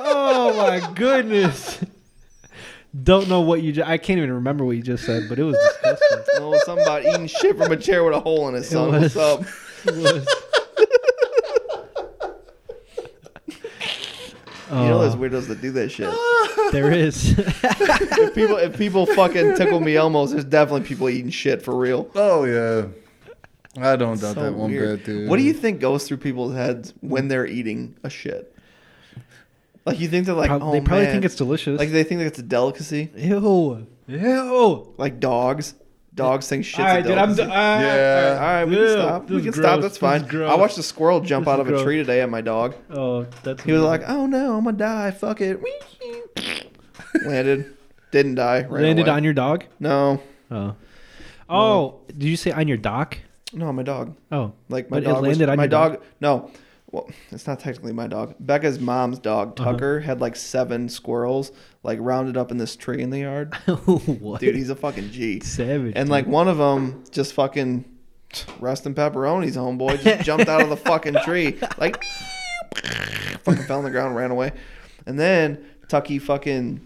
S3: oh my goodness. Don't know what you. Ju- I can't even remember what you just said, but it was disgusting.
S4: Oh, something about eating shit from a chair with a hole in it, son.
S3: was.
S4: What's up?
S3: It was.
S4: you
S3: Oh,
S4: know there's weirdos that do that shit.
S3: there is.
S4: if people if people fucking tickle me elmos, there's definitely people eating shit for real.
S1: Oh yeah. I don't doubt
S4: So
S1: that one
S4: weird.
S1: bit, dude.
S4: What do you think goes through people's heads when they're eating a shit? Like you think they're like,
S5: Prob-
S4: oh
S5: they probably
S4: man.
S5: think it's delicious.
S4: like they think that it's a delicacy.
S3: Ew. Ew.
S4: Like dogs, dogs think shit's
S3: All right,
S4: a
S3: dude. I'm.
S4: delicacy.
S3: d- ah,
S1: Yeah.
S4: All right, we can
S3: Ew,
S4: stop.
S3: this
S4: We
S3: is
S4: can stop.
S3: gross.
S4: That's
S3: This is
S4: fine. I
S3: gross.
S4: watched a squirrel jump
S3: This is
S4: out of a
S3: gross.
S4: tree today at my dog.
S3: Oh, that's.
S4: He was
S3: weird.
S4: like, "Oh no, I'm gonna die. Fuck it." Landed, didn't die. Ran
S5: landed
S4: away.
S5: on your dog.
S4: No,
S5: Oh. Oh, did you say on your dock?
S4: no, my dog.
S5: Oh,
S4: Like my
S5: But it
S4: dog. was,
S5: landed on
S4: my
S5: your
S4: dog,
S5: dog?
S4: No, well, it's not technically my dog. Becca's mom's dog
S5: Uh-huh.
S4: Tucker had like seven squirrels like rounded up in this tree in the yard.
S5: what?
S4: Dude, he's a fucking G.
S5: savage.
S4: And like one of them just fucking resting pepperonis, homeboy, just jumped out of the fucking tree, like fucking fell on the ground, ran away. And then Tucky fucking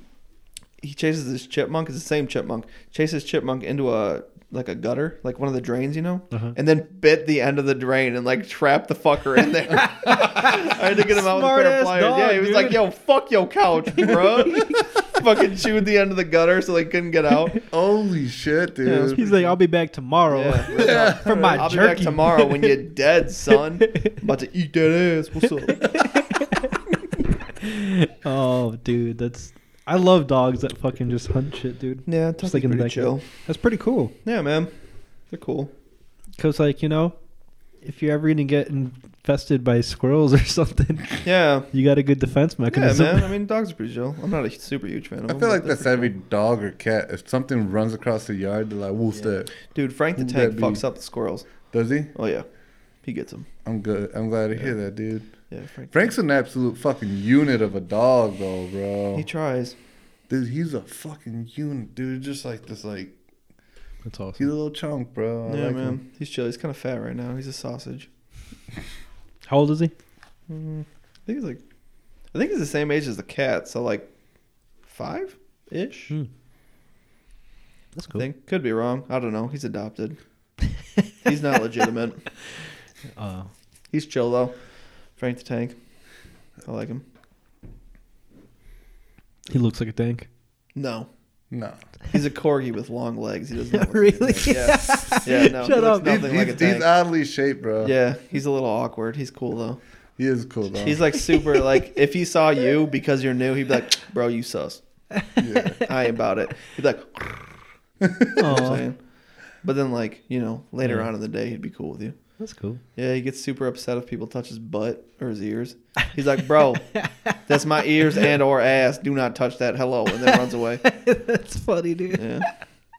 S4: he chases this chipmunk. It's the same chipmunk. Chases chipmunk into a like a gutter, like one of the drains, you know,
S5: Uh-huh.
S4: and then bit the end of the drain and like trapped the fucker in there. I had to get him out with a pair
S3: Smart-ass
S4: of pliers.
S3: dog,
S4: yeah, he was like,
S3: dude.
S4: "Yo, fuck your couch, bro." fucking chewed the end of the gutter so they couldn't get out.
S1: Holy shit, dude.
S4: Yeah, it was
S5: he's like, I'll be back tomorrow
S4: Yeah.
S5: for my
S4: I'll be back
S5: jerky.
S4: tomorrow when you're dead, son. About to eat that ass. What's up?
S5: Oh, dude, that's. I love dogs that fucking just hunt shit, dude.
S4: Yeah,
S5: Just
S4: just
S5: like in the
S4: pretty
S5: backyard.
S4: chill.
S5: That's pretty cool.
S4: Yeah, man, they're cool.
S5: Cause like you know, if you're ever gonna get infested by squirrels or something,
S4: Yeah,
S5: you got a good defense
S4: yeah,
S5: mechanism.
S4: man. I mean, dogs are pretty chill. I'm not a super huge fan of
S1: I
S4: them.
S1: feel
S4: but
S1: like
S4: they're
S1: that's
S4: pretty
S1: every dog or cat. If something runs across the yard, they're like, "What's that?"
S4: cool. dude. Frank the
S1: Who'd
S4: Tank
S1: that be?
S4: fucks up the squirrels.
S1: Does he?
S4: Oh yeah, he gets them.
S1: I'm good. I'm glad to hear that, dude.
S4: Yeah, Frank.
S1: Frank's an absolute fucking unit of a dog, though, bro.
S4: He tries.
S1: Dude, he's a fucking unit, dude. Just like this, like
S5: That's
S1: he's a
S5: awesome.
S1: little chunk, bro. I
S4: yeah,
S1: like
S4: man.
S1: him.
S4: He's chill. He's kind of fat right now. He's a sausage.
S5: How old is he?
S4: Mm, I think he's like, I think he's the same age as the cat. So like, five ish.
S5: Hmm. That's cool.
S4: Think could be wrong. I don't know. He's adopted. he's not legitimate.
S5: Uh,
S4: He's chill though. Frank the Tank. I like him.
S5: he looks like a tank.
S4: No.
S1: No,
S4: He's a corgi with long legs. He doesn't look like a
S5: Really?
S4: tank. Yeah. yeah, no. he
S5: Shut
S4: looks
S5: up.
S1: he's,
S4: Nothing like a
S1: he's- he's
S4: tank.
S1: oddly shaped, bro.
S4: yeah, he's a little awkward. He's cool though.
S1: he is cool though.
S4: He's like super like if he saw you because you're new, he'd be like, Bro, you sus.
S1: Yeah.
S4: I ain't about it. He'd be like you know what I'm
S5: Oh,
S4: saying? But then like, you know, later on in the day he'd be cool with you.
S5: that's cool.
S4: Yeah, he gets super upset if people touch his butt or his ears. He's like, Bro, that's my ears and or ass. Do not touch that. Hello and then runs away.
S5: that's funny, dude.
S4: Yeah.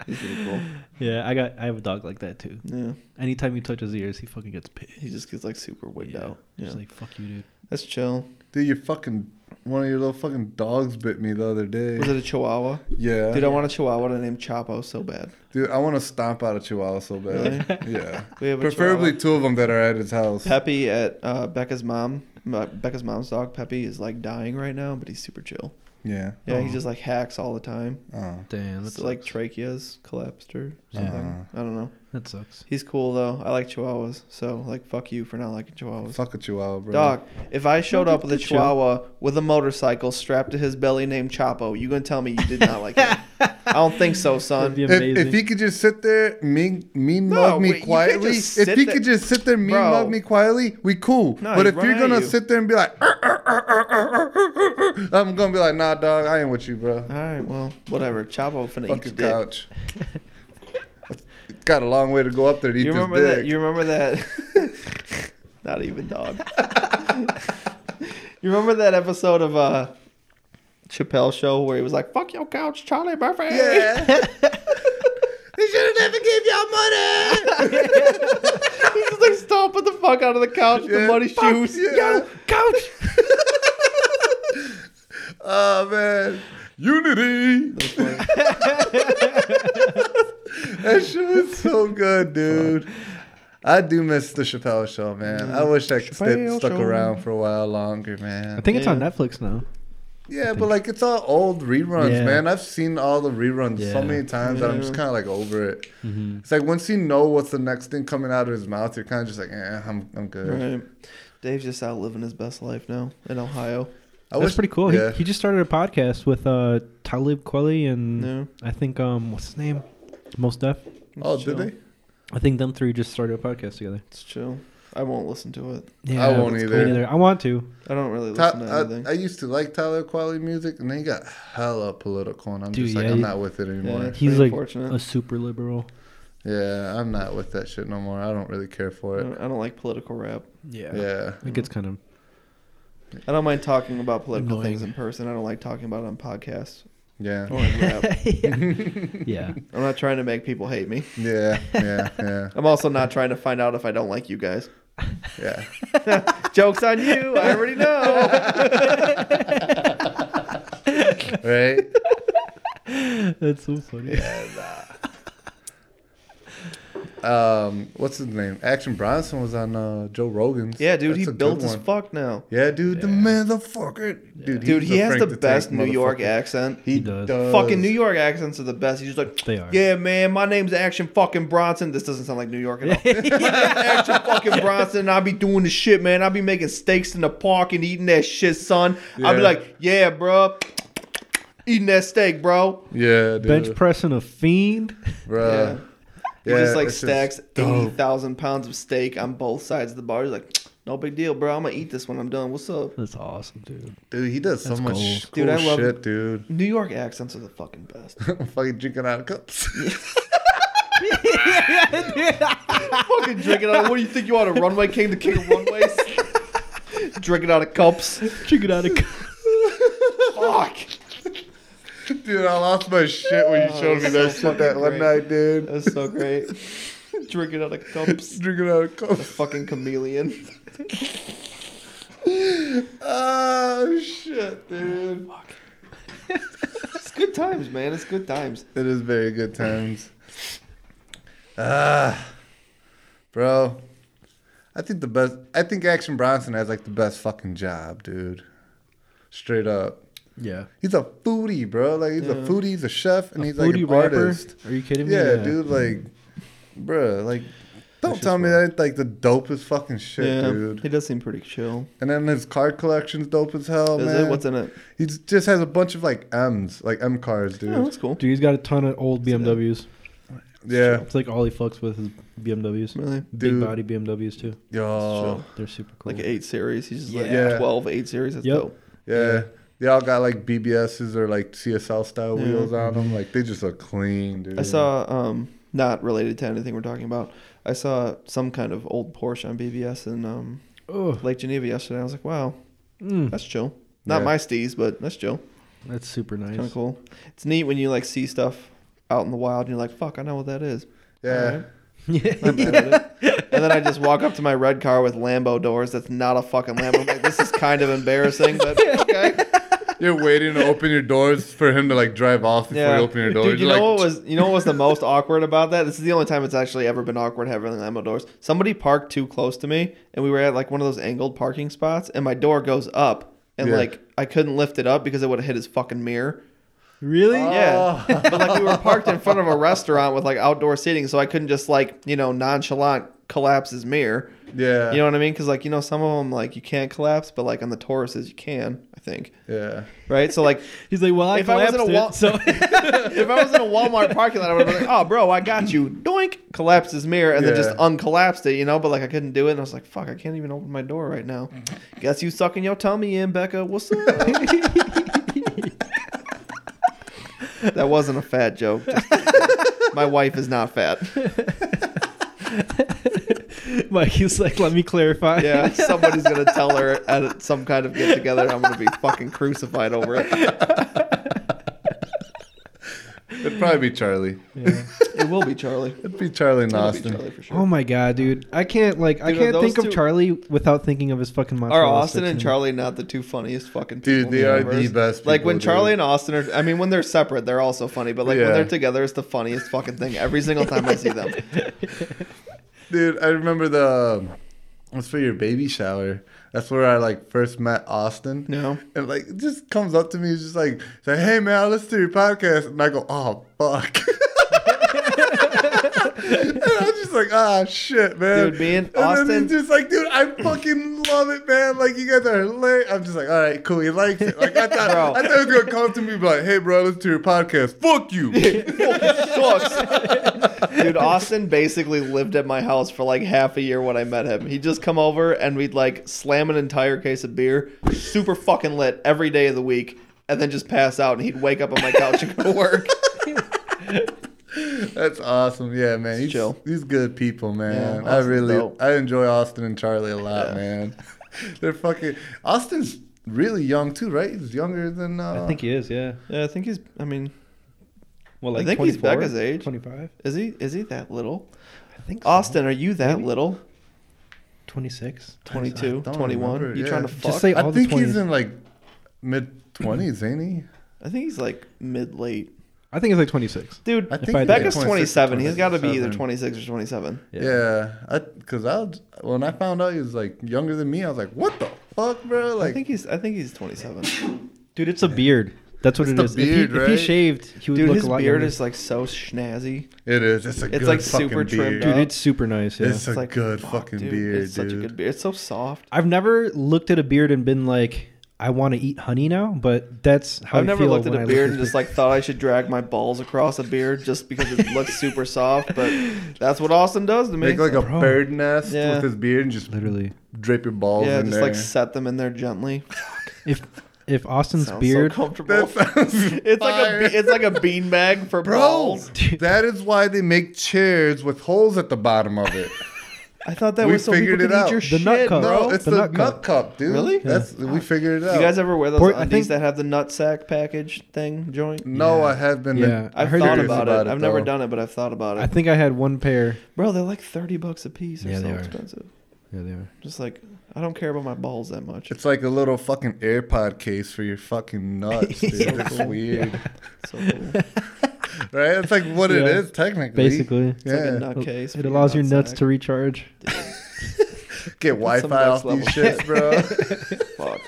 S4: He's pretty cool.
S5: Yeah, I got. I have a dog like that too.
S4: Yeah.
S5: Anytime you touch his ears, he fucking gets pissed.
S4: He just gets like super wigged
S5: Yeah.
S4: out. Yeah.
S5: Just like fuck you, dude.
S4: That's chill.
S1: dude, your fucking one of your little fucking dogs bit me the other day.
S4: Was it a chihuahua?
S1: yeah,
S4: Dude, I want a chihuahua to name Chapo so bad.
S1: Dude, I want to stomp out a chihuahua so bad. Yeah.
S4: We have a
S1: Preferably
S4: chihuahua.
S1: two of them that are at his house.
S4: Peppy at uh, Becca's mom. my- Becca's mom's dog Peppy is like dying right now, but he's super chill.
S1: yeah.
S4: Yeah, he
S5: Aw.
S4: just like hacks all the time.
S1: Oh.
S5: Damn,
S4: It's like tracheas collapsed or something.
S1: Uh-huh.
S4: I don't know.
S5: that sucks.
S4: He's cool though. I like chihuahuas, so like fuck you for not liking chihuahuas.
S1: Fuck a chihuahua, bro.
S4: Dog, if I showed up with a
S5: Good chill.
S4: chihuahua with a motorcycle strapped to his belly named Chapo, you gonna tell me you did not like that? I don't think so,
S5: That'd be
S4: son.
S1: If,
S5: amazing.
S1: if he could just sit there, mean, mean
S4: No,
S1: mug
S4: wait, you
S1: me
S4: can't
S1: quietly.
S4: just
S1: If
S4: sit
S1: he
S4: there-
S1: could just sit there, mean
S4: Bro.
S1: mug me quietly, we cool.
S4: No,
S1: but
S4: he'd
S1: if
S4: run
S1: you're
S4: at
S1: gonna
S4: you.
S1: sit there and be like, "Er, er, er, er, er, er, er, er," I'm gonna be like, nah, dog, I ain't with you, bro.
S4: All right, well, whatever. Chapo finna
S1: Fuck
S4: eat your
S1: your
S4: dick.
S1: couch. Got a long way to go up there to eat
S4: you
S1: this
S4: remember that?
S1: dick.
S4: You remember that? Not even dog. you remember that episode of uh, Chappelle Show where he was like, "Fuck your couch, Charlie Murphy."
S1: yeah. he should have never gave y'all money.
S4: He's just like stomping the fuck out of the couch with the
S1: Yeah.
S4: muddy
S1: Fuck,
S4: shoes.
S1: yeah.
S4: Yo, couch.
S1: Oh man, unity.
S4: That's funny.
S1: That shit was so good, dude. I do miss the Chappelle show, man. I wish I could stay,
S4: Chappelle
S1: stuck
S4: Show.
S1: around for a while longer, man.
S5: I think it's on
S4: Yeah.
S5: Netflix now.
S1: yeah, but like it's all old reruns,
S5: Yeah.
S1: man. I've seen all the reruns so
S5: Yeah.
S1: many times that I'm just kind of like over it.
S5: Mm-hmm.
S1: It's like once you know what's the next thing coming out of his mouth, you're kind of just like, eh, I'm, I'm good.
S4: Right. Dave's just out living his best life now in Ohio.
S1: I
S5: That's pretty cool.
S1: yeah.
S5: He, he just started a podcast with uh, Talib Kweli and
S4: No.
S5: I think um, what's his name, Most Def.
S1: Mm. Oh,
S4: chill.
S1: did they?
S5: I think them three just started a podcast together.
S4: It's chill. I won't listen to it.
S1: I won't
S5: that's
S1: either.
S5: I want to.
S4: I don't really listen to
S1: Ta-
S4: anything.
S1: I, I used to like Tyler Quality music, and they got hella political, and I'm
S5: Dude,
S1: just like,
S5: yeah,
S1: I'm
S5: he-
S1: not with it anymore.
S4: It's
S5: He's
S4: pretty
S5: like
S4: unfortunate.
S5: a super liberal.
S1: Yeah. I'm not with that shit no more. I don't really care
S4: I
S1: for it.
S4: don't, I don't like political rap.
S5: Yeah.
S1: Yeah.
S5: It gets kind of
S4: I don't mind talking about political
S5: Annoying.
S4: things in person. I don't like talking about it on podcasts
S1: Yeah.
S4: or in rap.
S5: yeah.
S4: I'm not trying to make people hate me.
S1: Yeah. Yeah. Yeah.
S4: I'm also not trying to find out if I don't like you guys.
S1: Yeah.
S4: Joke's on you. I already know.
S1: Right?
S5: That's so funny.
S1: Um, what's his name? Action Bronson was on uh, Joe Rogan's.
S4: yeah, dude,
S1: That's a
S4: he
S1: good
S4: built as
S1: one.
S4: fuck now.
S1: Yeah, dude, the
S5: Yeah.
S1: motherfucker. Dude,
S4: Dude,
S1: he's
S4: he has
S1: Frank
S4: the
S1: Tank
S4: best New York
S1: motherfucker.
S4: accent.
S1: He,
S5: He
S1: does.
S5: does.
S4: Fucking New York accents are the best. He's just like,
S5: They are.
S4: yeah, man, my name's Action fucking Bronson. This doesn't sound like New York at all. My name's Action fucking Bronson. and I be doing the shit, man. I be making steaks in the park and eating that shit, son. I be
S1: Yeah.
S4: like, yeah, bro, eating that steak, bro.
S1: Yeah, dude.
S5: Bench pressing a fiend.
S1: Bruh.
S4: He just like
S1: it's
S4: stacks eighty
S1: dope.
S4: thousand pounds of steak on both sides of the bar. He's like, no big deal, bro. I'm gonna eat this when I'm done. What's up?
S5: That's awesome, dude.
S1: Dude, he does so
S5: That's
S1: much
S5: gold.
S1: cool
S4: Dude, I love
S1: shit, dude.
S4: New York accents are the fucking best.
S1: fucking drinking out of cups.
S4: fucking drinking out. Of, what do you think you are, a runway king, the king of runways? drinking out of cups.
S5: Check it out.
S4: Fuck.
S1: Dude, I lost my shit when you showed me that shit that one
S4: great.
S1: night, dude.
S4: That's so great. drinking out of cups.
S1: Drinking out of
S4: The
S1: cups.
S4: fucking chameleon.
S1: Oh shit, dude.
S4: It's good times, man. It's good times.
S1: It is very good times. Ah, bro. I think the best. I think Action Bronson has like the best fucking job, dude. Straight up,
S5: Yeah.
S1: he's a foodie, bro. Like he's a
S4: Yeah.
S1: foodie, he's a chef, and he's like an
S5: Foodie rapper?
S1: artist.
S5: Are you kidding me?
S1: Yeah, dude, like, bro, like, don't
S5: just
S1: tell me
S5: wild.
S1: that ain't like the dopest fucking shit, dude.
S4: He does seem pretty chill.
S1: And then his card collection's dope as hell,
S4: Is
S1: man.
S4: it? What's in it?
S1: He j- just has a bunch of like M's, like M cars, dude.
S4: Oh, that's cool.
S5: Dude, he's got a ton of old BMWs.
S1: yeah,
S5: It's like all he fucks with is BMWs.
S4: Really?
S5: Big
S1: Dude.
S5: body BMWs too.
S1: yo,
S5: They're super cool.
S4: Like eight series. He's just
S1: Oh, Yeah.
S4: like 12, eight series. That's
S5: Yep.
S4: dope.
S1: yeah. They all got like BBSs or like CSL style
S4: Yeah.
S1: wheels on them. Like they just look clean, dude.
S4: I saw, um, not related to anything we're talking about, I saw some kind of old Porsche on BBS in um,
S5: oh,
S4: Lake Geneva yesterday. I was like, wow,
S5: mm,
S4: that's chill. Not
S1: Yeah.
S4: my steez, but that's chill.
S5: that's super nice.
S4: Kind of cool. It's neat when you like see stuff out in the wild and you're like, fuck, I know what that is.
S1: Yeah,
S4: Alright.
S5: Yeah.
S4: I'm mad at it. And then I just walk up to my red car with Lambo doors. That's not a fucking Lambo. I'm like, this is kind of embarrassing, but okay.
S1: you're waiting to open your doors for him to like drive off before you open your doors.
S4: Dude, you
S1: You're
S4: know
S1: like,
S4: what was you know what was the most awkward about that? This is the only time it's actually ever been awkward having Lambo doors. Somebody parked too close to me, and we were at like one of those angled parking spots, and my door goes up, and
S1: Yeah.
S4: like I couldn't lift it up because it would have hit his fucking mirror.
S5: really?
S4: Yeah,
S1: "Oh."
S4: but like we were parked in front of a restaurant with like outdoor seating, so I couldn't just like you know nonchalant collapse his mirror.
S1: yeah,
S4: You know what I mean? Because like you know, some of them like you can't collapse, but like on the Tauruses you can. I think
S1: yeah.
S4: right. So like
S5: He's like, well, I
S4: If I was
S5: collapsed
S4: in a
S5: it. so
S4: wall- if I was in a Walmart parking lot, I would have been like, "Oh, bro, I got you." Doink, collapsed his mirror and then
S1: Yeah.
S4: just uncollapsed it, you know. But like I couldn't do it, and I was like, "Fuck, I can't even open my door right now."
S3: Mm-hmm.
S4: Guess you sucking your tummy in, Becca. What's up? that wasn't a fat joke. Just- my wife is not fat.
S5: Mike, he's like, let me clarify.
S4: Yeah, somebody's gonna tell her at some kind of get together. I'm gonna be fucking crucified over it.
S1: But probably be Charlie.
S3: Yeah.
S4: It will be Charlie.
S1: It'd be Charlie and
S4: It'll be
S1: Austin.
S4: Charlie for sure.
S3: Oh my god, dude! I can't like I
S4: Dude, are
S3: can't
S4: those
S3: think
S4: two-
S3: of Charlie without thinking of his fucking mozzarella
S4: Are Austin
S3: sticks
S4: and
S3: in-
S4: Charlie not the two funniest fucking people?
S1: Dude,
S4: in
S1: they
S4: the
S1: are the
S4: universe?
S1: best.
S4: Like when
S1: people,
S4: Charlie
S1: dude.
S4: and Austin are, I mean, when they're separate, they're also funny. But like
S1: Yeah.
S4: when they're together, it's the funniest fucking thing every single time I see them.
S1: Dude, I remember the. It's for your baby shower. That's where I like first met Austin.
S4: No,
S1: And like, it just comes up to me, it's just like, say, hey man, I listen to your podcast, and I go, oh fuck. and I'm just like, ah shit, man.
S4: Dude, me and
S1: And then
S4: Austin-
S1: he's just like, dude, I fucking love it, man. Like, you guys are late. I'm just like, all right, cool. He likes it. Like, I thought,
S4: Bro.
S1: I thought he was gonna come up to me, and be like, hey, bro, I listen to your podcast. Fuck you.
S4: sucks. Dude, Austin basically lived at my house for like half a year when I met him. He'd just come over and we'd like slam an entire case of beer, super fucking lit every day of the week, and then just pass out. And he'd wake up on my couch and go to work.
S1: That's awesome. Yeah, man. He's,
S4: Chill.
S1: He's good people, man.
S4: Yeah,
S1: I
S4: Austin's
S1: really,
S4: dope.
S1: I enjoy Austin and Charlie a lot,
S4: Yeah.
S1: man. They're fucking. Austin's really young too, right? He's younger than. Uh,
S3: I think he is. Yeah.
S4: Yeah, I think he's. I mean,
S3: Well,
S4: I
S3: like
S4: think he's
S3: 24,
S4: Becca's age.
S3: 25.
S4: is he is he that little?
S3: I think so.
S4: Austin, are you that little?
S3: 26.
S4: 22,
S1: don't
S4: 21?
S1: remember,
S4: You
S1: yeah.
S4: trying to
S1: Just
S4: fuck?
S3: Just say all
S1: I think
S3: the 20s.
S1: he's in like mid twenties, ain't he?
S4: I think he's like mid late.
S3: I think it's like 26.
S4: Dude,
S1: I
S3: If I
S1: he's
S3: did.
S4: Becca's
S1: 26 or
S4: 27. He's got to be either
S1: 27.
S4: 26 or 27.
S1: Yeah, I because I was, when I found out he was like younger than me, I was like, what the fuck, bro?
S4: I
S1: Like,
S4: think he's I think he's 27.
S3: Dude, it's a beard. That's what
S1: It's
S3: it
S1: the
S3: is. if,
S1: beard,
S3: he, if he
S1: right?
S3: shaved, he would
S4: Dude,
S3: look
S4: his
S3: a lot
S4: beard
S3: younger.
S4: is like so schnazzy.
S1: it is. It's a.
S4: It's,
S1: good
S4: like,
S1: fucking
S4: super trimmed
S1: beard.
S4: up.
S3: Dude, it's super nice. Yeah.
S1: It's a
S4: like,
S1: good fucking beard,
S4: It's such a
S1: dude.
S4: good beard. It's so soft.
S3: I've never looked at a beard and been like, I want to eat honey now, but that's how
S4: I've
S3: I
S4: never
S3: feel
S4: looked at
S3: when
S4: a
S3: I look
S4: beard
S3: at
S4: and
S3: his
S4: just like thought I should drag my balls across a beard just because it looks super soft, but that's what Austin does to me.
S1: Make like a
S3: Bro.
S1: bird nest
S4: Yeah.
S1: with his beard and just
S3: literally.
S1: drape your balls
S4: yeah,
S1: in
S4: just
S1: there.
S4: like set them in there gently.
S3: If if Austin's
S4: Sounds
S3: beard,
S4: so comfortable.
S1: That sounds
S4: It's like a
S1: fire.
S4: be- it's like a beanbag for
S1: bro.
S4: balls.
S1: That is why they make chairs with holes at the bottom of it.
S4: I thought that
S1: We
S4: was so people
S1: figured
S4: could
S1: it out.
S4: eat your
S3: The
S4: shit,
S3: nut cup.
S1: No,
S4: bro.
S1: it's
S3: The
S1: the,
S3: nut
S1: nut,
S3: cup.
S1: cup. dude.
S4: Really?
S1: That's we figured it out.
S4: You guys ever wear those
S3: Por- I think-
S4: undies that have the nut sack package thing joint?
S1: no, I have been.
S3: Yeah. I
S4: I've
S3: heard
S4: thought
S3: they're-
S4: about,
S1: about
S4: it.
S1: it,
S4: I've never
S1: though.
S4: done it, but I've thought about it.
S3: I think I had one pair.
S4: Bro, they're like thirty bucks a piece. They're
S3: Yeah,
S4: so
S3: they are.
S4: expensive.
S3: Yeah, they are.
S4: Just like I don't care about my balls that much.
S1: It's like a little fucking AirPod case for your fucking nuts, dude. It's weird,
S4: So cool. It's
S1: right? It's like what it
S3: Yeah.
S1: is technically.
S3: Basically,
S4: like a
S1: yeah.
S4: nut case.
S3: it allows your nuts to recharge.
S1: Get
S4: That's
S1: Wi-Fi
S4: some
S1: off
S4: next
S1: these shits, bro.
S4: Fuck.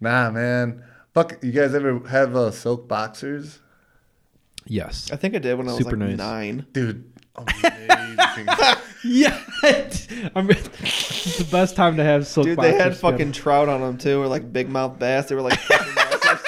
S1: nah, man. Fuck. You guys ever have uh, silk boxers?
S3: Yes.
S4: I think I did when I was
S3: Super
S4: like
S3: nice.
S4: nine.
S1: Dude, amazing.
S3: Yeah. I mean, it's the best time to have silk.
S4: Dude, they had
S3: boxers, man.
S4: fucking trout on them too, or like big mouth bass. They were like. fucking monsters. I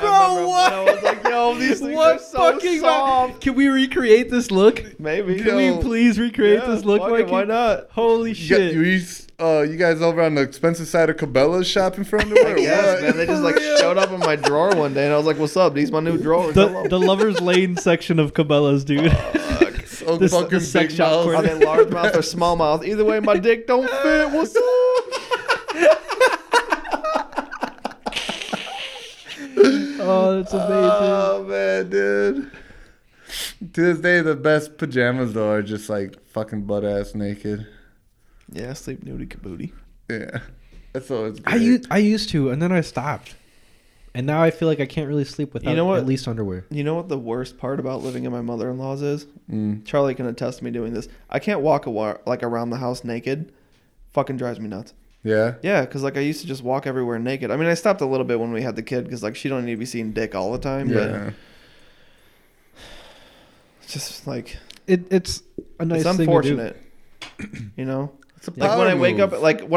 S4: remember
S3: what?
S4: When I was like, yo, these things are
S3: What
S4: so
S3: fucking?
S4: soft.
S3: Can we recreate this look?
S4: Maybe.
S3: Can
S1: Yo.
S3: we please recreate
S4: Yeah,
S3: this look,
S4: fuck it,
S3: Mikey?
S4: why not?
S3: Holy
S1: You, got,
S3: shit!
S1: you, uh, you guys over on the expensive side of Cabela's shopping for underwear? or
S4: Yes,
S1: what?
S4: man. They just like showed up in my drawer one day, and I was like, "What's up? These my new drawers."
S3: the,
S4: Hello.
S3: the lovers lane section of Cabela's, dude.
S4: Oh.
S1: so
S3: This-
S1: fucking
S3: this sex
S1: big
S3: shop
S1: mouth.
S3: corner.
S4: Are they large mouth or small mouth? Either way, my dick don't fit. What's up?
S3: oh, that's amazing.
S1: Oh man, dude. To this day, the best pajamas though are just like fucking butt ass naked.
S4: Yeah, sleep nudie kabooty.
S1: Yeah, that's always. Great.
S3: I used I used to, and then I stopped, and now I feel like I can't really sleep without
S4: know what?
S3: at least underwear.
S4: You know what the worst part about living in my mother-in-law's is?
S1: Mm.
S4: Charlie can attest to me doing this. I can't walk a wa- like around the house naked. Fucking drives me nuts.
S1: Yeah.
S4: Yeah, because like I used to just walk everywhere naked. I mean, I stopped a little bit when we had the kid because like she don't need to be seeing dick all the time.
S1: Yeah.
S4: But it's just like
S3: It, it's a nice
S4: it's
S3: thing to do.
S4: unfortunate. you know,
S1: It's a
S4: like when I wake up, like when